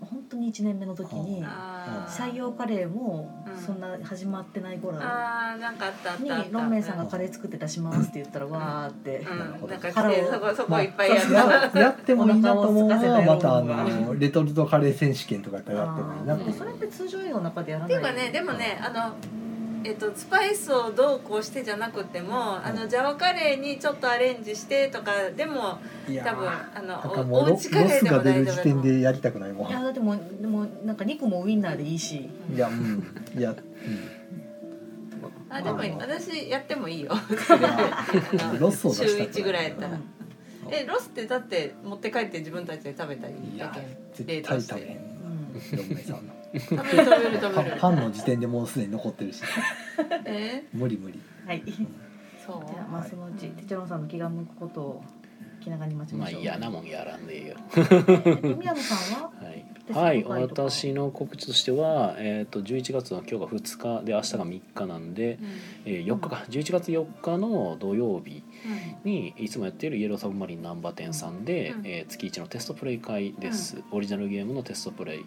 [SPEAKER 3] 本当に1年目の時に
[SPEAKER 5] あー
[SPEAKER 3] 採用カレーも
[SPEAKER 5] うん
[SPEAKER 3] そんな始まってない頃
[SPEAKER 5] あーなんかあったあっ
[SPEAKER 3] に
[SPEAKER 5] たあった
[SPEAKER 3] ロンメイさんがカレー作って出しますって言ったらわーって
[SPEAKER 5] う。んなんか
[SPEAKER 3] ハロ
[SPEAKER 5] 来て
[SPEAKER 3] ー
[SPEAKER 5] そこそ
[SPEAKER 2] ま
[SPEAKER 5] こ
[SPEAKER 2] あ
[SPEAKER 5] いっぱいやる
[SPEAKER 2] ややってもいいなと思う
[SPEAKER 3] お腹を空
[SPEAKER 2] が
[SPEAKER 3] か
[SPEAKER 2] ま
[SPEAKER 3] せた
[SPEAKER 2] たあ
[SPEAKER 3] よ
[SPEAKER 2] のレトルトカレー選手権とかやったらやってもいいな
[SPEAKER 3] あ
[SPEAKER 2] って
[SPEAKER 3] ーそれって通常営業の中でやら
[SPEAKER 5] っ
[SPEAKER 3] ない
[SPEAKER 5] ていうかねでもねあのえっと、スパイスをどうこうしてじゃなくてもあのジャワカレーにちょっとアレンジしてとかでも
[SPEAKER 2] いや
[SPEAKER 5] 多分
[SPEAKER 2] ー
[SPEAKER 5] あ
[SPEAKER 2] なんか
[SPEAKER 5] の
[SPEAKER 2] もうロ
[SPEAKER 5] おお
[SPEAKER 2] ロ
[SPEAKER 5] う
[SPEAKER 2] ス
[SPEAKER 5] ちカレーで
[SPEAKER 2] が
[SPEAKER 5] も
[SPEAKER 2] 出
[SPEAKER 5] 大
[SPEAKER 2] る
[SPEAKER 5] 丈
[SPEAKER 2] 時
[SPEAKER 5] 夫
[SPEAKER 2] 点でやりたくないも
[SPEAKER 3] いや
[SPEAKER 2] ん
[SPEAKER 3] だってもうでもなんか肉もウインナーでいいし
[SPEAKER 2] いやうんいや
[SPEAKER 5] あでも
[SPEAKER 2] あの
[SPEAKER 5] 私やっても いいよ
[SPEAKER 2] うんロスを出したくな
[SPEAKER 5] 週一ぐらいやった
[SPEAKER 3] う
[SPEAKER 5] ら
[SPEAKER 3] ん
[SPEAKER 5] えロスってだって持って帰って自分たちで食べたり
[SPEAKER 2] い
[SPEAKER 5] だ
[SPEAKER 2] や
[SPEAKER 5] け
[SPEAKER 2] 絶対大変
[SPEAKER 3] うん
[SPEAKER 2] ロンメイさんの
[SPEAKER 5] 食べる食べる食
[SPEAKER 2] パ
[SPEAKER 5] べ
[SPEAKER 2] ン
[SPEAKER 5] る
[SPEAKER 2] パンの時点でもうすでに残ってるし
[SPEAKER 5] え
[SPEAKER 2] 無理無理
[SPEAKER 3] はいじ
[SPEAKER 5] そう
[SPEAKER 3] ゃあまあそのうちテチロンさんの気が向くことを気長に待ち
[SPEAKER 1] ま
[SPEAKER 3] ま
[SPEAKER 1] あ
[SPEAKER 3] しょう
[SPEAKER 1] 嫌なもんやらんでいいよ。
[SPEAKER 3] えーと宮野さんは
[SPEAKER 1] はい、
[SPEAKER 3] で
[SPEAKER 1] はい、
[SPEAKER 3] その他にとか
[SPEAKER 1] 私の告知としては、えー、と11月の今日が2日で明日が3日なんで、えー4日か11月4日の土曜日にいつもやっているイエローサブマリン難波店さんで、
[SPEAKER 5] うん
[SPEAKER 1] えー月1のテストプレイ会です、オリジナルゲームのテストプレイ、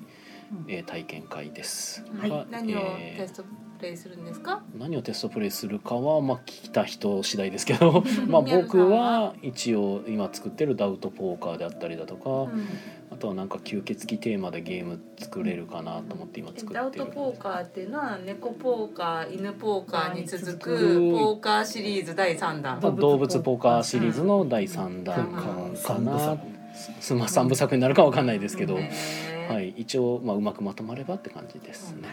[SPEAKER 1] えー体験会です、
[SPEAKER 5] うん
[SPEAKER 1] が
[SPEAKER 5] はい何を
[SPEAKER 1] えー
[SPEAKER 5] テストプレイするんですか
[SPEAKER 1] 何をテストプレイするかは、まあ、聞いた人次第ですけど まあ僕は一応今作ってるダウトポーカーであったりだとか、
[SPEAKER 5] うん
[SPEAKER 1] あとはなんか吸血鬼テーマでゲーム作れるかなと思って今作ってる
[SPEAKER 5] ダウトポーカーっていうのは猫ポーカー犬ポーカーに続
[SPEAKER 1] う
[SPEAKER 5] く
[SPEAKER 1] ん
[SPEAKER 5] ポーカーシリーズ第3弾
[SPEAKER 1] まあ動物ポーカーシリーズの第3弾か
[SPEAKER 2] うん
[SPEAKER 1] な、すまあ3部作になるかわかんないですけど、
[SPEAKER 5] ね
[SPEAKER 1] は、い、一応、まあ、うまくまとまればって感じですね。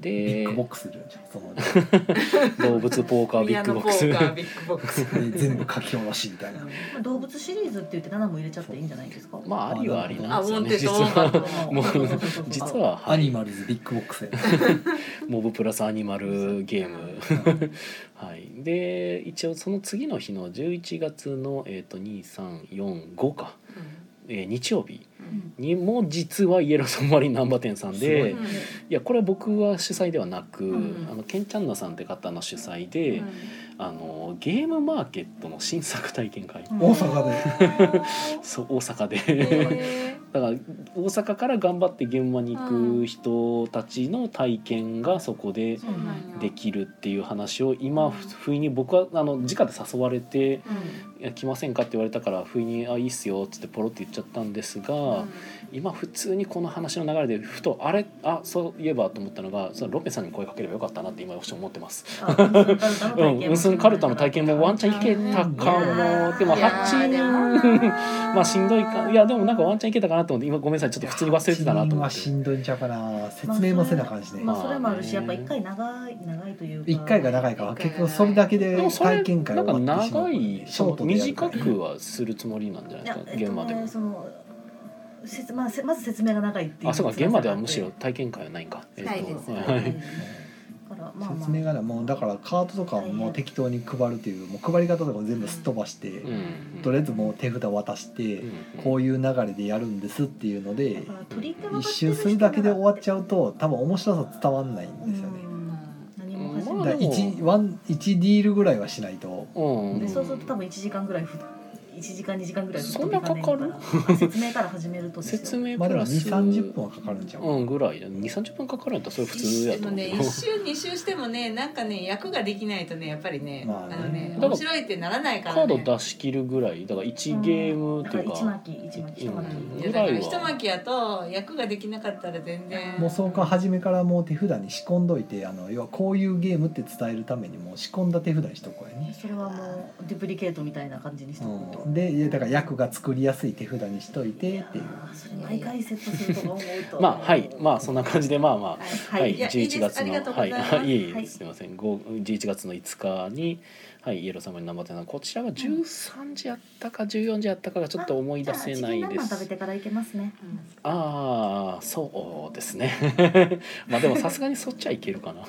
[SPEAKER 2] ビ
[SPEAKER 1] で
[SPEAKER 2] ッグボックスするんじゃんその
[SPEAKER 1] 動物ポーカービッグボックス
[SPEAKER 5] ピアノポーカービッグボックス
[SPEAKER 2] 全部書き下ろしみたいな
[SPEAKER 3] まあ動物シリーズって言って7も入れちゃっていいんじゃないですか。
[SPEAKER 1] まあありはありな
[SPEAKER 5] あ
[SPEAKER 1] ん
[SPEAKER 5] ウ
[SPEAKER 1] ですよ
[SPEAKER 5] ォン
[SPEAKER 1] ね実
[SPEAKER 5] テッドオーバー
[SPEAKER 1] は
[SPEAKER 5] と
[SPEAKER 1] もう
[SPEAKER 3] そうそうそうそう
[SPEAKER 1] 実は、
[SPEAKER 2] ア
[SPEAKER 1] は
[SPEAKER 2] ニ
[SPEAKER 1] い、
[SPEAKER 2] マルズビッグボックス や
[SPEAKER 1] モブプラスアニマルゲーム、はい、で一応その次の日の11月の、えー、と2345か、えー日曜日
[SPEAKER 5] うん
[SPEAKER 1] にも実はイエローサンマリン難波店さん
[SPEAKER 2] すご
[SPEAKER 1] で
[SPEAKER 2] い
[SPEAKER 5] うん
[SPEAKER 1] いやこれは僕は主催ではなく、
[SPEAKER 5] うん
[SPEAKER 1] あのケンチャンナさんって方の主催
[SPEAKER 5] う
[SPEAKER 1] で、
[SPEAKER 5] ん
[SPEAKER 1] あのゲームマーケットの新作体験会
[SPEAKER 2] 大阪で
[SPEAKER 1] そう大阪
[SPEAKER 5] へ
[SPEAKER 1] で
[SPEAKER 5] ー
[SPEAKER 1] だから大阪から頑張って現場に行く人たちの体験がそこで
[SPEAKER 5] そうなんや
[SPEAKER 1] できるっていう話を今ふ不意に僕はあの直で誘われて「いや来ませんか?」って言われたから不意に「あいいっすよ」っつってポロって言っちゃったんですが、
[SPEAKER 5] うん
[SPEAKER 1] 今普通にこの話の流れでふとあれあそういえばと思ったのがそのロペさんに声かければよかったなって今一瞬思ってます。うん、ウンスンカルタの体験もワンチャンいけたかもでも
[SPEAKER 5] いや
[SPEAKER 1] 8
[SPEAKER 5] ーでも
[SPEAKER 1] 人まあしんどいかいやでもなんかワンチャンいけたかなと思って今ごめんなさいちょっと普通に忘れてたなと思
[SPEAKER 2] は
[SPEAKER 1] っ
[SPEAKER 2] してんどいんちゃうかな説明もせなあかんしね、
[SPEAKER 3] ま
[SPEAKER 1] ま
[SPEAKER 3] あ
[SPEAKER 1] あ
[SPEAKER 3] それもあるしやっぱ一回長い長いというか
[SPEAKER 2] 一回が長いから
[SPEAKER 5] 一回が長い
[SPEAKER 2] 結局それだけで
[SPEAKER 1] でもそれ
[SPEAKER 2] 体験会
[SPEAKER 1] なんか
[SPEAKER 2] 終わってしま
[SPEAKER 1] 長
[SPEAKER 2] うからね
[SPEAKER 1] い
[SPEAKER 2] ショートでやるか
[SPEAKER 1] 短
[SPEAKER 2] らね
[SPEAKER 1] くはするつもりなんじゃない
[SPEAKER 3] い
[SPEAKER 1] です
[SPEAKER 3] や
[SPEAKER 1] か
[SPEAKER 3] えっ
[SPEAKER 1] 現
[SPEAKER 3] と
[SPEAKER 1] 場で
[SPEAKER 3] ね
[SPEAKER 1] も。
[SPEAKER 3] そのせつまあせまず説明が長いっていう
[SPEAKER 1] あそうか現場ではむしろ
[SPEAKER 3] だ
[SPEAKER 1] 体験会はないんか。えっと
[SPEAKER 5] ないですね
[SPEAKER 1] はい
[SPEAKER 3] からまあまあ
[SPEAKER 2] 説明がねもうだからカートとかはもう適当に配るというもう配り方とかも全部すっ飛ばして、
[SPEAKER 1] うんうん
[SPEAKER 2] とりあえずもう手札渡して、
[SPEAKER 1] うん
[SPEAKER 2] こういう流れでやるんですっていうので
[SPEAKER 3] だから取り手は
[SPEAKER 2] 一周するだけで終わっちゃ
[SPEAKER 3] う
[SPEAKER 2] うと多分面白さ伝わんないんですよね。
[SPEAKER 3] ん何も始
[SPEAKER 1] うん
[SPEAKER 3] め
[SPEAKER 1] ま
[SPEAKER 2] だ
[SPEAKER 1] あ
[SPEAKER 2] から
[SPEAKER 1] でも
[SPEAKER 2] 1ワン1ディールぐらいはしないと
[SPEAKER 1] うんうん
[SPEAKER 3] でそうすると多分1時間ぐらいふ一時間2時間ぐらい
[SPEAKER 1] そんなかかる
[SPEAKER 3] る説明から始めるとですよ
[SPEAKER 1] 説明
[SPEAKER 2] まあ
[SPEAKER 1] プ
[SPEAKER 2] でも
[SPEAKER 1] ラス
[SPEAKER 2] 2 3 0分はかかるんちゃう、
[SPEAKER 1] うんぐらいだ二三十分かかるんだったらそれ普通や
[SPEAKER 5] で
[SPEAKER 1] と
[SPEAKER 5] も
[SPEAKER 1] 思うけ
[SPEAKER 5] ね
[SPEAKER 1] ど。
[SPEAKER 5] 一周二周してもねなんかね役ができないとねやっぱりね,、
[SPEAKER 2] ま
[SPEAKER 5] あ、
[SPEAKER 2] あね
[SPEAKER 5] のね
[SPEAKER 1] だから
[SPEAKER 5] 面白いってならないか
[SPEAKER 1] カ
[SPEAKER 5] ら
[SPEAKER 1] ー
[SPEAKER 5] ね
[SPEAKER 1] ド出し切るぐらいだから1ゲームっていう
[SPEAKER 3] だ
[SPEAKER 1] か
[SPEAKER 3] から一巻き一巻き一巻き
[SPEAKER 5] う
[SPEAKER 1] ぐ
[SPEAKER 5] んい
[SPEAKER 1] らい
[SPEAKER 5] やだから
[SPEAKER 1] は
[SPEAKER 5] 一巻きやと役ができなかったら全然
[SPEAKER 2] もうそうか初めからもう手札に仕込んどいてあの要はこういうゲームって伝えるためにもう仕込んだ手札にしとこうやね。
[SPEAKER 3] それはもうデュプリケートみたいな感じにしておくと、
[SPEAKER 2] うん、でいやだから役が作りやすい手札にしといてっていう
[SPEAKER 3] あそれ毎回セットするとか思うと
[SPEAKER 1] まあはいまあそんな感じでまあまあ
[SPEAKER 3] はい、
[SPEAKER 1] はい
[SPEAKER 5] いやいいです
[SPEAKER 1] 11月
[SPEAKER 5] ありがと
[SPEAKER 1] の
[SPEAKER 5] うご
[SPEAKER 1] はい
[SPEAKER 5] ざいま す
[SPEAKER 1] はいいえい
[SPEAKER 3] は
[SPEAKER 1] え
[SPEAKER 3] い
[SPEAKER 1] すみませんご11月の5日にはいイエロー様に生手なこちらが13時やったか14時やったかがちょっと思い出せない
[SPEAKER 3] じ
[SPEAKER 1] で
[SPEAKER 3] ゃあチキン南蛮食べ
[SPEAKER 1] す
[SPEAKER 3] てから行けますね
[SPEAKER 5] うん
[SPEAKER 1] ああそうですね まあでもさすがにそっちはいけるかな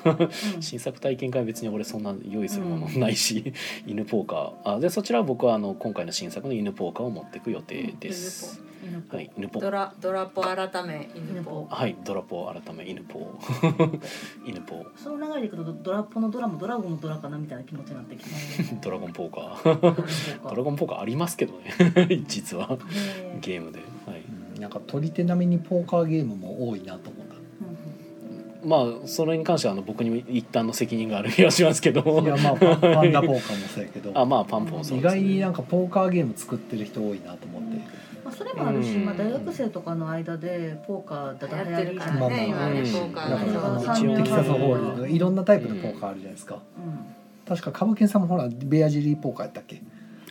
[SPEAKER 1] 新作体験会別に俺そんな用意するものないし、 犬ポーカーあでそちらは僕はあの今回の新作の犬ポーカーを持っていく予定です、
[SPEAKER 3] うん犬っぽ
[SPEAKER 1] はい犬ポーカー
[SPEAKER 5] ドラドラポ改め犬ポ
[SPEAKER 1] はい、ドラポー改め犬ポー犬ポー
[SPEAKER 3] その流れでいくとドラポのドラもドラゴンのドラかなみたいな気持ちになってきますね
[SPEAKER 1] ドラゴンポーカードラゴンポーカーありますけどね 実は
[SPEAKER 3] へー
[SPEAKER 1] ゲームで、はい、
[SPEAKER 2] うんなんか取り手並みにポーカーゲームも多いなと思った
[SPEAKER 3] うん
[SPEAKER 1] まあそれに関してはあの僕に一旦の責任がある気がしますけ
[SPEAKER 2] い
[SPEAKER 1] ど
[SPEAKER 2] やま あパンパンダポーカーもそうやけど
[SPEAKER 1] あまあパンポンそう
[SPEAKER 2] 意
[SPEAKER 1] です、
[SPEAKER 2] 外
[SPEAKER 1] ね、
[SPEAKER 2] になんかポーカーゲーム作ってる人多いなと思って
[SPEAKER 3] まあ、それもあるし、
[SPEAKER 1] うん
[SPEAKER 3] まあ、大学生とかの間でポーカーだ
[SPEAKER 5] ー
[SPEAKER 3] だ
[SPEAKER 5] 流
[SPEAKER 3] 流
[SPEAKER 5] 行っ
[SPEAKER 3] 行り
[SPEAKER 5] てるか
[SPEAKER 3] じ
[SPEAKER 5] ら
[SPEAKER 3] ゃない
[SPEAKER 5] ね
[SPEAKER 1] まあ
[SPEAKER 5] 今
[SPEAKER 1] まあ
[SPEAKER 5] ね
[SPEAKER 1] うん
[SPEAKER 5] ポーカ
[SPEAKER 2] だ
[SPEAKER 5] ー
[SPEAKER 2] から
[SPEAKER 5] がね
[SPEAKER 3] うん
[SPEAKER 2] あ
[SPEAKER 3] 一応
[SPEAKER 2] のテキサスホールディングいろんなタイプのポーカーあるじゃないですか、
[SPEAKER 3] うん
[SPEAKER 2] 確か株券さんもほらベアジェリーポーカーやったっけ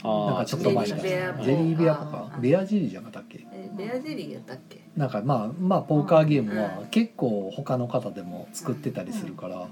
[SPEAKER 1] あー
[SPEAKER 2] なんかちょっと前に
[SPEAKER 5] ジ
[SPEAKER 2] ジ
[SPEAKER 5] ェ
[SPEAKER 2] ェ
[SPEAKER 5] リーベアポーカー
[SPEAKER 2] リーベアポーカーベアジェリーじゃなかったっけ
[SPEAKER 5] えベアゼリーやったっけ
[SPEAKER 2] なんかまあまあポーカーゲームは結構他の方でも作ってたりするか
[SPEAKER 1] う
[SPEAKER 2] ら、
[SPEAKER 1] ん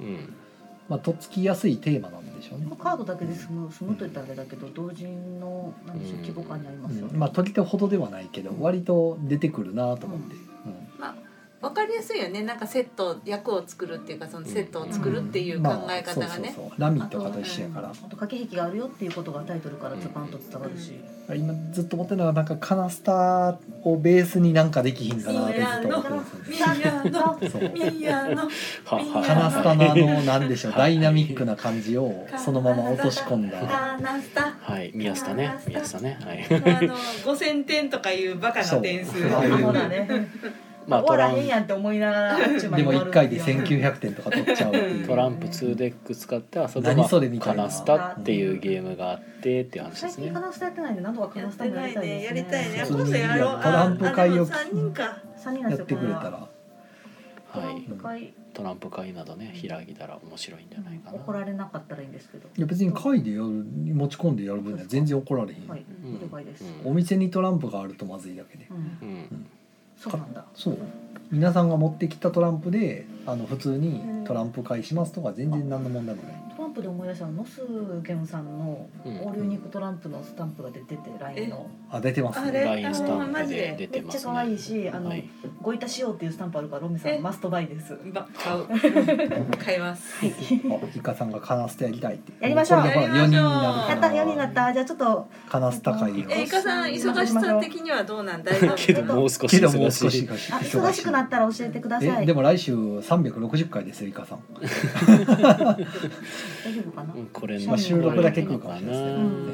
[SPEAKER 2] まあ、とっつきやすいテーマなんでしょうね
[SPEAKER 3] まあ、カードだけで済む済むといったらあれだけど同人のなんでしょ
[SPEAKER 1] う
[SPEAKER 3] う
[SPEAKER 1] ん
[SPEAKER 3] 規模感にありますよね、
[SPEAKER 2] うんまあ取り手ほどではないけど割と出てくるなと思って、うん
[SPEAKER 5] わかりやすいよねなんかセット役を作るっていうかそのセットを作るっていう考え
[SPEAKER 2] まあ、そ
[SPEAKER 5] 方がね
[SPEAKER 2] うそうそうラミとかと一緒やから
[SPEAKER 3] あ、と駆け引きがあるよっていうことがタイトルからズバンと伝わるし、
[SPEAKER 2] 今ずっと思ってるのはなんかカナスタをベースになんかできひんかなってずっと思ってます
[SPEAKER 5] ミヤの
[SPEAKER 2] そう
[SPEAKER 5] ミヤの
[SPEAKER 1] は
[SPEAKER 5] みん
[SPEAKER 1] は
[SPEAKER 5] な
[SPEAKER 2] カナスタのあのなん でしょうダイナミックな感じをそのまま落とし込んだ
[SPEAKER 5] カナスタ
[SPEAKER 1] はい宮下ね宮下ねはい
[SPEAKER 5] あの5000点とかいうバカな点数
[SPEAKER 2] そうはい
[SPEAKER 3] あほらね
[SPEAKER 1] まあ
[SPEAKER 3] 終わ
[SPEAKER 1] トラ
[SPEAKER 3] ら
[SPEAKER 1] ン
[SPEAKER 3] へんやんって思いながらあっちゅう
[SPEAKER 2] で
[SPEAKER 3] 間に
[SPEAKER 2] も
[SPEAKER 3] 終わ
[SPEAKER 2] 1
[SPEAKER 3] る
[SPEAKER 2] 回で1900点とか取っちゃうっていう
[SPEAKER 1] トランプ2デック使って遊ぶ
[SPEAKER 2] 何それみた
[SPEAKER 1] カ
[SPEAKER 2] いな
[SPEAKER 1] ナスタっていうゲームがあってっていう話で
[SPEAKER 3] 最
[SPEAKER 1] す
[SPEAKER 3] 近
[SPEAKER 1] ね
[SPEAKER 3] カナスタやってないんで何とかカ
[SPEAKER 5] や
[SPEAKER 3] ナ
[SPEAKER 5] っ
[SPEAKER 3] スタも
[SPEAKER 5] て
[SPEAKER 3] や
[SPEAKER 5] な
[SPEAKER 3] り
[SPEAKER 5] い
[SPEAKER 3] たい
[SPEAKER 5] ね
[SPEAKER 3] です
[SPEAKER 5] や
[SPEAKER 3] ね
[SPEAKER 5] りたいね
[SPEAKER 2] そう
[SPEAKER 5] 今度やろう
[SPEAKER 2] いやトランプ会を
[SPEAKER 5] ああでも三人か
[SPEAKER 3] 3人なん
[SPEAKER 2] や
[SPEAKER 3] で
[SPEAKER 2] っ
[SPEAKER 3] すよ
[SPEAKER 2] てくれた
[SPEAKER 3] これ
[SPEAKER 2] ら
[SPEAKER 3] はトラ
[SPEAKER 1] は
[SPEAKER 3] ン
[SPEAKER 1] い
[SPEAKER 3] プ会
[SPEAKER 1] トランプ会などね開いたら面白いんじゃないかな
[SPEAKER 3] 怒られなかったらいいんですけど
[SPEAKER 2] いや別に会でやる持ち込んでやる分には全然怒られへんよ、
[SPEAKER 3] はい
[SPEAKER 1] うん
[SPEAKER 3] 了解です
[SPEAKER 1] う
[SPEAKER 2] お
[SPEAKER 1] ん
[SPEAKER 2] 店にトランプがあるとまずいだけで
[SPEAKER 3] う
[SPEAKER 1] う
[SPEAKER 3] ん、
[SPEAKER 1] ん
[SPEAKER 3] そうなんだ
[SPEAKER 2] そう皆さんが持ってきたトランプであの普通にトランプ会しますとか全然何の問題もない、
[SPEAKER 3] トランプで思い出したのはノスゲンさんの
[SPEAKER 1] うん
[SPEAKER 3] オールユニークトランプのスタンプが出てて LINE の
[SPEAKER 2] あ出てます
[SPEAKER 5] あれ
[SPEAKER 1] ラインスタン
[SPEAKER 5] マ
[SPEAKER 1] プ
[SPEAKER 5] ジ
[SPEAKER 1] で
[SPEAKER 5] で
[SPEAKER 1] 出てますね。
[SPEAKER 3] めっちゃ可愛いしあの
[SPEAKER 1] はい
[SPEAKER 3] ごいたしようっていうスタンプあるからロミさ
[SPEAKER 5] え
[SPEAKER 3] んマストバイです
[SPEAKER 5] ば買う 買います
[SPEAKER 3] はい
[SPEAKER 2] あイカさんがカナスタやりたいって
[SPEAKER 3] やりましょう
[SPEAKER 2] これでほら
[SPEAKER 5] や
[SPEAKER 2] 4人
[SPEAKER 5] りま
[SPEAKER 2] に
[SPEAKER 5] しょ
[SPEAKER 2] なる
[SPEAKER 3] やっ
[SPEAKER 5] う
[SPEAKER 2] か
[SPEAKER 3] た
[SPEAKER 2] ら
[SPEAKER 3] 4人になったじゃあちょっと
[SPEAKER 2] カナスタ会を
[SPEAKER 5] えいかさん忙しさ的にはどうなん大 丈夫
[SPEAKER 1] けどもう少し
[SPEAKER 2] けどもう
[SPEAKER 1] 忙
[SPEAKER 2] 少
[SPEAKER 1] し
[SPEAKER 2] し
[SPEAKER 1] い。
[SPEAKER 3] あ忙しくなったら教えてくださ
[SPEAKER 2] え
[SPEAKER 3] い
[SPEAKER 2] でも来週360回ですよイカさん
[SPEAKER 3] 大丈夫かな、
[SPEAKER 1] うんこれ
[SPEAKER 3] ま
[SPEAKER 2] まあ、収録だけ来るかもしれないですけど、
[SPEAKER 1] うん
[SPEAKER 2] ね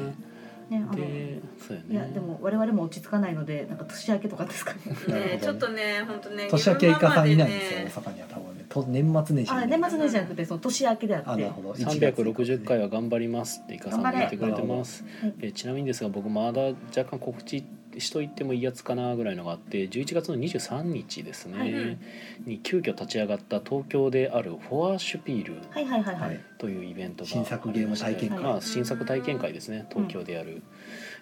[SPEAKER 3] ねあの
[SPEAKER 1] でそうやね
[SPEAKER 3] いやでも我々も落ち着かないのでなんか年明けとかですかね
[SPEAKER 2] なるほど
[SPEAKER 5] ね、ちょっとね、本当ね、
[SPEAKER 2] 年明けイカさんいないんですよ、
[SPEAKER 5] 自分の中で
[SPEAKER 2] 大阪に
[SPEAKER 5] ね
[SPEAKER 2] は多分ねと年末年始
[SPEAKER 3] あ年末年始じゃなくてその年明けであ
[SPEAKER 2] あ
[SPEAKER 3] っ
[SPEAKER 2] な
[SPEAKER 3] て
[SPEAKER 2] るほど
[SPEAKER 1] 360回は頑張りますってイカさんが言ってくれてます
[SPEAKER 3] 張れ、
[SPEAKER 1] えちなみにですが僕まだ若干告知しといてもいいやつかなぐらいのがあって11月の23日ですね、
[SPEAKER 3] はい
[SPEAKER 1] に急遽立ち上がった東京であるフォアシュピール
[SPEAKER 3] はいはいはいはい、
[SPEAKER 2] はい
[SPEAKER 1] というイベントが
[SPEAKER 2] 新作ゲーム体験
[SPEAKER 3] 会
[SPEAKER 1] まあ、新作体験会ですね東京でやる、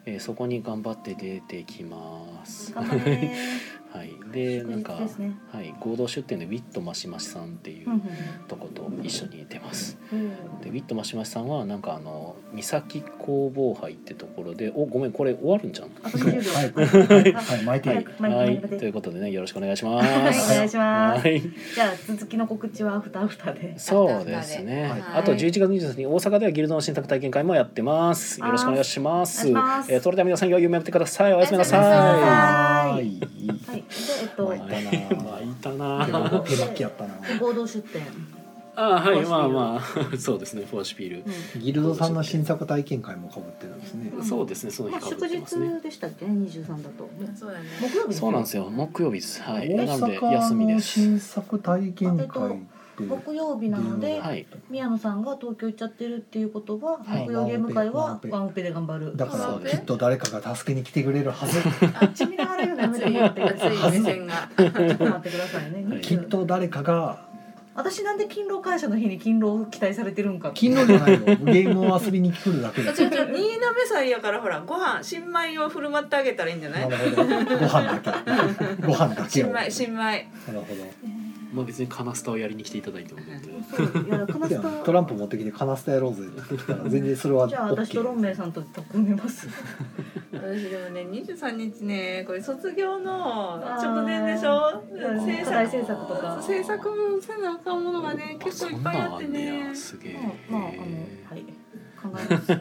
[SPEAKER 1] えーそこに頑張って出てきます、
[SPEAKER 3] 頑張れー
[SPEAKER 1] はい、でなんか
[SPEAKER 3] 祝日ですね
[SPEAKER 1] はい、合同出店でウィットマシマシさんっていううん
[SPEAKER 3] うん
[SPEAKER 1] とこと一緒に出ます
[SPEAKER 3] うん
[SPEAKER 1] でウィットマシマシさんはなんかあの三崎工房杯ってところでおごめんこれ終わるんじゃん
[SPEAKER 3] あと20秒
[SPEAKER 2] はい
[SPEAKER 3] はい
[SPEAKER 2] はい巻いて
[SPEAKER 1] はい、
[SPEAKER 2] る
[SPEAKER 3] マイク
[SPEAKER 1] はい、
[SPEAKER 3] マイク
[SPEAKER 1] ということでねよろしくお願いします
[SPEAKER 3] はいお願いします
[SPEAKER 1] はい
[SPEAKER 3] じゃあ続きの告知はアフターアフターで
[SPEAKER 1] そうですね、
[SPEAKER 2] はい
[SPEAKER 1] あと11月23日に大阪ではギルドの新宅体験会もやってますよろしくお願いします
[SPEAKER 3] お願いします
[SPEAKER 1] えーそれでは皆さん良い夢を見てくださいおやすみな
[SPEAKER 5] おやすみな
[SPEAKER 1] さ
[SPEAKER 5] さ
[SPEAKER 2] は
[SPEAKER 3] はいはいでえっと、
[SPEAKER 2] はい
[SPEAKER 1] いいたなまあいた
[SPEAKER 2] でも
[SPEAKER 1] な
[SPEAKER 2] 手巻きやったな
[SPEAKER 3] 合同出店、
[SPEAKER 1] あはい
[SPEAKER 3] フォア
[SPEAKER 1] ま
[SPEAKER 3] シュピー
[SPEAKER 1] あ
[SPEAKER 3] ル
[SPEAKER 1] まあそうですねフォアシュピール、
[SPEAKER 3] う
[SPEAKER 2] ギルドさんの新作体験会もかぶってるんですね
[SPEAKER 3] うん
[SPEAKER 1] そうですねその
[SPEAKER 3] んま
[SPEAKER 1] 日
[SPEAKER 3] あ、
[SPEAKER 1] かぶ
[SPEAKER 3] 祝
[SPEAKER 1] ってますね
[SPEAKER 3] 日でしたっけね23だと
[SPEAKER 5] そうだね。
[SPEAKER 3] 木曜日
[SPEAKER 1] そうなんですよ木曜日ですはい
[SPEAKER 2] 大
[SPEAKER 1] なので休み
[SPEAKER 2] 阪
[SPEAKER 1] で
[SPEAKER 2] の
[SPEAKER 1] す
[SPEAKER 2] 新作体験会って
[SPEAKER 3] 木曜日なので、
[SPEAKER 1] はい
[SPEAKER 3] 宮野さんが東京行っちゃってるっていうことは、
[SPEAKER 1] はい
[SPEAKER 3] 木曜ゲーム会は
[SPEAKER 2] ワンオペ
[SPEAKER 3] ワンオペで頑張る
[SPEAKER 2] だ
[SPEAKER 5] そ
[SPEAKER 2] か
[SPEAKER 5] う
[SPEAKER 2] ら
[SPEAKER 5] ね
[SPEAKER 2] きっと誰かが助けに来てくれるはず
[SPEAKER 5] あっ
[SPEAKER 3] ち見ながら言うのやめ
[SPEAKER 5] 熱
[SPEAKER 3] て
[SPEAKER 5] い
[SPEAKER 3] もらってください
[SPEAKER 5] 熱い目線 が。
[SPEAKER 3] ちょっと待ってくださいね、
[SPEAKER 1] はい
[SPEAKER 2] きっと誰かが
[SPEAKER 3] 私なんで勤労感謝の日に勤労を期待されてるんか
[SPEAKER 2] 金のじゃないよゲームを遊びに来るだけ
[SPEAKER 5] あ
[SPEAKER 2] で
[SPEAKER 5] 違う違う、新鍋祭やからほら、ご飯新米を振る舞ってあげたらいいんじゃ
[SPEAKER 2] な
[SPEAKER 5] な
[SPEAKER 2] いる？ほどご飯だけご飯だけを
[SPEAKER 5] 新
[SPEAKER 2] なる
[SPEAKER 5] 米新米。
[SPEAKER 2] ほど
[SPEAKER 1] まあ別にカナスタをやりに来ていただいても全然
[SPEAKER 3] そういやカナスタ
[SPEAKER 2] トランプ持ってきてカナスタやろうぜって言ったら全然それは OK
[SPEAKER 3] じゃあ私とロンメイさんと組みます
[SPEAKER 5] 私でもね、23日ね、これ卒業の直前でしょ
[SPEAKER 3] ー
[SPEAKER 5] うん
[SPEAKER 2] 課題
[SPEAKER 3] 制作とか
[SPEAKER 5] 制作もせなあかんものがね、結構いっぱいあって
[SPEAKER 1] そんなんあんね
[SPEAKER 5] ね
[SPEAKER 1] や。すげえ、
[SPEAKER 3] まあまああのはい考えます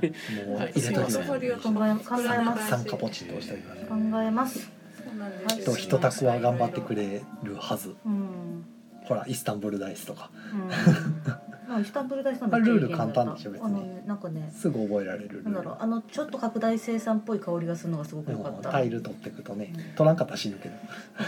[SPEAKER 2] もう
[SPEAKER 1] はい
[SPEAKER 2] 入れとき
[SPEAKER 1] そう
[SPEAKER 2] ま
[SPEAKER 1] そ
[SPEAKER 2] す
[SPEAKER 1] う
[SPEAKER 3] 考え考えます
[SPEAKER 2] 参加ポチッと押しておきます
[SPEAKER 3] 考えます
[SPEAKER 5] そうなんです
[SPEAKER 2] きっ
[SPEAKER 5] よ
[SPEAKER 2] とひとたくは頑張ってくれるはず
[SPEAKER 3] うん
[SPEAKER 2] ほらイスタンブルダイスとか
[SPEAKER 3] うんまあイスタンブル大使さん
[SPEAKER 2] あルール簡単でしょ別に
[SPEAKER 3] あのねなんかね
[SPEAKER 2] すぐ覚えられる
[SPEAKER 3] なんだろうあのちょっと拡大生産っぽい香りがするのがすごく良か
[SPEAKER 2] も
[SPEAKER 3] っ
[SPEAKER 2] う
[SPEAKER 3] た
[SPEAKER 2] タイル取ってくとね取らんかったら死ぬけど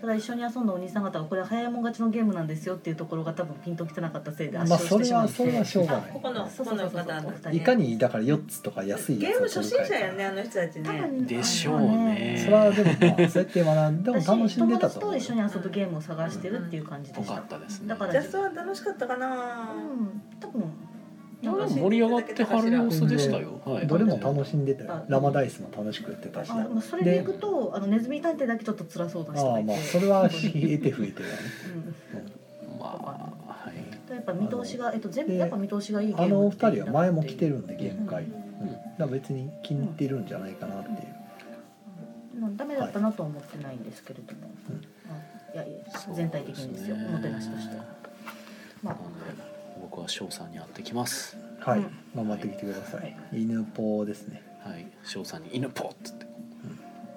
[SPEAKER 3] ただ一緒に遊んだお兄さん方はこれは早いもん勝ちのゲームなんですよっていうところが多分ピンときてなかったせいで圧
[SPEAKER 2] まあ
[SPEAKER 3] 勝
[SPEAKER 2] それ
[SPEAKER 3] してしま
[SPEAKER 2] は
[SPEAKER 3] って
[SPEAKER 2] それはしょうが
[SPEAKER 5] あここの
[SPEAKER 2] な
[SPEAKER 3] そうそうそうそう
[SPEAKER 5] この方の
[SPEAKER 3] お二人
[SPEAKER 2] いいかにだから4つとか安い
[SPEAKER 5] ゲ
[SPEAKER 2] や
[SPEAKER 5] ーム
[SPEAKER 2] つ
[SPEAKER 5] 初
[SPEAKER 2] を取るか
[SPEAKER 5] 心者
[SPEAKER 2] や
[SPEAKER 5] やんねあの人たち
[SPEAKER 3] 多
[SPEAKER 5] ね。
[SPEAKER 3] 分
[SPEAKER 1] でしょうね
[SPEAKER 2] それはでもまあそうやって学んでも
[SPEAKER 3] 私
[SPEAKER 2] 楽しんでたと
[SPEAKER 3] 友
[SPEAKER 2] 思う
[SPEAKER 3] 達と一緒に遊ぶゲームを探してるっていう感じ
[SPEAKER 1] ぽ
[SPEAKER 3] でし
[SPEAKER 1] か
[SPEAKER 3] た
[SPEAKER 1] ったですね
[SPEAKER 3] だから
[SPEAKER 5] ジャストは楽しかったかな
[SPEAKER 3] う。ん多分
[SPEAKER 5] なんか
[SPEAKER 1] 盛り上がってはる様子でしたよ、はい、
[SPEAKER 2] どれも楽しんでたよラマダイスも楽しくやってたし
[SPEAKER 3] あ
[SPEAKER 2] あ
[SPEAKER 3] まあそれでいくとあのネズミ探偵だけちょっと辛そうな人が
[SPEAKER 2] あ
[SPEAKER 3] いて
[SPEAKER 2] まあそれは
[SPEAKER 3] 本当に
[SPEAKER 2] 冷えて増えてだね
[SPEAKER 3] うん
[SPEAKER 1] まあはい
[SPEAKER 3] やっぱ見通しがえっと全部
[SPEAKER 2] で
[SPEAKER 3] やっぱ見通しがいいゲーム
[SPEAKER 2] あのお二人は前も来
[SPEAKER 3] 来
[SPEAKER 2] てるんでゲーム会、
[SPEAKER 3] う
[SPEAKER 2] うんだから別に気に入ってるんじゃないかなっていう、
[SPEAKER 3] ダメだったなとは思ってないんですけれども、
[SPEAKER 2] うん
[SPEAKER 3] あいやいや全体的にですよおもてなしとして
[SPEAKER 1] なの
[SPEAKER 3] は まあ
[SPEAKER 1] で僕は翔さんに会ってきます
[SPEAKER 2] はい、
[SPEAKER 3] うん
[SPEAKER 2] 頑張ってきてください、
[SPEAKER 3] はい
[SPEAKER 2] 犬ぽです ね
[SPEAKER 1] はい翔さんに犬ポッつって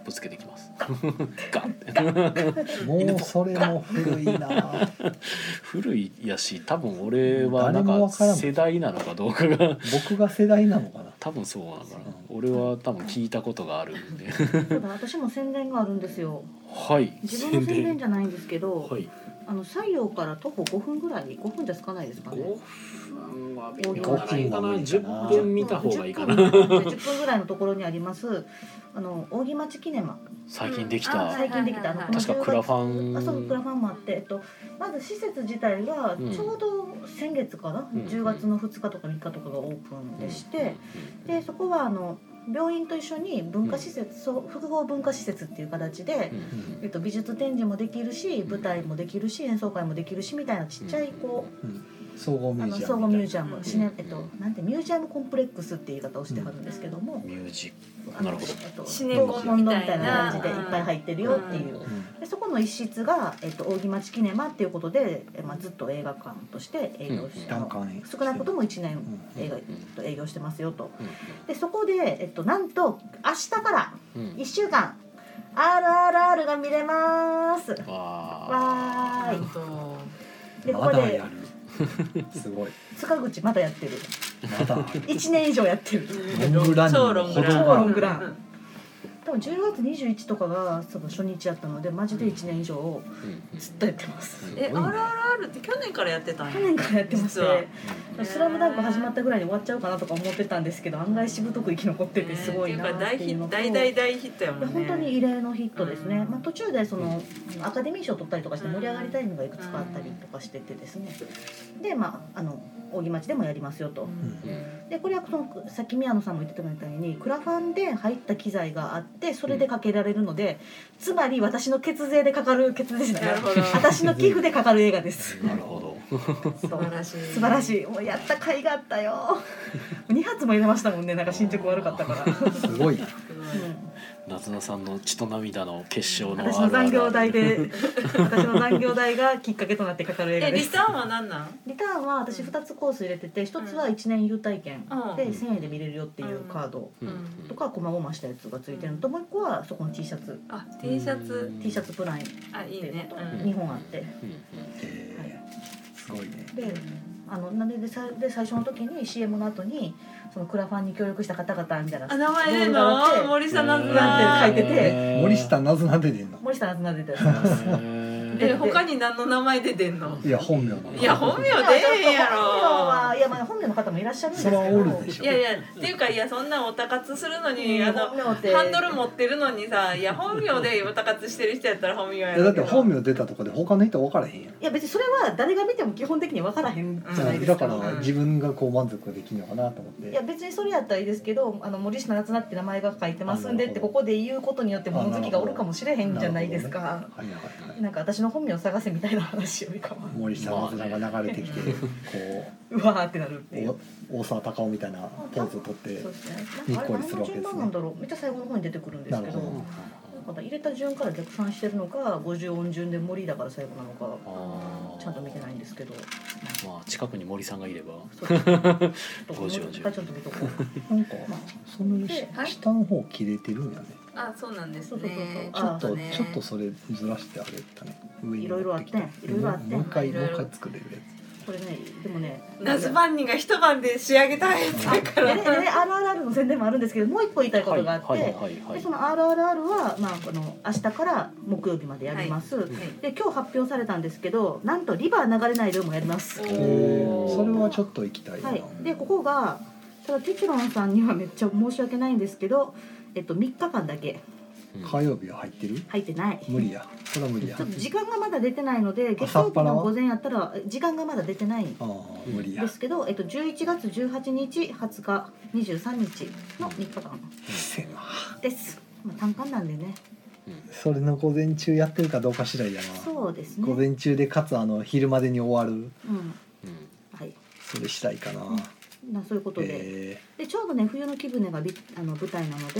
[SPEAKER 1] ぶつけてきます ガンって
[SPEAKER 2] も
[SPEAKER 1] 犬
[SPEAKER 2] う
[SPEAKER 1] ぽ
[SPEAKER 2] それも古いな ぁ
[SPEAKER 1] 古いやし多分俺はな
[SPEAKER 2] 誰
[SPEAKER 1] ん
[SPEAKER 2] も
[SPEAKER 1] か
[SPEAKER 2] わからん
[SPEAKER 1] 世代なのかどうかが
[SPEAKER 2] 僕が世代なのかな
[SPEAKER 1] 多分そうなのかな俺は多分聞いたことがあるんで
[SPEAKER 3] そうだ私も宣伝があるんですよ
[SPEAKER 1] はい
[SPEAKER 3] 自分の宣伝じゃないんですけど、
[SPEAKER 1] はい
[SPEAKER 3] あの西洋から徒歩5分ぐらい5分じゃつかないですかね
[SPEAKER 1] 5分は見
[SPEAKER 3] 見
[SPEAKER 1] た
[SPEAKER 3] た
[SPEAKER 1] 方
[SPEAKER 3] 方
[SPEAKER 1] が
[SPEAKER 3] が
[SPEAKER 1] い
[SPEAKER 2] い
[SPEAKER 1] い
[SPEAKER 2] い
[SPEAKER 1] かな
[SPEAKER 2] かな
[SPEAKER 1] 10
[SPEAKER 2] 10
[SPEAKER 1] 分見た方がいいかな
[SPEAKER 2] 分
[SPEAKER 3] 10分10分ぐらいのところにありますあの扇町記念マ
[SPEAKER 1] 最近でき
[SPEAKER 5] うんあ
[SPEAKER 1] た
[SPEAKER 5] はい
[SPEAKER 3] 最近できたあの
[SPEAKER 5] はい
[SPEAKER 1] 確かクラファン
[SPEAKER 3] あそうクラファンもあって、えっと、まず施設自体が
[SPEAKER 1] うん
[SPEAKER 3] ちょうど先月かな、
[SPEAKER 1] うん
[SPEAKER 3] 10月の2日とか3日とかがオープンでして、
[SPEAKER 1] うん
[SPEAKER 3] でそこはあの病院と一緒に文化施設、そう複合文化施設っていう形で
[SPEAKER 1] う、ん
[SPEAKER 3] えっと、美術展示もできるし舞台もできるし演奏会もできるしみたいなちっちゃいこう、
[SPEAKER 2] 総合ミュ
[SPEAKER 3] あ
[SPEAKER 2] ー
[SPEAKER 3] の
[SPEAKER 2] ジア
[SPEAKER 3] 総
[SPEAKER 2] ム
[SPEAKER 3] 合
[SPEAKER 2] みたい
[SPEAKER 3] ミュージアム、
[SPEAKER 5] うん
[SPEAKER 3] シネえっと、なんてミュージアムコンプレックスっていう言い方をしてはるんですけども、
[SPEAKER 1] ミュージッ
[SPEAKER 3] あ
[SPEAKER 1] な
[SPEAKER 3] の
[SPEAKER 1] るほど
[SPEAKER 3] えっと
[SPEAKER 5] シネコンみたいな
[SPEAKER 3] 感じでいっぱい入ってるよっていう。
[SPEAKER 1] うん
[SPEAKER 2] な、うん
[SPEAKER 3] でそこの一室が、えっと、扇町キネマっていうことで、えまあ、ずっと映画館として営業して、
[SPEAKER 2] 単価ね
[SPEAKER 3] 少なくとも1
[SPEAKER 2] う
[SPEAKER 3] 年
[SPEAKER 2] ん
[SPEAKER 3] 映画、えっと営業してますよとで
[SPEAKER 1] ク
[SPEAKER 3] そこで、えっと、なんと明日から
[SPEAKER 1] うんうん
[SPEAKER 3] 1週間 RRR が見れます
[SPEAKER 1] わ
[SPEAKER 3] わーい
[SPEAKER 5] い。
[SPEAKER 3] でこ
[SPEAKER 2] ま
[SPEAKER 3] こ
[SPEAKER 2] だや
[SPEAKER 3] で
[SPEAKER 2] る すごい
[SPEAKER 3] 塚口まだやってる
[SPEAKER 2] まだある
[SPEAKER 3] 1年以上やってる
[SPEAKER 2] ロングランニン
[SPEAKER 5] 超
[SPEAKER 2] グ
[SPEAKER 5] ロ
[SPEAKER 2] のほ
[SPEAKER 5] ング
[SPEAKER 2] ど
[SPEAKER 5] ラン
[SPEAKER 3] 超ロ
[SPEAKER 2] が
[SPEAKER 3] ングラン多分10月21とかがその初日やったのでマジで1年以上ずっとやってます
[SPEAKER 5] え、
[SPEAKER 1] すごいね
[SPEAKER 5] RRR って去年からやってたんや
[SPEAKER 3] 去年からやってまし
[SPEAKER 5] 実は
[SPEAKER 3] て「スラムダンク始まったぐらいに終わっちゃうかなとか思ってたんですけど案外しぶとく生き残っててすごいな
[SPEAKER 5] ね
[SPEAKER 3] ー
[SPEAKER 5] っ
[SPEAKER 3] ってて
[SPEAKER 5] い
[SPEAKER 3] いうう
[SPEAKER 5] か
[SPEAKER 3] のと
[SPEAKER 5] 大ヒッ大大大ヒットやもんね
[SPEAKER 3] 本当に異例のヒットですね、
[SPEAKER 5] うん
[SPEAKER 3] まあ、途中でそのアカデミー賞取ったりとかして盛り上がりたいのがいくつかあったりとかしててですねでまああの扇町でもやりますよとでこれはそのさっき宮野さんも言ってたみたいにクラファンで入った機材があってそれでかけられるので、つまり私の血税でかかる血税じゃない
[SPEAKER 5] なるほど
[SPEAKER 3] 私の寄付でかかる映画です
[SPEAKER 1] なるほど。
[SPEAKER 5] 素晴らしい
[SPEAKER 3] 素晴らしいもうやった甲斐があった よ2発も入れましたもんねなんか進捗悪かったから、う
[SPEAKER 2] すごいな
[SPEAKER 3] ん、
[SPEAKER 1] 夏菜さんの血と涙の結晶の
[SPEAKER 3] 私の残業代で私の残業代がきっかけとなってかかる映画
[SPEAKER 5] え
[SPEAKER 3] で
[SPEAKER 5] リ
[SPEAKER 3] す
[SPEAKER 5] ターンは何なん
[SPEAKER 3] リターンは私2つコース入れてて1つは1年優待券
[SPEAKER 5] うん
[SPEAKER 3] で1000円で見れるよっていうカード
[SPEAKER 1] うん
[SPEAKER 3] とか細々したやつがついてるのともう1個はそこの T シャツ
[SPEAKER 5] あ T シャツ
[SPEAKER 3] T シャツプライム
[SPEAKER 5] あいいね
[SPEAKER 1] うん
[SPEAKER 3] 2本あって
[SPEAKER 1] うんうん
[SPEAKER 2] えー
[SPEAKER 3] はい
[SPEAKER 2] すごいね
[SPEAKER 3] であのなんででさで最初の時に CM の後にそのクラファンに協力した方々みたいな
[SPEAKER 5] あ名前出ん
[SPEAKER 3] ロールがあって
[SPEAKER 5] の森下なん
[SPEAKER 3] な
[SPEAKER 5] だ
[SPEAKER 3] んて書いてて
[SPEAKER 1] えー
[SPEAKER 2] 森下なずなで出んの
[SPEAKER 3] 森下夏菜出てる
[SPEAKER 1] え
[SPEAKER 5] え
[SPEAKER 1] ー
[SPEAKER 5] 他に何の名前で出んの
[SPEAKER 2] いや本名なの
[SPEAKER 5] いや本名出
[SPEAKER 3] いや
[SPEAKER 5] えんや
[SPEAKER 3] 本名は
[SPEAKER 5] ろ
[SPEAKER 3] いやまあ本名の方もいらっしゃるんです
[SPEAKER 2] そ
[SPEAKER 3] け
[SPEAKER 2] れ
[SPEAKER 3] ど
[SPEAKER 2] はおるでしょ
[SPEAKER 5] いやいやっていうかいやそんなおたかつするのにあの
[SPEAKER 3] 本名って
[SPEAKER 5] ハンドル持ってるのにさいや本名でおたかつしてる人やったら本名や
[SPEAKER 2] いやだ
[SPEAKER 5] ろ
[SPEAKER 2] っ
[SPEAKER 5] うけ
[SPEAKER 2] て
[SPEAKER 5] ど
[SPEAKER 2] 本名出たとこで他の人分からへんやん
[SPEAKER 3] いや別にそれは誰が見ても基本的に分からへんじゃないです
[SPEAKER 2] だ
[SPEAKER 3] か、
[SPEAKER 2] から自分がこう満足できるのかなと思っ
[SPEAKER 3] い
[SPEAKER 2] て
[SPEAKER 3] や別にそれやったらいいですけどあの森下夏菜って名前が書いてますんでってここで言うことによって物好きがおるかもしれへんじゃないですか
[SPEAKER 2] な
[SPEAKER 3] な,、
[SPEAKER 2] はいはいはい
[SPEAKER 3] んか私の本名を探せみたいな話よりかは
[SPEAKER 2] 森下なずなが流れてきて
[SPEAKER 3] うわーってなるっていう
[SPEAKER 2] こうお大 沢たかおみたいなポーズを取って
[SPEAKER 3] そうですね
[SPEAKER 2] に
[SPEAKER 3] なん
[SPEAKER 2] っ
[SPEAKER 3] かあ
[SPEAKER 2] こ
[SPEAKER 3] れ
[SPEAKER 2] りするわけですね
[SPEAKER 3] 何の順番なんだろうめっちゃ最後の方に出てくるんで
[SPEAKER 2] な
[SPEAKER 3] す
[SPEAKER 2] る
[SPEAKER 3] け
[SPEAKER 2] ほ
[SPEAKER 3] ど
[SPEAKER 2] ど
[SPEAKER 3] なんか入れた順から逆算してるのか50音順で森だから最後なのか
[SPEAKER 1] あー
[SPEAKER 3] ちゃんと見てないんですけど
[SPEAKER 1] まあ近くに森さんがいれば。
[SPEAKER 3] そう ですねちょっともう
[SPEAKER 1] 50音
[SPEAKER 3] 一
[SPEAKER 1] 順
[SPEAKER 3] 回ちょっと見とこう。
[SPEAKER 2] なんかその下の方切れてるんやね
[SPEAKER 5] あそうなんですね
[SPEAKER 2] ちょっと
[SPEAKER 5] あね
[SPEAKER 2] ちょっとそれずらしてあれたね上に
[SPEAKER 3] いろいろあってんいろいろあってん
[SPEAKER 2] もう一回
[SPEAKER 5] い
[SPEAKER 2] も
[SPEAKER 5] ろ
[SPEAKER 2] う
[SPEAKER 5] い
[SPEAKER 2] 一
[SPEAKER 5] ろ
[SPEAKER 2] 回作れるや
[SPEAKER 3] これねでもね
[SPEAKER 5] ナズバンニが一晩で仕上げたやつだ
[SPEAKER 3] で
[SPEAKER 5] か
[SPEAKER 3] ね
[SPEAKER 5] ら
[SPEAKER 3] でね RRR の宣伝もあるんですけどもう一個言いたいことがあって、
[SPEAKER 1] はいはいはい
[SPEAKER 3] でその RRR は、まあ、この明日から木曜日までやります、
[SPEAKER 5] はい
[SPEAKER 3] で今日発表されたんですけどなんとリバー流れないルーもやりま
[SPEAKER 2] つ
[SPEAKER 3] す、
[SPEAKER 5] おー
[SPEAKER 2] それはちょっと行きたいな
[SPEAKER 3] はい、でここがただテチロンさんにはめっちゃ申し訳ないんですけど、えっと、3日間だけ
[SPEAKER 2] 火曜日は入ってる
[SPEAKER 3] 入ってない
[SPEAKER 2] 無理やそれは無理や
[SPEAKER 3] ちょっと時間がまだ出てないので月
[SPEAKER 2] 朝
[SPEAKER 3] 曜
[SPEAKER 2] っ
[SPEAKER 3] 日
[SPEAKER 2] ぱら
[SPEAKER 3] の
[SPEAKER 2] は
[SPEAKER 3] 午前やったら時間がまだ出てない
[SPEAKER 2] ああ無理や
[SPEAKER 3] ですけど、えっと、11月18日20日23日の3日間
[SPEAKER 2] 狭
[SPEAKER 3] です、まあ、単管なんでね
[SPEAKER 2] それの午前中やってるかどうか次第やな
[SPEAKER 3] そうですね
[SPEAKER 2] 午前中でかつあの昼までに終わる
[SPEAKER 3] うん
[SPEAKER 1] うん
[SPEAKER 3] はい
[SPEAKER 2] それ次第かな
[SPEAKER 3] なそういうことで,、
[SPEAKER 2] え
[SPEAKER 3] でちょうどね冬の木舟がびあの舞台なので、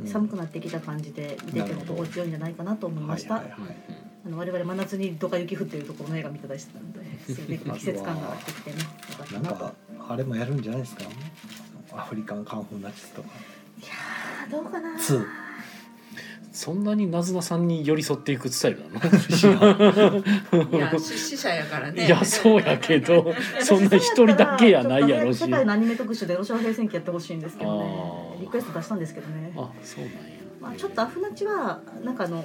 [SPEAKER 2] うん
[SPEAKER 3] 寒くなってきた感じで見てても心地よいんじゃないかなと思い
[SPEAKER 2] ー
[SPEAKER 3] ま
[SPEAKER 2] はい
[SPEAKER 3] した、
[SPEAKER 2] はいはい
[SPEAKER 3] あの我々真夏にドカ雪降ってるところの映画見てたりしてたんですごい季節感が出てきてねよかった
[SPEAKER 2] なん
[SPEAKER 3] なと
[SPEAKER 2] かあれもやるんじゃないですかアフリカンカンフーナチスとか
[SPEAKER 3] あーどうかな
[SPEAKER 2] 2
[SPEAKER 1] そんなになずなさんに寄り添っていくスタイルなの？
[SPEAKER 5] いや出資者やからね
[SPEAKER 1] いやそうやけ ど、そんな一人だけやないやろし
[SPEAKER 3] 世。界のアニメ特集でロシア平戦記やってほしいんですけど
[SPEAKER 1] あ
[SPEAKER 3] ね
[SPEAKER 1] ー
[SPEAKER 3] リクエスト出したんですけどね
[SPEAKER 1] あ、そうなんや。
[SPEAKER 3] まあ、ちょっとアフナチはなんかあの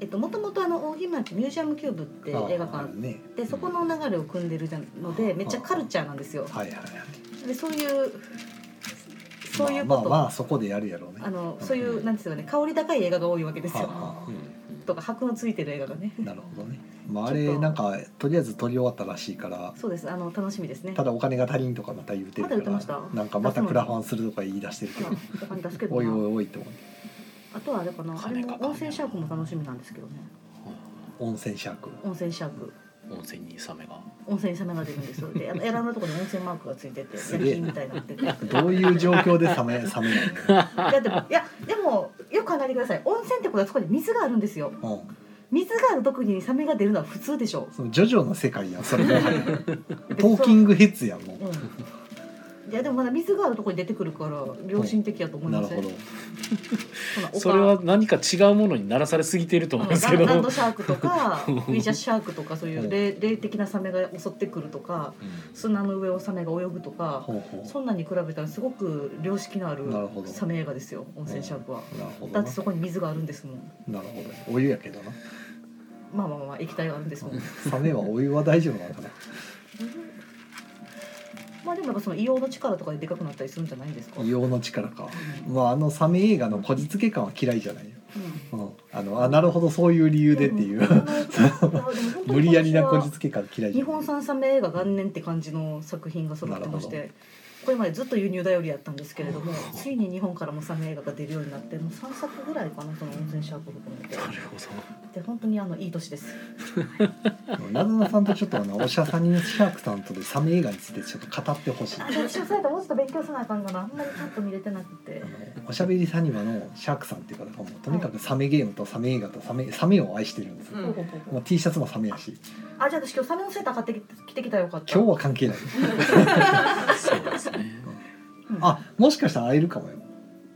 [SPEAKER 3] えっともともとあの大姫町ミュージアムキューブって映画館
[SPEAKER 2] ね
[SPEAKER 3] でそこの流れを組んでるじゃんのでめっちゃカルチャーなんですよ
[SPEAKER 2] はいはいはい
[SPEAKER 3] でそういうそういう
[SPEAKER 2] ま
[SPEAKER 3] こ
[SPEAKER 2] あま
[SPEAKER 3] と、
[SPEAKER 2] あまあそこでやるやろうね
[SPEAKER 3] あのそういうなんですよね香り高い映画が多いわけです
[SPEAKER 2] は
[SPEAKER 3] よ
[SPEAKER 2] あは
[SPEAKER 1] うん
[SPEAKER 3] とか箔のついてる映画がね
[SPEAKER 2] あなるほどねまああ
[SPEAKER 3] ちょっ
[SPEAKER 2] れ
[SPEAKER 3] と
[SPEAKER 2] なんかとりあえず撮り終わったらしいから
[SPEAKER 3] そうですあの楽しみですね
[SPEAKER 2] ただお金が足りんとかまた言うてるか
[SPEAKER 3] まだ言って
[SPEAKER 2] ら
[SPEAKER 3] ました
[SPEAKER 2] なんかまたクラファンするとか言い出してるけど
[SPEAKER 3] だから助けて
[SPEAKER 2] おいお
[SPEAKER 3] ない
[SPEAKER 2] おいって思って
[SPEAKER 3] あとはあれかなあれ
[SPEAKER 1] 金か
[SPEAKER 3] も
[SPEAKER 1] かんねん
[SPEAKER 3] 温泉シャークも楽しみなんですけどね
[SPEAKER 2] 温泉シャーク
[SPEAKER 3] 温泉シャーク
[SPEAKER 1] 温泉にサメが。
[SPEAKER 3] 温泉にサメが出るんですよであの選んだところに温泉マークがついてて
[SPEAKER 2] す
[SPEAKER 3] 夜
[SPEAKER 2] げえ
[SPEAKER 3] 勤みたいになってて
[SPEAKER 2] どういう状況で冷め冷めない
[SPEAKER 3] いやでもいやでもよく考えてください温泉ってことはそこに水があるんですよ
[SPEAKER 2] の、うん、
[SPEAKER 3] 水がある特にサメが出るのは普通でしょ
[SPEAKER 2] そのジョジョの世界やんそれもはやトーキングヘッズやんもう
[SPEAKER 3] うんいやでもまだ水があるところに出てくるから良心的やと思い
[SPEAKER 2] な
[SPEAKER 3] ま
[SPEAKER 2] る
[SPEAKER 3] す
[SPEAKER 2] ほど
[SPEAKER 3] ど
[SPEAKER 1] それは何か違うものにならされすぎていると思うんですけど、
[SPEAKER 3] ランドシャークと かウィジャーシャークとかそういう霊霊的なサメが襲ってくるとか砂の上をサメが泳ぐとか
[SPEAKER 2] ほうほ
[SPEAKER 3] そんなんに比べたらすごく良識のある
[SPEAKER 2] なるほど
[SPEAKER 3] サメ映画ですよ温泉シャークは。
[SPEAKER 2] うなるほど
[SPEAKER 3] だって
[SPEAKER 2] な
[SPEAKER 3] そこに水があるんですもん。
[SPEAKER 2] なるほどお湯やけどな
[SPEAKER 3] まあまあまあまあ液体があるんですもん。
[SPEAKER 2] サメはお湯は大丈夫なのかな
[SPEAKER 3] まあでもやっぱその硫黄の力とかででかくなったりするんじゃないんですか。うん
[SPEAKER 2] 硫黄の力かまああのサメ映画のこじつけ感は嫌いじゃないよ、うん、あのあなるほどそういう理由 でっていう
[SPEAKER 3] うん
[SPEAKER 2] 無理やりなこじつけ感嫌いじ
[SPEAKER 3] 日
[SPEAKER 2] ゃない
[SPEAKER 3] 本産サメ映画元年って感じの作品が揃ってまし
[SPEAKER 2] な
[SPEAKER 3] てこれまでずっと輸入頼りやったんですけれどもついに日本からもサメ映画が出るようになってもう3作ぐらいかなその温泉シャーク含めて
[SPEAKER 1] なるほ
[SPEAKER 3] で本当にあのいい年です
[SPEAKER 2] なずなさんとちょっとあのおしゃさんにシャークさんとでサメ映画についてちょっと語ってほしい
[SPEAKER 3] あでも私はそうやってもうちょっと勉強せなあかんかなあんまりちゃんと見れてなくて
[SPEAKER 2] あのおしゃべりサニバのシャークさんっていう方がもうとにかくサメゲームとサメ映画とサメサメを愛してるんですよ、
[SPEAKER 5] うん
[SPEAKER 3] ほうほうほうほ
[SPEAKER 2] も
[SPEAKER 3] う
[SPEAKER 2] う T シャツもサメやし
[SPEAKER 3] あじゃあ私今日サメのセーター買ってきて着てきたらよかった
[SPEAKER 2] 今日は関係ない
[SPEAKER 1] どそうですね
[SPEAKER 3] うん
[SPEAKER 2] あもしかしたら会えるかもよ、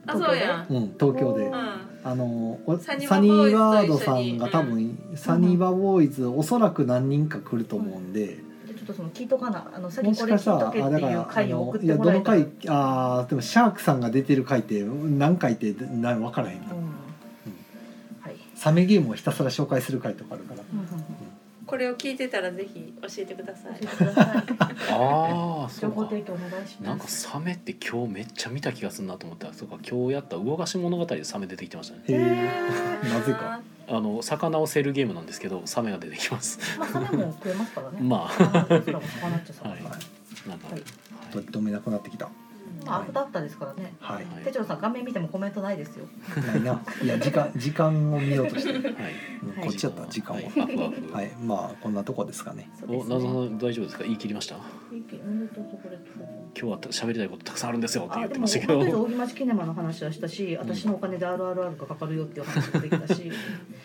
[SPEAKER 5] あそうやん、
[SPEAKER 2] うん、東京で
[SPEAKER 5] う。ん、
[SPEAKER 2] あのおサ
[SPEAKER 5] サ
[SPEAKER 2] ニ
[SPEAKER 5] ニ
[SPEAKER 2] ー
[SPEAKER 5] ーバボーイ
[SPEAKER 2] バー
[SPEAKER 5] ズと一緒に
[SPEAKER 2] ドさんが多分、サニーバボーイズおそらく何人か来ると思うんで、
[SPEAKER 3] でちょっとその聞いとかなあの先
[SPEAKER 2] も
[SPEAKER 3] こ
[SPEAKER 2] し
[SPEAKER 3] れ
[SPEAKER 2] かした
[SPEAKER 3] 聞い
[SPEAKER 2] ら
[SPEAKER 3] と
[SPEAKER 2] あ
[SPEAKER 3] けっ
[SPEAKER 2] だ
[SPEAKER 3] て
[SPEAKER 2] か
[SPEAKER 3] いう
[SPEAKER 2] らあ
[SPEAKER 3] 回を
[SPEAKER 2] の
[SPEAKER 3] 送っ
[SPEAKER 2] い
[SPEAKER 3] て
[SPEAKER 2] や
[SPEAKER 3] も
[SPEAKER 2] ど
[SPEAKER 3] らえ
[SPEAKER 2] の
[SPEAKER 3] たら
[SPEAKER 2] 回あーでもシャークさんが出てる回って何回ってな分からへん、
[SPEAKER 3] うんはい
[SPEAKER 2] サメゲームをひたすら紹介する回とかあるから
[SPEAKER 3] うんうんうん
[SPEAKER 5] これを聞いてたらぜひ教えてください
[SPEAKER 3] 教えてください
[SPEAKER 1] ああそ
[SPEAKER 3] 情
[SPEAKER 1] う
[SPEAKER 3] 報
[SPEAKER 1] か
[SPEAKER 3] 提供お願いし
[SPEAKER 1] な
[SPEAKER 3] ま
[SPEAKER 1] んか
[SPEAKER 3] す。
[SPEAKER 1] サメって今日めっちゃ見た気がするなと思ったそうか今日やった動かし物語でサメ出てきてましたね
[SPEAKER 2] へえなぜ
[SPEAKER 5] あ
[SPEAKER 2] か
[SPEAKER 1] あの魚を競るゲームなんですけどサメが出てきます
[SPEAKER 3] まあ、サメも食えますからね。
[SPEAKER 1] まあ
[SPEAKER 3] あ、僕らも魚っちゃ魚。
[SPEAKER 1] はいなんか、
[SPEAKER 3] はい
[SPEAKER 2] と止めなくなってきた
[SPEAKER 3] まあ、アフターアフターですからね。
[SPEAKER 2] はい
[SPEAKER 1] はい
[SPEAKER 3] 手帳さん、画面見てもコメントないですよ。
[SPEAKER 2] ないないや時間時間を見ようとして、うん
[SPEAKER 1] はい、
[SPEAKER 3] はい
[SPEAKER 2] こっちだった時間を
[SPEAKER 1] は、
[SPEAKER 2] はい
[SPEAKER 1] ア、
[SPEAKER 2] い
[SPEAKER 1] フアフ、
[SPEAKER 2] まあこんなとこですかね
[SPEAKER 3] そうで
[SPEAKER 1] お
[SPEAKER 3] す
[SPEAKER 1] 謎
[SPEAKER 3] ね。
[SPEAKER 1] の大丈夫ですか言い切りました今
[SPEAKER 3] いいけうんとこれとこ
[SPEAKER 1] 日は喋りたいことたくさんあるんですよって
[SPEAKER 3] あ、
[SPEAKER 1] 言っ
[SPEAKER 3] で
[SPEAKER 1] てま
[SPEAKER 3] も、ま
[SPEAKER 1] した
[SPEAKER 3] ず
[SPEAKER 1] けど
[SPEAKER 3] 大木町キネマの話はしたし、私のお金で RRR がかかるよっていう話もできたし、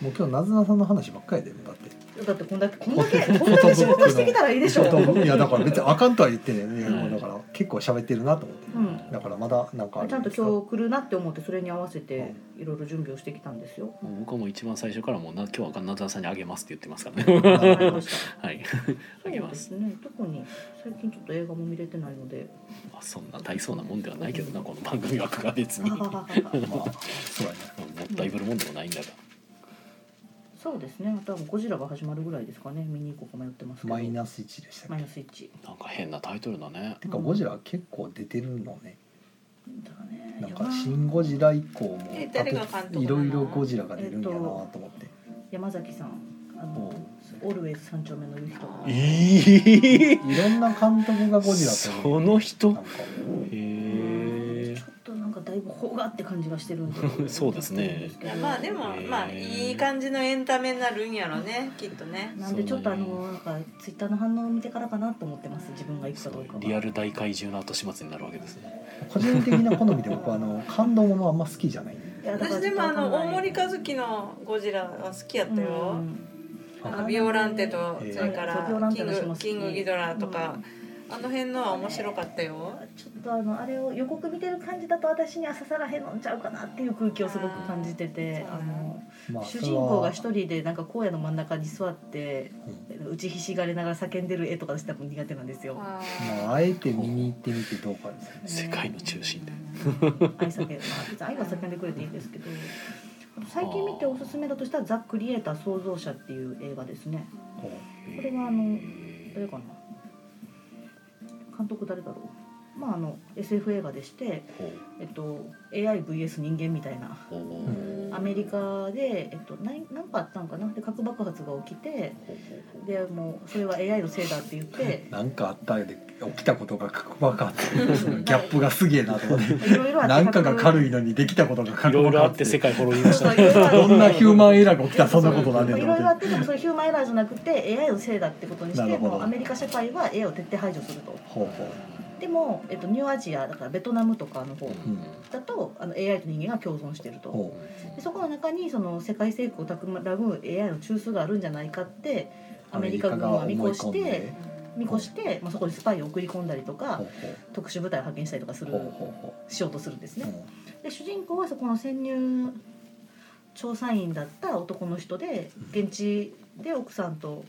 [SPEAKER 2] もう今日なずなさんの話ばっかりでもうだって
[SPEAKER 3] だってこんだけ、こんだけ、こんだけ仕事してきたらいいでしょ。
[SPEAKER 2] いやだから別にあかんとは言ってね、いや
[SPEAKER 1] はい
[SPEAKER 2] だから結構喋ってるなと思って、
[SPEAKER 3] うん
[SPEAKER 2] だからまだなんかある
[SPEAKER 3] ちゃんと
[SPEAKER 2] ですか
[SPEAKER 3] 今日来るなって思ってそれに合わせていろいろ準備をしてきたんで すよ。
[SPEAKER 1] 僕はもう一番最初からもうな今日はな田さんにあげますって言ってますから ね
[SPEAKER 3] わかりました
[SPEAKER 1] はい
[SPEAKER 3] そ
[SPEAKER 1] あ
[SPEAKER 3] う
[SPEAKER 1] げ
[SPEAKER 3] で
[SPEAKER 1] ます
[SPEAKER 3] すね特に最近ちょっと映画も見れてないの で
[SPEAKER 1] まあそんな大層なもんではないけどなこの番組は僕は別に もっ
[SPEAKER 2] まあそうやね
[SPEAKER 1] たいぶるもんでもないんだが
[SPEAKER 3] そうですねあとはゴジラが始まるぐらいですかね見に行こうか迷ってますけど
[SPEAKER 2] マイナス1でしたっ
[SPEAKER 3] マイ
[SPEAKER 2] け
[SPEAKER 3] ナス1
[SPEAKER 1] なんか変なタイトルだね
[SPEAKER 2] てかゴジラ結構出てるのね
[SPEAKER 3] だからね
[SPEAKER 2] なん
[SPEAKER 3] 山
[SPEAKER 2] か「シン・ゴジラ」以降も
[SPEAKER 5] え誰が監督なの
[SPEAKER 2] いろいろゴジラが出るんやなと思って、
[SPEAKER 3] 山崎さんあのオルウェイズ三丁目の夕日とか
[SPEAKER 1] ええ
[SPEAKER 2] いろんな監督がゴジラ
[SPEAKER 1] その人
[SPEAKER 2] なんか
[SPEAKER 1] へ
[SPEAKER 3] ち
[SPEAKER 1] え
[SPEAKER 3] ょっとなんかだいぶ邦画って感じはしてるんで
[SPEAKER 1] そうですね
[SPEAKER 5] いやまあでも
[SPEAKER 1] へー
[SPEAKER 5] まあいい感じのエンタメになるんやろねきっとね
[SPEAKER 3] なんでちょっとあのなんかツイッターの反応を見てからかなと思ってます自分が行くかどうかは
[SPEAKER 1] リアル大怪獣の後始末になるわけですね
[SPEAKER 2] 個人的な好みで僕はあの感動ものあんま好きじゃない
[SPEAKER 3] いやだから
[SPEAKER 5] 私でもあの大森
[SPEAKER 3] か
[SPEAKER 5] 和樹のゴジラは好きやった
[SPEAKER 3] う
[SPEAKER 5] よ、
[SPEAKER 3] ん
[SPEAKER 5] あのビオランテと
[SPEAKER 2] へー
[SPEAKER 5] それか
[SPEAKER 3] そうビオラ
[SPEAKER 5] ら
[SPEAKER 3] ン
[SPEAKER 5] キ
[SPEAKER 3] テ
[SPEAKER 5] ン
[SPEAKER 3] の人も
[SPEAKER 5] グ
[SPEAKER 3] 好き
[SPEAKER 5] キングギドラとか、あの辺のは面白かったよ
[SPEAKER 3] ちょっとあのあれを予告見てる感じだと私には刺さらへんのんちゃうかなっていう空気をすごく感じてて
[SPEAKER 5] あー
[SPEAKER 3] あの
[SPEAKER 2] まあ
[SPEAKER 3] 主人公が
[SPEAKER 2] それ
[SPEAKER 3] 一人でなんか荒野の真ん中に座って
[SPEAKER 2] はうん
[SPEAKER 3] 打ちひしがれながら叫んでる絵とかしても苦手なんですよ。
[SPEAKER 5] あ
[SPEAKER 2] まああえて見に行ってみてどうかですね
[SPEAKER 1] 世界の中心で
[SPEAKER 3] 愛叫べまあ別に愛は叫んでくれていいんですけど最近見ておすすめだとしたら「ザ・クリエイター創造者」っていう映画ですね
[SPEAKER 2] こ
[SPEAKER 3] これはあの誰かな監督誰だろうまああの SF 映画でして、
[SPEAKER 1] ほう
[SPEAKER 3] えっと、AIVS 人間みたいな
[SPEAKER 1] ほう
[SPEAKER 2] う
[SPEAKER 5] ー
[SPEAKER 3] アメリカで、えっと、何何かあったんかなで核爆発が起きて
[SPEAKER 1] ほうほう
[SPEAKER 3] でもうそれは AI のせいだって言って
[SPEAKER 2] うなんかあったようで起きたことが核爆発ギャップがすげえなと思って
[SPEAKER 3] いろいろあって
[SPEAKER 2] なんかが軽
[SPEAKER 3] い
[SPEAKER 2] いのにできたことが
[SPEAKER 1] い
[SPEAKER 2] 核
[SPEAKER 1] ろい
[SPEAKER 2] 爆
[SPEAKER 1] ろあって
[SPEAKER 2] 発
[SPEAKER 1] 世界滅びましたね
[SPEAKER 2] どんなヒューマンエラーが起きたらそ
[SPEAKER 3] そ
[SPEAKER 2] ん
[SPEAKER 3] う
[SPEAKER 2] なことなんねん
[SPEAKER 3] い
[SPEAKER 2] と
[SPEAKER 3] ろ
[SPEAKER 2] 思
[SPEAKER 3] い
[SPEAKER 2] っ
[SPEAKER 3] ろあ
[SPEAKER 2] て
[SPEAKER 3] ってでもそれヒューマンエラーじゃなくて AI のせいだってことにし
[SPEAKER 2] な
[SPEAKER 3] て
[SPEAKER 2] るほど
[SPEAKER 3] もうアメリカ社会は AI を徹底排除すると
[SPEAKER 2] ほうほ
[SPEAKER 3] でも、えっと、ニューアジアだからベトナムとかの方
[SPEAKER 1] うん
[SPEAKER 3] だとあの AI と人間が共存してる
[SPEAKER 2] う
[SPEAKER 3] と
[SPEAKER 2] ほ
[SPEAKER 3] でそこの中にその世界征服を企む AI の中枢があるんじゃないかって
[SPEAKER 2] う
[SPEAKER 3] アメリカ軍は見越して見越して、まあ、そこにスパイを送り込んだりとか
[SPEAKER 2] ほうほう
[SPEAKER 3] 特殊部隊を派遣したりとかする
[SPEAKER 2] ほうほうほ
[SPEAKER 3] しようとするんです
[SPEAKER 2] う
[SPEAKER 3] ね。で主人公はそこの潜入調査員だった男の人で現地で奥さんと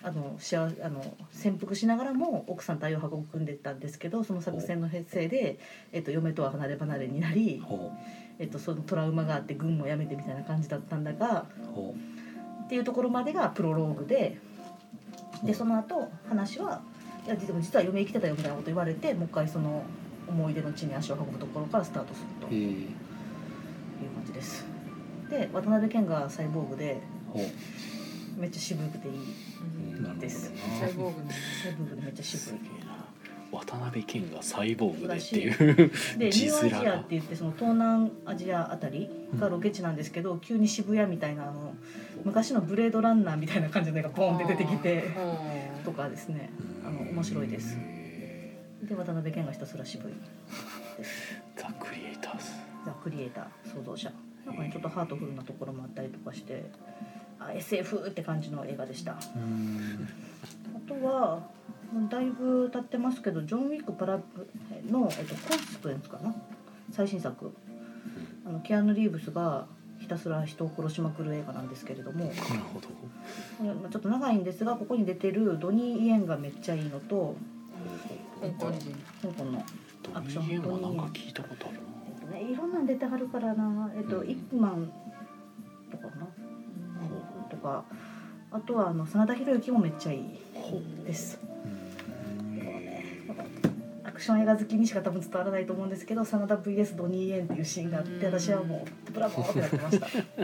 [SPEAKER 3] あの幸せあの潜伏しながらも奥さんと愛を育んでたんですけどその作戦のせいで、えっと、嫁とは離れ離れになり
[SPEAKER 2] うん、ほ
[SPEAKER 3] えっと、そのトラウマがあって軍も辞めてみたいな感じだったんだが
[SPEAKER 2] うほ
[SPEAKER 3] っていうところまでがプロローグで
[SPEAKER 2] う
[SPEAKER 3] でその後話はいやでも実は嫁生きてたよみたいなこと言われてもう一回その思い出の地に足を運ぶところからスタートすると。
[SPEAKER 2] へえ
[SPEAKER 3] いう感じですで渡辺謙がサイボーグで
[SPEAKER 2] ほう
[SPEAKER 3] めっちゃ渋くていい
[SPEAKER 2] うんなるほどな
[SPEAKER 3] です
[SPEAKER 5] サイボーグなんで
[SPEAKER 3] サイボーグでめっちゃ
[SPEAKER 1] す
[SPEAKER 3] 渋い
[SPEAKER 1] げえな渡辺謙がサイボーグでってい
[SPEAKER 3] ら
[SPEAKER 1] う
[SPEAKER 3] でニ
[SPEAKER 1] 字
[SPEAKER 3] ューア
[SPEAKER 1] 面が
[SPEAKER 3] ジアって言ってその東南アジアあたりがロケ地なんですけど、急に渋谷みたいなあの昔のブレードランナーみたいな感じのがボーンって出てきて
[SPEAKER 5] す。うん
[SPEAKER 3] とかですねあの面白いですで渡辺謙がひたすら渋い
[SPEAKER 1] ザ・クリエイターズ
[SPEAKER 3] ザ・クリエイター創造者なんかねちょっとハートフルなところもあったりとかしてあ SF って感じの映画でした
[SPEAKER 2] うーん
[SPEAKER 3] あとはもうだいぶ経ってますけどジョン・ウィック・パラの、えっと、コンストエンツかな最新作あのキアヌ・リーブスがひたすら人を殺しまくる映画なんですけれども
[SPEAKER 1] なるほど
[SPEAKER 3] これまあちょっと長いんですがここに出てるドニー・イエンがめっちゃいいのと
[SPEAKER 5] 香港人。
[SPEAKER 3] 香港の、
[SPEAKER 1] ドミニエンはなんか聞いたことあるな
[SPEAKER 3] えっとね、いろんなん出てはるからな、えっと
[SPEAKER 1] うん
[SPEAKER 3] イップマンとかかな、とかあとはあの真田広之もめっちゃいいです。アクション映画好きにしか多分伝わらないと思うんですけど真田 VS ドニー・イエンっていうシーンがあって私はもうブラボーってなってました
[SPEAKER 5] それ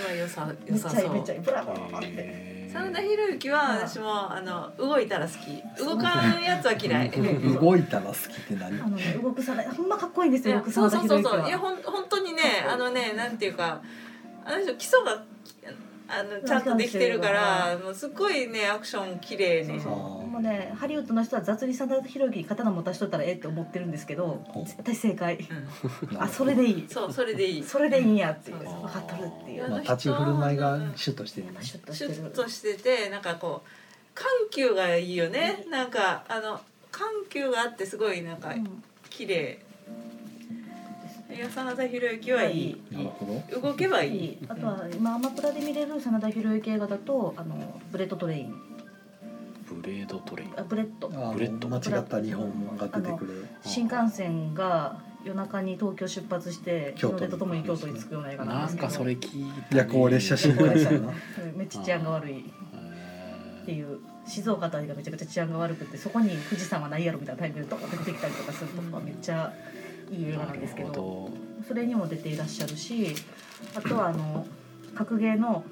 [SPEAKER 5] は良さ
[SPEAKER 3] め
[SPEAKER 5] 良
[SPEAKER 3] っち
[SPEAKER 5] さ
[SPEAKER 3] ゃいい
[SPEAKER 5] そ
[SPEAKER 3] めっちゃ
[SPEAKER 5] う。
[SPEAKER 3] いいブラボーって
[SPEAKER 1] へー
[SPEAKER 5] 真田広之は私もあの動いたら好き。動かんやつは嫌い。
[SPEAKER 2] 動いたら好きって何
[SPEAKER 3] あのね動くさだほんまかっこいいんです
[SPEAKER 5] い
[SPEAKER 3] よ
[SPEAKER 5] や
[SPEAKER 3] 動く
[SPEAKER 5] そ
[SPEAKER 3] 真
[SPEAKER 5] う
[SPEAKER 3] 田
[SPEAKER 5] そうそ
[SPEAKER 3] 広
[SPEAKER 5] う
[SPEAKER 3] 之
[SPEAKER 5] そういや
[SPEAKER 3] は
[SPEAKER 5] ほん本当にねあのねなんていうかあの人基礎があのちゃんとできてるからもうすっごいねアクション綺麗
[SPEAKER 3] そ
[SPEAKER 5] ね
[SPEAKER 3] うそう
[SPEAKER 2] あー
[SPEAKER 3] ほんまねハリウッドの人は雑に真田広之に刀持たしとったらええって思ってるんですけど
[SPEAKER 2] ほう
[SPEAKER 3] 絶対正解
[SPEAKER 5] う
[SPEAKER 3] あそれでいい
[SPEAKER 5] んそうそれでいい
[SPEAKER 3] それでいいんやっていう
[SPEAKER 5] そう
[SPEAKER 3] 分かっとるっていう
[SPEAKER 5] あ
[SPEAKER 2] ま
[SPEAKER 5] の
[SPEAKER 2] あ、
[SPEAKER 5] 人
[SPEAKER 2] 立ち振る舞いがシュッとしてる
[SPEAKER 3] やっ
[SPEAKER 2] ね
[SPEAKER 3] ぱシュッとし
[SPEAKER 5] シ
[SPEAKER 3] て
[SPEAKER 5] ュ
[SPEAKER 3] る
[SPEAKER 5] ッとしててなんかこう緩急がいいよねなんかあの緩急があってすごいなんか
[SPEAKER 3] うん
[SPEAKER 5] 綺麗
[SPEAKER 3] ですね
[SPEAKER 5] いや真田広之はいい
[SPEAKER 2] なるほど
[SPEAKER 5] 動けばいい
[SPEAKER 3] あとは今アマプラで見れる真田広之映画だとあのブレッドトレイン
[SPEAKER 1] ブレードトレイン
[SPEAKER 3] あブレッド
[SPEAKER 2] あ
[SPEAKER 1] ブレッド
[SPEAKER 2] の間違った日本が出てくる
[SPEAKER 3] 新幹線が夜中に東京出発して日
[SPEAKER 2] 京
[SPEAKER 3] の
[SPEAKER 2] 都
[SPEAKER 3] 出とともに京都に着くような映画なん
[SPEAKER 1] な
[SPEAKER 3] です
[SPEAKER 1] ん
[SPEAKER 3] けど
[SPEAKER 1] かそれ聞いたね
[SPEAKER 2] 夜行列車新幹線な
[SPEAKER 3] うん めっちゃ治安が悪いっていう静岡あたりがめちゃくちゃ治安が悪くてそこに富士山はないやろみたいなタイミングとか出てきたりとかするとこがめっちゃいい映画なんですけ
[SPEAKER 1] なる
[SPEAKER 3] ど
[SPEAKER 1] ほ
[SPEAKER 3] それにも出ていらっしゃるしあとはあの格ゲーの、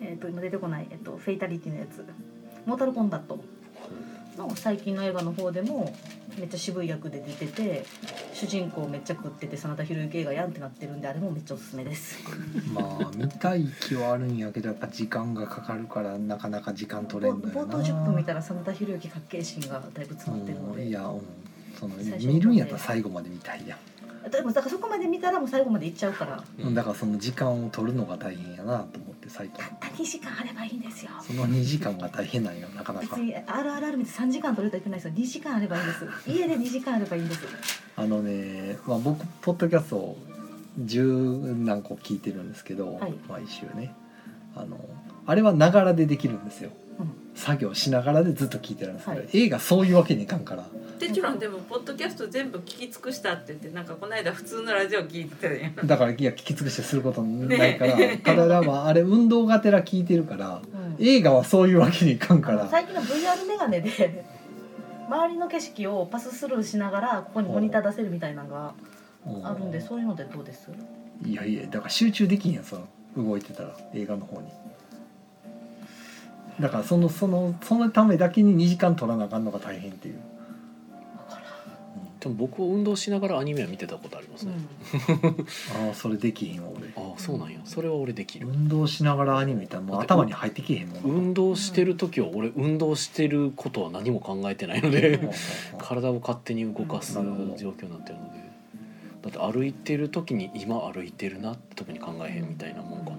[SPEAKER 3] えー、と今出てこない、えっとフェイタリティのやつ「モータルコンバット」の最近の映画の方でもめっちゃ渋い役で出てて主人公めっちゃ食ってて真田広之映画やんってなってるんであれもめっちゃおすすめです
[SPEAKER 2] まあ見たい気はあるんやけどやっぱ時間がかかるからなかなか時間取れんの
[SPEAKER 3] 冒
[SPEAKER 2] よ
[SPEAKER 3] 頭
[SPEAKER 2] な
[SPEAKER 3] 10分見たら真田広之かっけえシーンがだいぶ詰まってるの
[SPEAKER 2] うん
[SPEAKER 3] で
[SPEAKER 2] いや、うん、その
[SPEAKER 3] 最初の
[SPEAKER 2] 見るんやったら最後まで見たいやん
[SPEAKER 3] でもだからそこまで見たらもう最後までいっちゃうから
[SPEAKER 2] うんだからその時間を取るのが大変やなと思って最近
[SPEAKER 3] たった2時間あればいいんですよ
[SPEAKER 2] その2時間が大変なんよなかな
[SPEAKER 3] 別
[SPEAKER 2] か
[SPEAKER 3] に RRR 見て3時間取れたらいけないですよ2時間あればいいんです家で2時間あればいいんです
[SPEAKER 2] あのね、まあ、僕ポッドキャストを十何個聞いてるんですけど、
[SPEAKER 3] はい
[SPEAKER 2] 毎週ねあのあれはながらでできるんですよ、
[SPEAKER 3] うん
[SPEAKER 2] 作業しながらでずっと聞いてるんですけど、
[SPEAKER 3] はい
[SPEAKER 2] 映画そういうわけにいかんから
[SPEAKER 5] でちろんでもポッドキャスト全部聞き尽くしたって言ってなんかこの間普通のラジオ聞いてたやん
[SPEAKER 2] だからいや聞き尽くしてすることないから、体はあれ運動がてら聞いてるから
[SPEAKER 3] うん
[SPEAKER 2] 映画はそういうわけにいかんか
[SPEAKER 3] あ
[SPEAKER 2] ら
[SPEAKER 3] の最近の VR メガネで周りの景色をパススルーしながらここにモニター出せるみたいなのがあるんでそういうのでどうです
[SPEAKER 2] いやいやだから集中できんやんその動いてたら映画の方にだからそのそのそのためだけに2時間取らなあかんのが大変っていう
[SPEAKER 1] どでも僕は運動しながらアニメは見てたことありますね、
[SPEAKER 2] ああそれできへんわ俺
[SPEAKER 1] ああそうなんやそれは俺できる、
[SPEAKER 2] 運動しながらアニメ見たらもう頭に入ってきへんもん
[SPEAKER 1] 運動してる時は俺運動してることは何も考えてないので、
[SPEAKER 2] うん
[SPEAKER 1] 体を勝手に動かす状
[SPEAKER 2] なるほど
[SPEAKER 1] 況になってるのでだって歩いてる時に今歩いてるなって特に考えへんみたいなもんかな、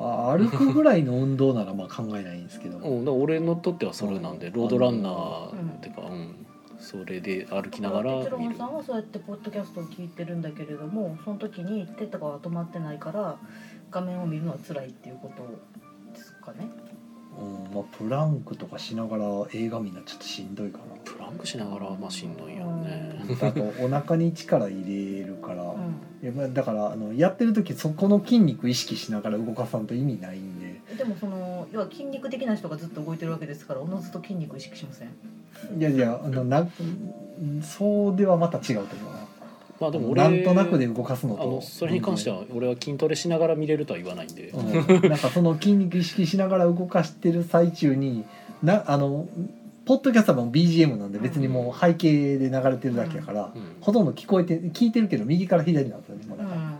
[SPEAKER 2] ああ歩くぐらいの運動ならまあ考えないんですけど、
[SPEAKER 1] うん、だから俺にとってはそれなんで、ロードランナーっていうか、うん、それで歩きながら見
[SPEAKER 3] 哲郎
[SPEAKER 1] る
[SPEAKER 3] さ。んはそうやってポッドキャストを聞いてるんだけれどもその時に手とかは止まってないから画面を見るのは辛いっていうことですかね
[SPEAKER 2] うんまあ、プランクとかしながら映画見るのはちょっとしんどいかな
[SPEAKER 1] プランクしながらまあしんどいよね。
[SPEAKER 2] あとお腹に力入れるから、
[SPEAKER 3] う
[SPEAKER 2] いやまあだからあのやってる時そこの筋肉意識しながら動かさんと意味ないんで
[SPEAKER 3] ん、でもその要は筋肉的な人がずっと動いてるわけですからおのずと筋肉意識しません
[SPEAKER 2] いやいやあのなそうではまた違うと思うな
[SPEAKER 1] まあでも俺
[SPEAKER 2] なんとなくで動かすの
[SPEAKER 1] あの
[SPEAKER 2] と
[SPEAKER 1] それに関しては俺は筋トレしながら見れるとは言わないんで、
[SPEAKER 2] うんなんかその筋肉意識しながら動かしてる最中になあのポッドキャストも BGM なんで別にもう背景で流れてるだけやから、
[SPEAKER 1] うん
[SPEAKER 2] ほとんど聞こえて聞いてるけど右から左なんですよねもう
[SPEAKER 3] う
[SPEAKER 2] なんか
[SPEAKER 3] ん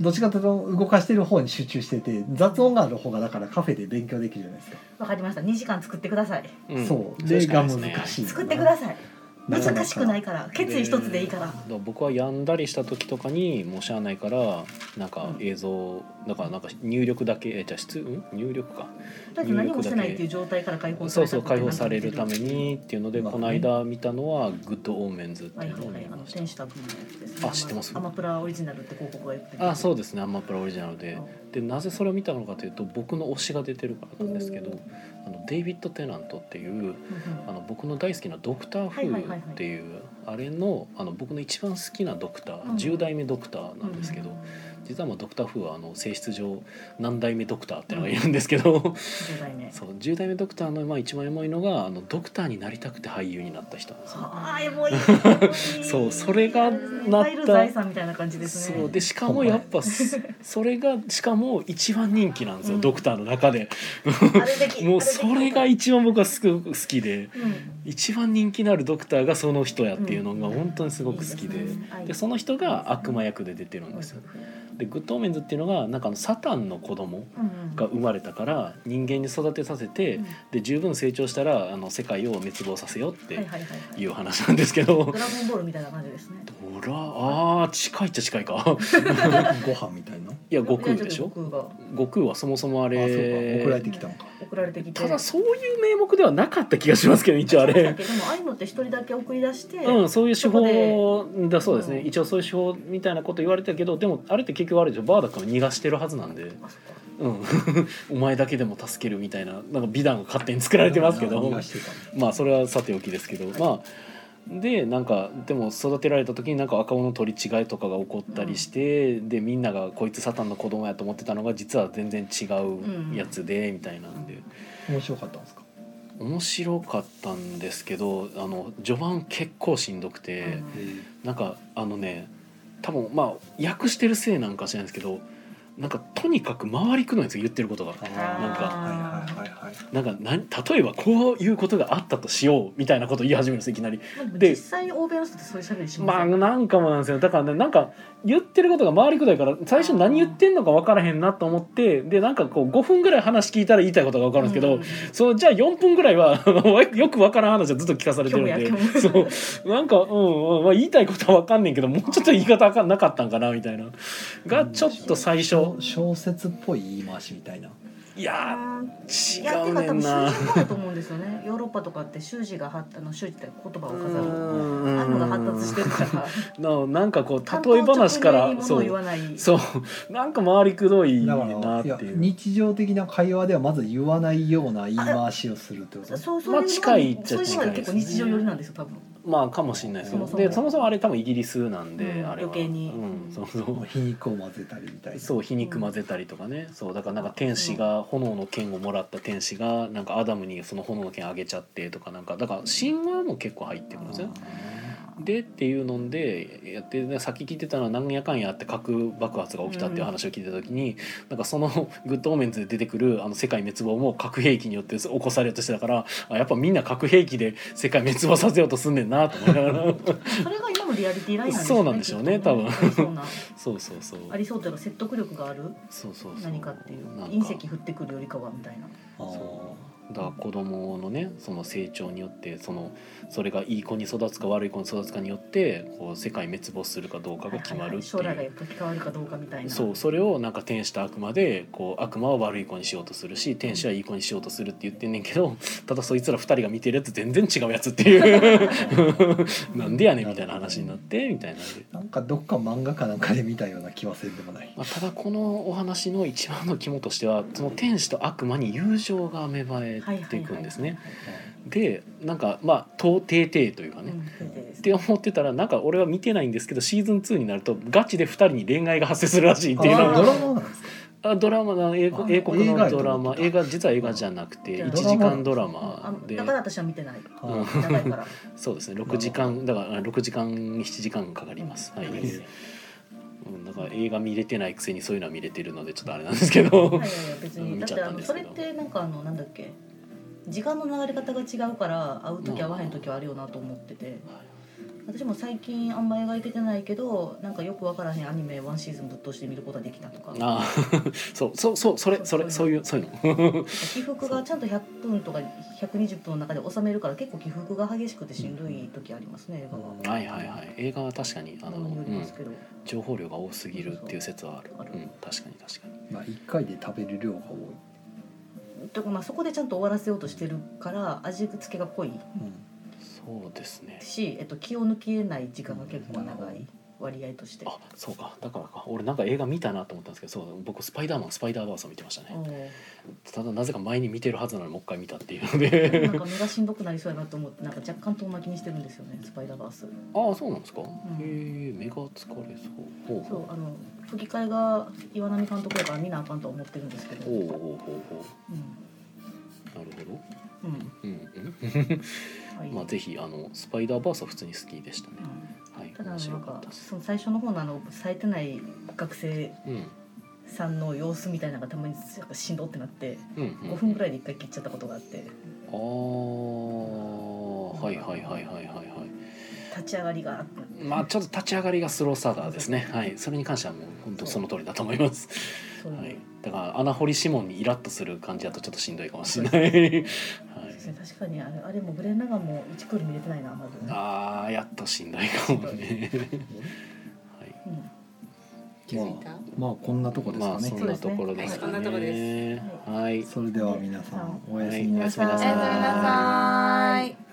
[SPEAKER 2] どっちかというと動かしてる方に集中してて雑音がある方がだからカフェで勉強できるじゃないですか、
[SPEAKER 3] わかりました2時間作ってください
[SPEAKER 1] うん
[SPEAKER 2] そう
[SPEAKER 1] れ
[SPEAKER 2] で
[SPEAKER 1] しか
[SPEAKER 2] が
[SPEAKER 1] ない
[SPEAKER 2] 難
[SPEAKER 1] で
[SPEAKER 2] し
[SPEAKER 1] す
[SPEAKER 2] い
[SPEAKER 1] ね
[SPEAKER 3] 作ってください
[SPEAKER 2] なかなか
[SPEAKER 3] 難しくないから決意一つでいいから
[SPEAKER 1] だら僕はやんだりした時とかにもうしゃあないからなんか映像だからなんか入力だけえじゃあ質ん入力か
[SPEAKER 3] だって何もしてないっていう状態から解放さ
[SPEAKER 1] そう
[SPEAKER 3] れた
[SPEAKER 1] そう解放されるため
[SPEAKER 3] に
[SPEAKER 1] にっていうので、
[SPEAKER 2] まあ
[SPEAKER 1] この間見たのは「グッドオーメンズ」って
[SPEAKER 3] はい
[SPEAKER 1] いう
[SPEAKER 3] はい
[SPEAKER 1] のを
[SPEAKER 3] は
[SPEAKER 1] 見
[SPEAKER 3] いあの
[SPEAKER 1] まし
[SPEAKER 3] 天使
[SPEAKER 1] た
[SPEAKER 3] と悪魔のやつですね
[SPEAKER 1] あ知ってます
[SPEAKER 3] アマプラオリジナルって広告がやって
[SPEAKER 1] あそう
[SPEAKER 3] で
[SPEAKER 1] ですねアンマプラオリジナルででなぜそれを見たのかというと僕の推しが出てるからなんですけ
[SPEAKER 3] お
[SPEAKER 1] ど
[SPEAKER 3] ー
[SPEAKER 1] あのデイビッド・テナントっていうあの僕の大好きな「ドクター・フ
[SPEAKER 3] はいはいはい
[SPEAKER 1] ー」
[SPEAKER 3] はい
[SPEAKER 1] っていうあれのあの僕の一番好きなドクター、
[SPEAKER 3] うん
[SPEAKER 1] 10代目ドクターなんですけど、実はまあドクター・フーはあの性質上何代目ドクターってのがいるんですけど、
[SPEAKER 3] 10代 目
[SPEAKER 1] そう10代目ドクターのまあ一番エモいのがあのドクターになりたくて俳優になった人なんですよ。
[SPEAKER 3] ああエモい
[SPEAKER 1] そうそれがな
[SPEAKER 3] な
[SPEAKER 1] っ
[SPEAKER 3] ったた財産みたいな感じですね
[SPEAKER 1] そうでしかもやっぱすそれがしかも一番人気なんですよ、
[SPEAKER 3] うん
[SPEAKER 1] ドクターの中で
[SPEAKER 3] あるべき
[SPEAKER 1] もうそれが
[SPEAKER 3] あるべき
[SPEAKER 1] 一番僕はすごく好きで
[SPEAKER 3] うん
[SPEAKER 1] 一番人気のあるドクターがその人やっていうのが
[SPEAKER 3] うん
[SPEAKER 1] 本当にすごく好きで,、
[SPEAKER 3] いいすね愛
[SPEAKER 1] でその人が悪魔役で出てるんですよでグッドオーメンズっていうのがなんかあのサタンの子供
[SPEAKER 3] うん
[SPEAKER 1] が生まれたから人間に育てさせて、
[SPEAKER 3] うん
[SPEAKER 1] で十分成長したらあの世界を滅亡させようって
[SPEAKER 3] はいはいはいはい
[SPEAKER 1] いう話なんですけど、
[SPEAKER 3] ドラゴンボールみたいな感じですね
[SPEAKER 1] ドラあー近いっちゃ近いか
[SPEAKER 2] ご飯みたいない
[SPEAKER 1] や悟空でしょ
[SPEAKER 3] 悟空が
[SPEAKER 1] 悟空はそもそもあ
[SPEAKER 2] あそうか送られ
[SPEAKER 1] れ
[SPEAKER 2] てきたのか
[SPEAKER 3] 送られてきて
[SPEAKER 1] ただそういう名目ではなかった気がしますけど一応あ
[SPEAKER 3] だ
[SPEAKER 1] れ
[SPEAKER 3] けどもああいうのって一人だけ送り出して
[SPEAKER 1] うんそういう手法だそうですね、
[SPEAKER 3] うん
[SPEAKER 1] 一応そういう手法みたいなこと言われてたけどでもあれって結局あれでしょバーダックを逃がしてるはずなんで、
[SPEAKER 3] あそっか
[SPEAKER 1] うん お前だけでも助けるみたいななんか美談が勝手に作られてますけど
[SPEAKER 2] 何がしてたの
[SPEAKER 1] まあそれはさておきですけど、まあでなんかでも育てられた時になんか赤子の取り違いとかが起こったりして、でみんながこいつサタンの子供やと思ってたのが実は全然違うやつで、みたいなんで
[SPEAKER 2] 面白かったんですか
[SPEAKER 1] 面白かったんですけどあの序盤結構しんどくて、なんかあのね多分まあ訳してるせいなんか知らないですけどなんかとにかく回りくどいんですよ言ってることが。
[SPEAKER 2] あー
[SPEAKER 1] なんか
[SPEAKER 2] はいはいはいはい
[SPEAKER 1] なんかなん例えばこういうことがあったとしようみたいなことを言い始めるんですいきなり。
[SPEAKER 3] まあでも
[SPEAKER 1] で
[SPEAKER 3] 実際欧米の人ってそういう喋りし
[SPEAKER 1] ま
[SPEAKER 3] ま
[SPEAKER 1] あ
[SPEAKER 3] すよ
[SPEAKER 1] なんかもなんですよだからねなんか言ってることが回りくどいから最初何言ってんのか分からへんなと思ってでなんかこう5分ぐらい話聞いたら言いたいことが分かるんですけど、
[SPEAKER 3] うん
[SPEAKER 1] そうじゃあ4分ぐらいは あのよく分からん話はずっと聞かされてるん
[SPEAKER 3] 虚無や
[SPEAKER 1] で
[SPEAKER 3] 虚無
[SPEAKER 1] そうなんかうん、うんまあ、言いたいことは分かんねんけどもうちょっと言い方がなかったんかなみたいながちょっと最初
[SPEAKER 2] 小説っぽい言い回しみたいない
[SPEAKER 1] やー
[SPEAKER 3] いや
[SPEAKER 1] 違
[SPEAKER 3] て
[SPEAKER 1] う
[SPEAKER 3] か
[SPEAKER 1] ね
[SPEAKER 3] 多
[SPEAKER 1] ん
[SPEAKER 3] 分
[SPEAKER 1] な
[SPEAKER 3] 数字。もだと思うんですよねヨーロッパとかって習字がはあの習字って言葉を飾るああいうのが発達してるから
[SPEAKER 1] ななんかこう 例え話から
[SPEAKER 3] そ
[SPEAKER 1] そう
[SPEAKER 3] 言
[SPEAKER 1] う
[SPEAKER 3] わない
[SPEAKER 1] そうなんか回りくどい
[SPEAKER 2] だ
[SPEAKER 1] な
[SPEAKER 2] か
[SPEAKER 1] っ
[SPEAKER 2] らいや
[SPEAKER 1] ていう。
[SPEAKER 2] 日常的な会話ではまず言わないような言い回しをするってこと
[SPEAKER 3] そうそういうの
[SPEAKER 1] まあ
[SPEAKER 3] が
[SPEAKER 1] 近いっちゃ
[SPEAKER 3] そういうの
[SPEAKER 1] 近
[SPEAKER 3] が
[SPEAKER 1] いです
[SPEAKER 3] 結
[SPEAKER 1] ね
[SPEAKER 3] 構日常寄りなんですよ多分
[SPEAKER 1] まあかもしれないですけど
[SPEAKER 3] そもそも
[SPEAKER 1] でそもそもあれ多分イギリスなんで、
[SPEAKER 3] うん
[SPEAKER 1] あれは
[SPEAKER 3] 余計に
[SPEAKER 1] うん、そうそう
[SPEAKER 2] 皮肉を混ぜたりみたいな
[SPEAKER 1] そう皮肉混ぜたりとかね、そうだからなんか天使が炎の剣をもらった天使がなんかアダムにその炎の剣あげちゃってとかなんかだから神話も結構入ってくるんですよね。でっていうのでやって、ね、さっき聞いてたのはなんやかんやあって核爆発が起きたっていう話を聞いてた時に、なんかその グッドオーメンズで出てくるあの世界滅亡も核兵器によって起こされようとしてたからあやっぱみんな核兵器で世界滅亡させようとすんねんなと思いなが ら
[SPEAKER 3] それが今のリアリティラインなんです
[SPEAKER 1] そうなんでしょうね
[SPEAKER 3] きっと
[SPEAKER 1] 多分
[SPEAKER 3] ありそうな
[SPEAKER 1] そうそうそう
[SPEAKER 3] ありそうというか説得力がある
[SPEAKER 1] そうそうそう
[SPEAKER 3] 何かっていう
[SPEAKER 1] なん
[SPEAKER 3] 隕石降ってくるよりかはみたいな
[SPEAKER 2] あー
[SPEAKER 1] そだから子供のねその成長によってそのそれがいい子に育つか悪い子に育つかによってこう世界滅亡するかどうかが決まるって
[SPEAKER 3] 将来が
[SPEAKER 1] いう。
[SPEAKER 3] 時変わるかどうかみたいな
[SPEAKER 1] そうそれをなんか天使と悪魔でこう悪魔は悪い子にしようとするし天使はいい子にしようとするって言ってんねんけどただそいつら2人が見てるやつ全然違うやつっていう なんでやねんみたいな話になってみたいなんで
[SPEAKER 2] なんかどっか漫画かなんかで見たような気はせんでもない
[SPEAKER 1] まあ、ただこのお話の一番の肝としてはその天使と悪魔に友情が芽生えていくんですね。でなんかまあ到底底というか
[SPEAKER 3] う
[SPEAKER 1] ね、
[SPEAKER 3] んそう
[SPEAKER 1] っ
[SPEAKER 3] で
[SPEAKER 1] て思ってたらなんか俺は見てないんですけどシーズン2になるとガチで2人に恋愛が発生するらしいっていう
[SPEAKER 2] あ
[SPEAKER 1] の
[SPEAKER 2] ド
[SPEAKER 1] が
[SPEAKER 2] ラマなんですか
[SPEAKER 1] あドラマな英
[SPEAKER 2] あ
[SPEAKER 1] 国英国
[SPEAKER 2] 映画
[SPEAKER 1] の
[SPEAKER 2] や
[SPEAKER 1] ド
[SPEAKER 2] と思
[SPEAKER 1] ラ
[SPEAKER 2] っ
[SPEAKER 1] マ
[SPEAKER 2] てた
[SPEAKER 1] 映画実は映画じゃなくて
[SPEAKER 3] じゃあ
[SPEAKER 1] 1時間ドラマ
[SPEAKER 3] す
[SPEAKER 1] で
[SPEAKER 3] だから私は見てない
[SPEAKER 1] うん
[SPEAKER 2] あ
[SPEAKER 3] 長 いから
[SPEAKER 1] そうですね6時間だから6時間7時間かかります。はい
[SPEAKER 3] うん
[SPEAKER 1] うんだから映画見れてないくせにそういうのは見れてるのでちょっとあれなんですけど、
[SPEAKER 3] はいはいはい別
[SPEAKER 1] う
[SPEAKER 3] に
[SPEAKER 1] ん
[SPEAKER 3] だ
[SPEAKER 1] 見
[SPEAKER 3] っ
[SPEAKER 1] ちゃ
[SPEAKER 3] て
[SPEAKER 1] っ
[SPEAKER 3] あ
[SPEAKER 1] たん
[SPEAKER 3] の
[SPEAKER 1] で
[SPEAKER 3] そ
[SPEAKER 1] すけ
[SPEAKER 3] れっ
[SPEAKER 1] ど
[SPEAKER 3] てなんかあのなんだっけ時間の流れ方が違うから会う時会わへん時はあるよなと思ってて私も最近あんま映画行けてないけどなんかよくわからへんアニメワンシーズンぶっ通して見ることができたとか
[SPEAKER 1] ああそうそうそうそれそれそういうそういうの
[SPEAKER 3] 起伏がちゃんと100分とか120分の中で収めるから結構起伏が激しくてしんどい時ありますね映画は。
[SPEAKER 1] はいはいはい映画は確かにあの、
[SPEAKER 3] ものにより
[SPEAKER 1] う
[SPEAKER 3] ま
[SPEAKER 1] ん
[SPEAKER 3] すけど、
[SPEAKER 1] 情報量が多すぎるっていう説はある
[SPEAKER 3] そうそう
[SPEAKER 1] うん、確かに確かに
[SPEAKER 2] まあ一回で食べる量が多い、
[SPEAKER 3] とかまあそこでちゃんと終わらせようとしてるから味付けが濃い
[SPEAKER 2] うん、
[SPEAKER 1] そうですね
[SPEAKER 3] し、えっと、気を抜きない時間が結構長い割合として。
[SPEAKER 1] あそうかだからか俺なんか映画見たなと思ったんですけどそう僕「スパイダーマンスパイダーバース」を見てましたねただなぜか前に見てるはずなのにもう一回見たっていうの
[SPEAKER 3] うんでも
[SPEAKER 1] で
[SPEAKER 3] なんか目がしんどくなりそうやなと思ってなんか若干遠巻きにしてるんですよねスパイダーバース
[SPEAKER 1] ああそうなんですか、
[SPEAKER 3] ん
[SPEAKER 1] へえ目が疲れそうほう
[SPEAKER 3] そ
[SPEAKER 1] ほ
[SPEAKER 3] うあの吹き替えが岩波監督やから見なあかんとは思ってるんですけ
[SPEAKER 1] う
[SPEAKER 3] ど、う
[SPEAKER 1] ほうほ
[SPEAKER 3] ん
[SPEAKER 1] うほうほうなるほど
[SPEAKER 3] うん
[SPEAKER 1] うんうん
[SPEAKER 3] はい
[SPEAKER 1] まあぜひあのスパイダーバースは普通に好きでしたね
[SPEAKER 3] うん
[SPEAKER 1] はい
[SPEAKER 3] ただ
[SPEAKER 1] 面
[SPEAKER 3] な
[SPEAKER 1] 白
[SPEAKER 3] ん
[SPEAKER 1] かっ
[SPEAKER 3] か
[SPEAKER 1] たです
[SPEAKER 3] その最初の方のあの冴えてない学生
[SPEAKER 1] うんうん
[SPEAKER 3] さんの様子みたいなのがたまになんかしんどってなって
[SPEAKER 1] うんうん
[SPEAKER 3] 5分ぐらいで一回切っちゃったことがあって
[SPEAKER 1] ああはいはいはいはいはいはい
[SPEAKER 3] 立ち上がりがあってなって
[SPEAKER 1] まあちょっと立ち上がりがスロースターターですねはいそれに関してはもう本当その通りだと思います
[SPEAKER 3] そういう、
[SPEAKER 1] は
[SPEAKER 3] はいい、
[SPEAKER 1] だから穴掘り指紋にイラッとする感じだとちょっとしんどいかもしれないはい
[SPEAKER 3] 確かにあれあれもブレン・ラガンも1クール見れてないなまず
[SPEAKER 1] あーやっとしんどいかもねはい
[SPEAKER 3] うん
[SPEAKER 5] 気づいた、
[SPEAKER 2] まあこんなとこです
[SPEAKER 1] ま
[SPEAKER 2] か
[SPEAKER 1] あ
[SPEAKER 2] ね
[SPEAKER 1] そんなところですか
[SPEAKER 5] はいそんなとこで
[SPEAKER 1] ねはい
[SPEAKER 2] それでは皆さんおやすみなさい
[SPEAKER 1] はいおやすみなさい
[SPEAKER 5] おやすみなさい